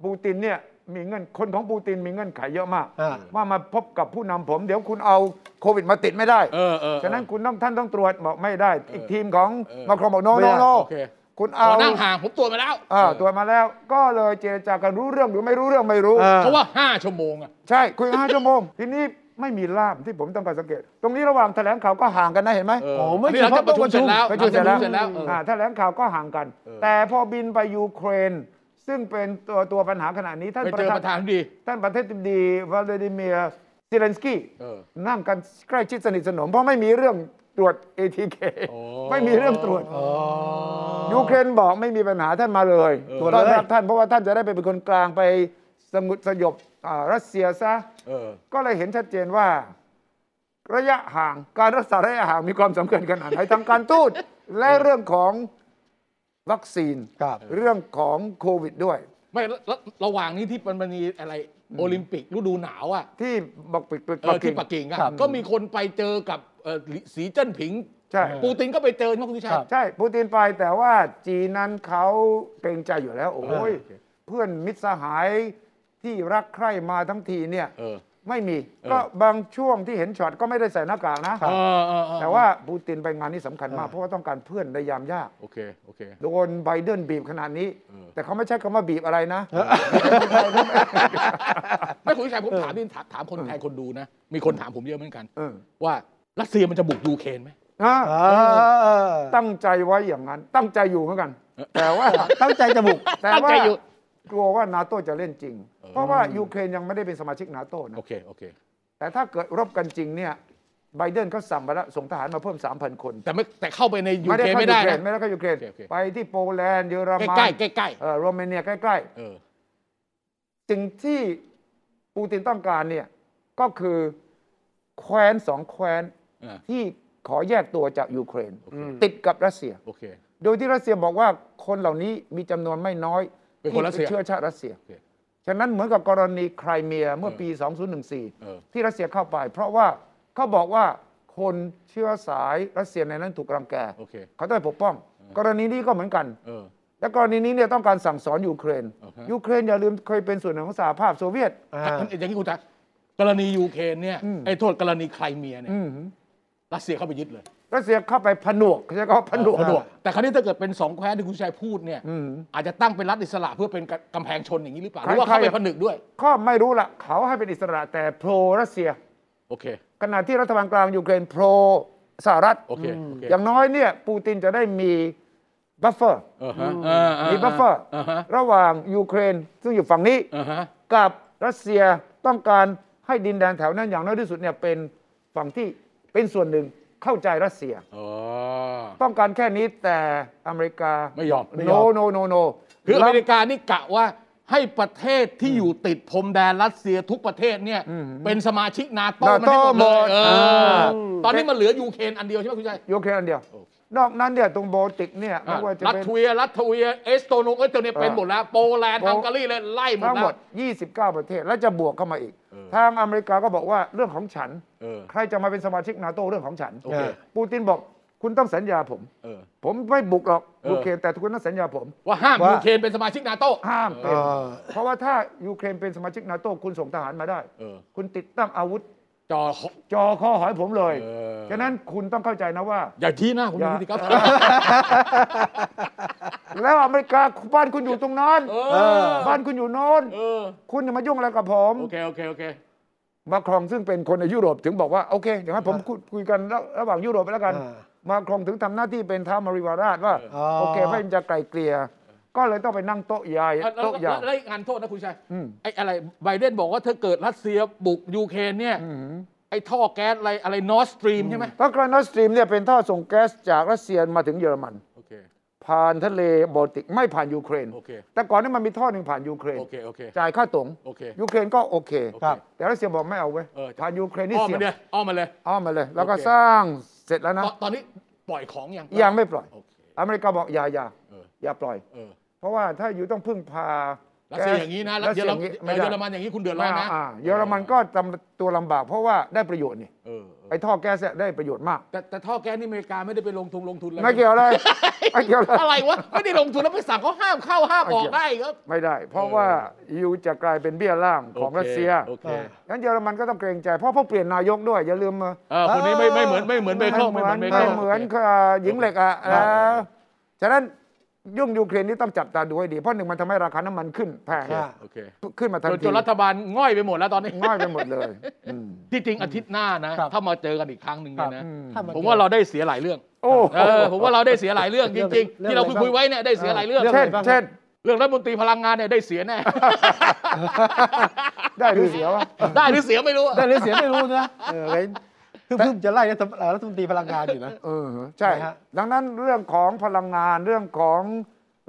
[SPEAKER 3] ปูตินเนี่ยมีเงื่อนคนของปูตินมีเงื่อนไขเยอะมาก
[SPEAKER 1] อ่า
[SPEAKER 3] ว่ามาพบกับผู้นำผม เดี๋ยวคุณเอาโควิดมาติดไม่ได้
[SPEAKER 2] เออเออ
[SPEAKER 3] ฉะนั้นคุณต้องท่านต้องตรวจบอกไม่ได้ อีกทีมของ
[SPEAKER 2] เออ
[SPEAKER 3] มาครองบอกโน
[SPEAKER 1] ไม่ได้
[SPEAKER 3] โนโน
[SPEAKER 2] โอเค
[SPEAKER 3] คุณ
[SPEAKER 2] ข
[SPEAKER 3] เอา
[SPEAKER 2] อนั่งห่างผมตรวจมาแล้ว
[SPEAKER 3] อ่าตรวจมาแล้ว ก็เลยเจรจากันรู้เรื่องหรือไม่รู้เรื่องไม่รู้
[SPEAKER 1] อ่
[SPEAKER 2] เพราะว่าห้าชั่วโมงอะ
[SPEAKER 3] ใช่ คุยกันห้าชั่วโมง ทีนี้ไม่มีล่ามที่ผมต้องการสังเกต ตรงนี้ระหว่างแถลงข่าวก็ห่างกันนะเห็นไหม
[SPEAKER 2] เออ
[SPEAKER 1] อ๋อไม่
[SPEAKER 2] อันนี้หลังจากประชุมเสร็จแล้ว
[SPEAKER 3] ไปจุดเสร็จแล้ว
[SPEAKER 2] หงจากประชุมเสร็จแล้วเออ
[SPEAKER 3] อ่าแถลงข่าวก็ห่างกัน
[SPEAKER 2] เออ
[SPEAKER 3] แต่พอบินไปยูเครน ซึ่งเป็นตัวตัวปัญหาขณะนี้ท่าน
[SPEAKER 2] ไป
[SPEAKER 3] ป
[SPEAKER 2] เจ
[SPEAKER 3] ระ
[SPEAKER 2] อ
[SPEAKER 3] ธา
[SPEAKER 2] ประธาน
[SPEAKER 3] น
[SPEAKER 2] ดี
[SPEAKER 3] ท่านประธานาธิบดีวลาดิเมียร์เซเลนสกี้
[SPEAKER 2] เออ
[SPEAKER 3] นั่งกันใกล้ชิดสนิทสนม เพราะไม่มีเรื่องตรวจ ATK
[SPEAKER 2] โอ้
[SPEAKER 3] ไม่มีเรื่องตรวจยูเครนบอกไม่มีปัญหาท่านมาเลย
[SPEAKER 2] เออ
[SPEAKER 3] ต้อนรับท่านเพราะว่าท่านจะได้ไปเป็นคนกลางไปสงบสยบอ่ารัสเซียซะ
[SPEAKER 2] เออ
[SPEAKER 3] ก็เลยเห็นชัดเจนว่า ระยะห่างการรักษาระยะห่างมีความสำคัญขนาดไหนทางการทูตและเรื่องของวัคซีน
[SPEAKER 1] ครับ
[SPEAKER 3] เรื่องของโควิดด้วย
[SPEAKER 2] ไม่แล้วแล้วระหว่างนี้ที่มันมีอะไรโอลิมปิกฤดูหนาวอ่ะ
[SPEAKER 3] ที่บอกปิดปิด
[SPEAKER 2] เอ
[SPEAKER 3] ปั
[SPEAKER 2] อก
[SPEAKER 3] กิ่
[SPEAKER 2] ที่
[SPEAKER 3] ง
[SPEAKER 2] ปักกิ่งอะ
[SPEAKER 1] ครับ
[SPEAKER 2] ก็มีคนไปเจอกับเอ่อสีเจิ้นผิง
[SPEAKER 3] ใช่
[SPEAKER 2] ปูตินก็ไปเจอใช่ไหมคุณทิชัย
[SPEAKER 3] ใช่ปูตินไปแต่ว่าจีนนั้นเขาเกรงใจอยู่แล้ว โอ้ยเพื่อนมิตรสหายที่รักใคร่มาทั้งทีเนี่ย
[SPEAKER 2] เออ
[SPEAKER 3] ไม่มี
[SPEAKER 2] เออ
[SPEAKER 3] ก็บางช่วงที่เห็นช็อตก็ไม่ได้ใส่หน้ากากนะ
[SPEAKER 2] เออเออเออ
[SPEAKER 3] แต่ว่าปูตินไปงานนี้สำคัญมากเพราะว่าต้องการเพื่อนในยามยาก
[SPEAKER 2] โอเค โอเค
[SPEAKER 3] โดนไบเดนบีบขนาดนี้
[SPEAKER 2] เออ
[SPEAKER 3] แต่เขาไม่ใช่คำว่าบีบอะไรนะ
[SPEAKER 2] ไม่คุณทิชัยผมถามนี่ถามถามคนไทยคนดูนะ มีคนถามผมเยอะเหมือนกัน
[SPEAKER 3] เออ
[SPEAKER 2] ว่ารัสเซียมันจะบุกยูเครนไหม
[SPEAKER 3] อ่า
[SPEAKER 1] เออ
[SPEAKER 3] ตั้งใจไว้อย่างนั้น ตั้งใจอยู่เหมือนกัน แต่ว่า
[SPEAKER 1] ตั้งใจจะบุก
[SPEAKER 3] แต่
[SPEAKER 2] ตั้ง
[SPEAKER 3] ว่า
[SPEAKER 2] ใจอยู่
[SPEAKER 3] กลัวว่านาโตจะเล่นจริง เพราะว่ายูเครนยังไม่ได้เป็นสมาชิกนาโตนะ
[SPEAKER 2] โอเค โอเค
[SPEAKER 3] แต่ถ้าเกิดรบกันจริงเนี่ยไบเดนเขาสั่งไปแล้วส่งทหารมาเพิ่ม 3,000 คน
[SPEAKER 2] แต่ไม่แต่เข้าไปในยูเครน
[SPEAKER 3] เข้า
[SPEAKER 2] ไม่ได้
[SPEAKER 3] ยูเคร
[SPEAKER 2] นะ
[SPEAKER 3] นไม่ได้เข้ายูเครน
[SPEAKER 2] โอเคโอเค
[SPEAKER 3] ไปที่โปแลนด์เยอรมัน
[SPEAKER 2] ใกล้ๆใกล้ๆใกล้
[SPEAKER 3] เออโรมาเนียใกล้
[SPEAKER 2] ๆเออ
[SPEAKER 3] ๆ สิ่งที่ปูตินต้องการเนี่ยก็คือ แคว้นสองแคว้น
[SPEAKER 2] อ่า
[SPEAKER 3] ที่ขอแยกตัวจากยูเครน
[SPEAKER 2] โอเค
[SPEAKER 3] ติดกับรัสเซีย
[SPEAKER 2] โอเค
[SPEAKER 3] โดยที่รัสเซียบอกว่าคนเหล่านี้มีจำนวนไม่น้อย
[SPEAKER 2] เป็นคนรัสเซีย
[SPEAKER 3] ที่เชื้อชาติรัสเซีย
[SPEAKER 2] โอเค
[SPEAKER 3] ฉะนั้นเหมือนกับกรณีไครเมียเมื่อปี
[SPEAKER 2] เออ
[SPEAKER 3] 2014 ที่รัสเซียเข้าไป เพราะว่าเขาบอกว่าคนเชื้อสายรัสเซียในนั้นถูกรังแก
[SPEAKER 2] โอเค
[SPEAKER 3] เขาต้องปกป้อง กรณีนี้ก็เหมือนกัน
[SPEAKER 2] เออ
[SPEAKER 3] และกรณีนี้เนี่ยต้องการสั่งสอนยูเครน
[SPEAKER 2] อ่าฮะ
[SPEAKER 3] ยูเครนอย่าลืมเคยเป็นส่วนหนึ่งของสหภาพโซเวียต
[SPEAKER 1] อ่า
[SPEAKER 2] อ่ะอย่างนี้คุณตากรณียูเครนเนี่ย
[SPEAKER 3] อืม
[SPEAKER 2] ไอ้โทษกรณีไครเมียเนี่ย
[SPEAKER 3] อืม
[SPEAKER 2] รัสเซียเข้าไปยึดเลย
[SPEAKER 3] รัสเซียเข้าไปผนวกใช่ก็ผนวก
[SPEAKER 2] ผนวกแต่คราวนี้ถ้าเกิดเป็นสองแคว้นที่คุณชัยพูดเนี่ย
[SPEAKER 3] อืม
[SPEAKER 2] อาจจะตั้งเป็นรัฐอิสระเพื่อเป็นกำแพงชนอย่างนี้หรือเปล่าห
[SPEAKER 3] ใคร
[SPEAKER 2] รือว่าเข้าไป
[SPEAKER 3] ใคร
[SPEAKER 2] ผนึกด้วย
[SPEAKER 3] ก็ไม่รู้ละเขาให้เป็นอิสระแต่โปรรัสเซีย
[SPEAKER 2] โอเค
[SPEAKER 3] ขณะที่รัฐบาลกลางยูเครนโปรสหรัฐ
[SPEAKER 2] โอเคโอเค
[SPEAKER 3] อย่างน้อยเนี่ยปูตินจะได้มีบัฟเฟอร์
[SPEAKER 2] เออฮะอ่าา
[SPEAKER 3] มีบัฟเฟอร์
[SPEAKER 2] าฮะ
[SPEAKER 3] ระหว่างยูเครน ซึ่งอยู่ฝั่งนี้
[SPEAKER 2] อ่าฮะ
[SPEAKER 3] กับรัสเซียต้องการให้ดินแดนแถวนั้นอย่างน้อยที่สุดเนี่ยเป็นฝั่งที่เป็นส่วนหนึ่งเข้าใจรัสเซีย
[SPEAKER 2] อ๋อ
[SPEAKER 3] ต้องการแค่นี้แต่อเมริกา
[SPEAKER 2] ไม่ยอมไม่
[SPEAKER 3] โน
[SPEAKER 2] ยอม
[SPEAKER 3] โนโนโน
[SPEAKER 2] คืออเมริกานี่กะว่าให้ประเทศที่อยู่ติดพรมแดนรัสเซียทุกประเทศเนี่ยเป็นสมาชิกนาโต้มันให้หมดเลยเออตอนนี้มันเหลือยูเครนอันเดียวใช่ไหมคุณชัย
[SPEAKER 3] ยูเครนอันเดียว
[SPEAKER 2] โอเค
[SPEAKER 3] นอกนั้นเนี่ยตรงโบลติกเนี่ยไม่ว่าจะ
[SPEAKER 2] รัส
[SPEAKER 3] เป็น
[SPEAKER 2] เวียรัสเวียเอสโตนงเอสโตเนียเป็นหมดแล้วโปแลนด์
[SPEAKER 3] โป
[SPEAKER 2] ฮังการีเลยไล่หมด
[SPEAKER 3] ทั้งหม
[SPEAKER 2] แล้
[SPEAKER 3] ด
[SPEAKER 2] ว
[SPEAKER 3] 29 ประเทศ แล้วจะบวกเข้ามาอีก
[SPEAKER 2] เออ
[SPEAKER 3] ทางอเมริกาก็บอกว่าเรื่องของฉัน
[SPEAKER 2] เออ
[SPEAKER 3] ใครจะมาเป็นสมาชิกนาโตเรื่องของฉัน
[SPEAKER 2] โอเค
[SPEAKER 3] ปูตินบอกคุณต้องสัญญาผม
[SPEAKER 2] เออ
[SPEAKER 3] ผมไม่บุกหรอก
[SPEAKER 2] เออ
[SPEAKER 3] ยูเครนแต่คุณต้องสัญญาผม
[SPEAKER 2] ว่าห้าม
[SPEAKER 1] ว่า
[SPEAKER 2] ยูเครนเป็นสมาชิกนาโต้
[SPEAKER 3] ห้ามเป็น
[SPEAKER 1] เอ่อ
[SPEAKER 3] เพราะว่าถ้ายูเครนเป็นสมาชิกนาโตคุณส่งทหารมาได้
[SPEAKER 2] เออ
[SPEAKER 3] คุณติดตั้งอาวุธ
[SPEAKER 2] จอ
[SPEAKER 3] จอคอหอยผมเลย
[SPEAKER 2] เออ
[SPEAKER 3] ฉะนั้นคุณต้องเข้าใจนะว่า
[SPEAKER 2] อย่าที่หน้าคุณ
[SPEAKER 3] อย่า
[SPEAKER 2] ดูสิครับ
[SPEAKER 3] แล้วอเมริกาบ้านคุณอยู่ตรงนั้น
[SPEAKER 2] เออ
[SPEAKER 3] บ้านคุณอยู่โน้น
[SPEAKER 2] เออ
[SPEAKER 3] คุณอย่ามายุ่งอะไรกับผม
[SPEAKER 2] โอเคโอเคโอเค
[SPEAKER 3] มาครองซึ่งเป็นคนในยุโรปถึงบอกว่าโอเคเดี๋ยวให้ผมคุยคุยกันระระหว่างยุโรปไปแล้วกัน
[SPEAKER 1] อ่า
[SPEAKER 3] มาครองถึงทำหน้าที่เป็นท้าวมาริวาราชว่า
[SPEAKER 1] อ๋อ
[SPEAKER 3] โอเคเพื่อจะไกลเกลี่ยก็เลยต้องไปนั่งโต๊ะใหญ่
[SPEAKER 2] แล้วแล้ว
[SPEAKER 3] โต๊ะยาว
[SPEAKER 2] แล้วอีกงานโทษนะคุณชัย
[SPEAKER 3] อืม
[SPEAKER 2] ไอ้อะไรไบเดนบอกว่าถ้าเกิดรัสเซียบุกยูเครนเนี่ย
[SPEAKER 3] อืม
[SPEAKER 2] ไอ้ท่อแก๊สอะไรอะไรนอร์สตรีมใช่ไหม
[SPEAKER 3] เพราะกรานอสตรีมเนี่ยเป็นท่อส่งแก๊สจากรัสเซียมาถึงเยอรมัน
[SPEAKER 2] โอเค
[SPEAKER 3] ผ่านทะเลโบลติกไม่ผ่านยูเครน
[SPEAKER 2] โอเค
[SPEAKER 3] แต่ก่อนนี้มันมีท่อหนึ่งผ่านยูเครน
[SPEAKER 2] โอเค โอเค
[SPEAKER 3] จ่ายค่าตง
[SPEAKER 2] โอเค
[SPEAKER 3] ยูเครนก็โอเค
[SPEAKER 2] โอเคครับ
[SPEAKER 3] แต่รัสเซียบอกไม่เอาเว้ย
[SPEAKER 2] เออ
[SPEAKER 3] ผ่านยูเครนนี่
[SPEAKER 2] อ้อม
[SPEAKER 3] เสี่ย
[SPEAKER 2] มาง เลยอ้อมมาเลย
[SPEAKER 3] อ้อมมาเลย แล้วก็
[SPEAKER 2] โอเค
[SPEAKER 3] สร้างเสร็จแล้วนะ
[SPEAKER 2] ตอนตอนนี้ปล่อยของยัง
[SPEAKER 3] ยังไม่ปล่อย
[SPEAKER 2] โอเค
[SPEAKER 3] อเมริกาบอกอย่าอย่า
[SPEAKER 2] เออ
[SPEAKER 3] อย่าปล่อย
[SPEAKER 2] เออ
[SPEAKER 3] เพราะว่าถ้าอยู่ต้องพึ่งพา
[SPEAKER 2] รัสเซียอย่างนี้
[SPEAKER 3] นี้
[SPEAKER 2] นะ
[SPEAKER 3] รัส
[SPEAKER 2] เย
[SPEAKER 3] เซี
[SPEAKER 2] อย ร
[SPEAKER 3] อ
[SPEAKER 2] มันเย
[SPEAKER 3] ย่างนี้
[SPEAKER 2] อรมันอย่างนี้คุณเดือดร้
[SPEAKER 3] ไม่
[SPEAKER 2] อน
[SPEAKER 3] ได้
[SPEAKER 2] นะ
[SPEAKER 3] อ่าเยอรมันก็จำตัวลำบากเพราะว่าได้ประโยชน์นี่
[SPEAKER 2] เออเออ
[SPEAKER 3] ไอ้ท่อแก๊สเนี่ยได้ประโยชน์มาก
[SPEAKER 2] แต่แต่ท่อแก๊สนี่อเมริกาไม่ได้ไปลงทุนลงทุนอะไร
[SPEAKER 3] ไม่เกี่ยวเลยไม่เกี่ยวเลย
[SPEAKER 2] อะไรวะ ไม่ได้ลงทุนแล้วไปสั่งเขาห้ามเข้าห้ามออก
[SPEAKER 3] ไม่
[SPEAKER 2] ได้ค
[SPEAKER 3] เกี่ยว
[SPEAKER 2] รับ
[SPEAKER 3] ไม่ได้ เพราะว่ายูจะกลายเป็นเบี้ยล่ามของรัสเซีย
[SPEAKER 2] โอเค
[SPEAKER 3] งั้นเยอรมันก็ต้องเกรงใจเพราะเขาเปลี่ยนนายกด้วยอย่าลืม
[SPEAKER 2] เออคนนี้ไม่ไม่เหมือนไม่เหมือนเบ
[SPEAKER 3] ไม่
[SPEAKER 2] เคิล
[SPEAKER 3] เห
[SPEAKER 2] ไม่
[SPEAKER 3] มื
[SPEAKER 2] เหมือน นเบ
[SPEAKER 3] อไม่
[SPEAKER 2] เคิล
[SPEAKER 3] เหมือนกับหญิงเหล็กอ่ะ
[SPEAKER 2] ครับ
[SPEAKER 3] เออฉะนั้นยุ่งยูเครนนี่ต้องจับตาดูให้ดีเพราะหนึ่งมันทำให้ราคาน้ำมันขึ้นแพง
[SPEAKER 1] อ่า
[SPEAKER 2] โอเค
[SPEAKER 3] ขึ้นมาทัน
[SPEAKER 2] จนจ
[SPEAKER 3] ที
[SPEAKER 2] นรัฐบาลง่อยไปหมดแล้วตอนนี้
[SPEAKER 3] ง่ายไปหมดเลยอืม
[SPEAKER 2] ที่จริงอาทิตย์หน้านะ
[SPEAKER 1] ครับ
[SPEAKER 2] ถ้ามาเจอกันอีกครั้งหนึ่งเนี่ยนะ
[SPEAKER 1] ถ้น
[SPEAKER 2] ผมว่าเราได้เสียหลายเรื่อง
[SPEAKER 3] โอ้
[SPEAKER 2] เออผมว่าเราได้เสียหลายเรื่องจริงๆ ที่เราคุยๆไว้เนี่ยได้เสียหลายเรื่อง
[SPEAKER 3] เช่นเช่น
[SPEAKER 2] เรื่องรัฐมนตรีพลังงานเนี่ยได้เสียแน่
[SPEAKER 3] ได้หรือเสียวะ
[SPEAKER 2] ได้หรือเสียไม่รู้อะ
[SPEAKER 1] ได้หรือเสียไม่รู้นะเออไว้เพิ่งเพิ่งจะไล่รัฐมรัฐมนตรีพลังงานอยู่นะ
[SPEAKER 3] เออใช่
[SPEAKER 1] นะฮะ
[SPEAKER 3] ดังนั้นเรื่องของพลังงานเรื่องของ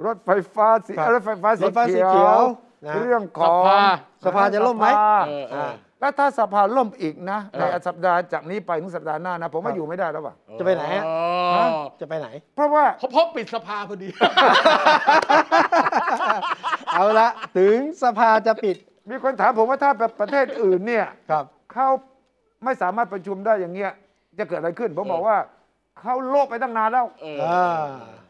[SPEAKER 3] รถไฟฟ้าสี
[SPEAKER 1] ครับ
[SPEAKER 3] รถไฟฟ้าสี
[SPEAKER 1] รถไฟฟ้าสีเขี
[SPEAKER 3] เขีย
[SPEAKER 1] ยว วนะ
[SPEAKER 3] เรื่องข
[SPEAKER 2] ส
[SPEAKER 3] อง
[SPEAKER 2] ภา
[SPEAKER 1] สภาจะล่มไหม
[SPEAKER 3] สภา
[SPEAKER 2] เออเออ
[SPEAKER 3] แล้วถ้าสภาล่มอีกนะ
[SPEAKER 2] เออ
[SPEAKER 3] ในสัปดาห์จากนี้ไปถึงสัปดาห์หน้านะ ผมว่าอยู่ไม่ได้แล้วว่ะ
[SPEAKER 1] จะไปไหนฮะ
[SPEAKER 2] อ๋อ
[SPEAKER 1] จะไปไหน
[SPEAKER 3] เพราะว่า
[SPEAKER 2] เขาพบปิดสภาพอดี
[SPEAKER 1] เอาละถึงสภาจะปิด
[SPEAKER 3] มีคนถามผมว่าถ้าแบบประเทศอื่นเนี่ย
[SPEAKER 1] ครับ
[SPEAKER 3] เขาไม่สามารถประชุมได้อย่างเงี้ยจะเกิดอะไรขึ้น ผม
[SPEAKER 2] เออ
[SPEAKER 3] บอกว่าเขาโลภไปตั้งนานแล้ว
[SPEAKER 2] เออ
[SPEAKER 1] อ่า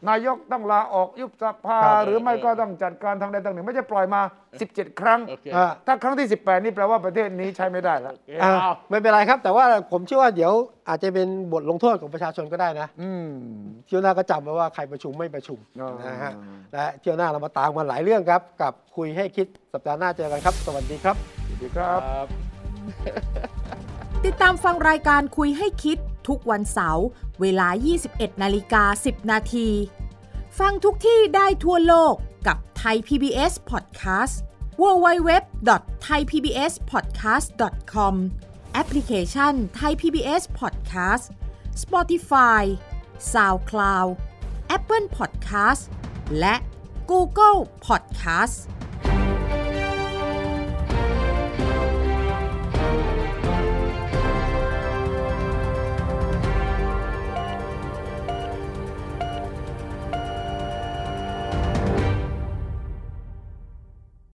[SPEAKER 3] นายกต้องลาออกยุบสภา
[SPEAKER 1] ครับ
[SPEAKER 3] หรือไม่ก็ต้องจัดการทางใดทางหนึ่ง ไม่ใช่ปล่อยมา 17 ครั้ง
[SPEAKER 2] โอเค
[SPEAKER 1] อ่า
[SPEAKER 3] ถ้าครั้งที่ 18 นี่แปลว่าประเทศนี้ใช้ไม่ได้แล้ว
[SPEAKER 2] โอเค
[SPEAKER 1] อ่า
[SPEAKER 2] เอา
[SPEAKER 1] ไม่เป็นไรครับ แต่ว่าผมเชื่อว่าเดี๋ยวอาจจะเป็นบทลงโทษของประชาชนก็ได้นะ
[SPEAKER 3] อืม
[SPEAKER 1] เที่ยวหน้าก็จำไว้ว่าใครประชุมไม่ประชุม
[SPEAKER 3] อ๋อ
[SPEAKER 1] นะฮะและเที่ยวหน้าเรามาตามกันหลายเรื่องครับ กับคุยให้คิดสัปดาห์หน้าเจอกันครับ สวัสดีครับ
[SPEAKER 3] สวัสดีครั
[SPEAKER 2] ค
[SPEAKER 3] บ
[SPEAKER 2] รับ
[SPEAKER 6] ติดตามฟังรายการคุยให้คิดทุกวันเสาร์เวลา 21 นาฬิกา 10 นาที ฟังทุกที่ได้ทั่วโลกกับ t h a i PBS Podcast www.thaipbspodcast.com แอปพลิเคชัน Thai PBS Podcast Spotify SoundCloud Apple Podcast และ Google Podcast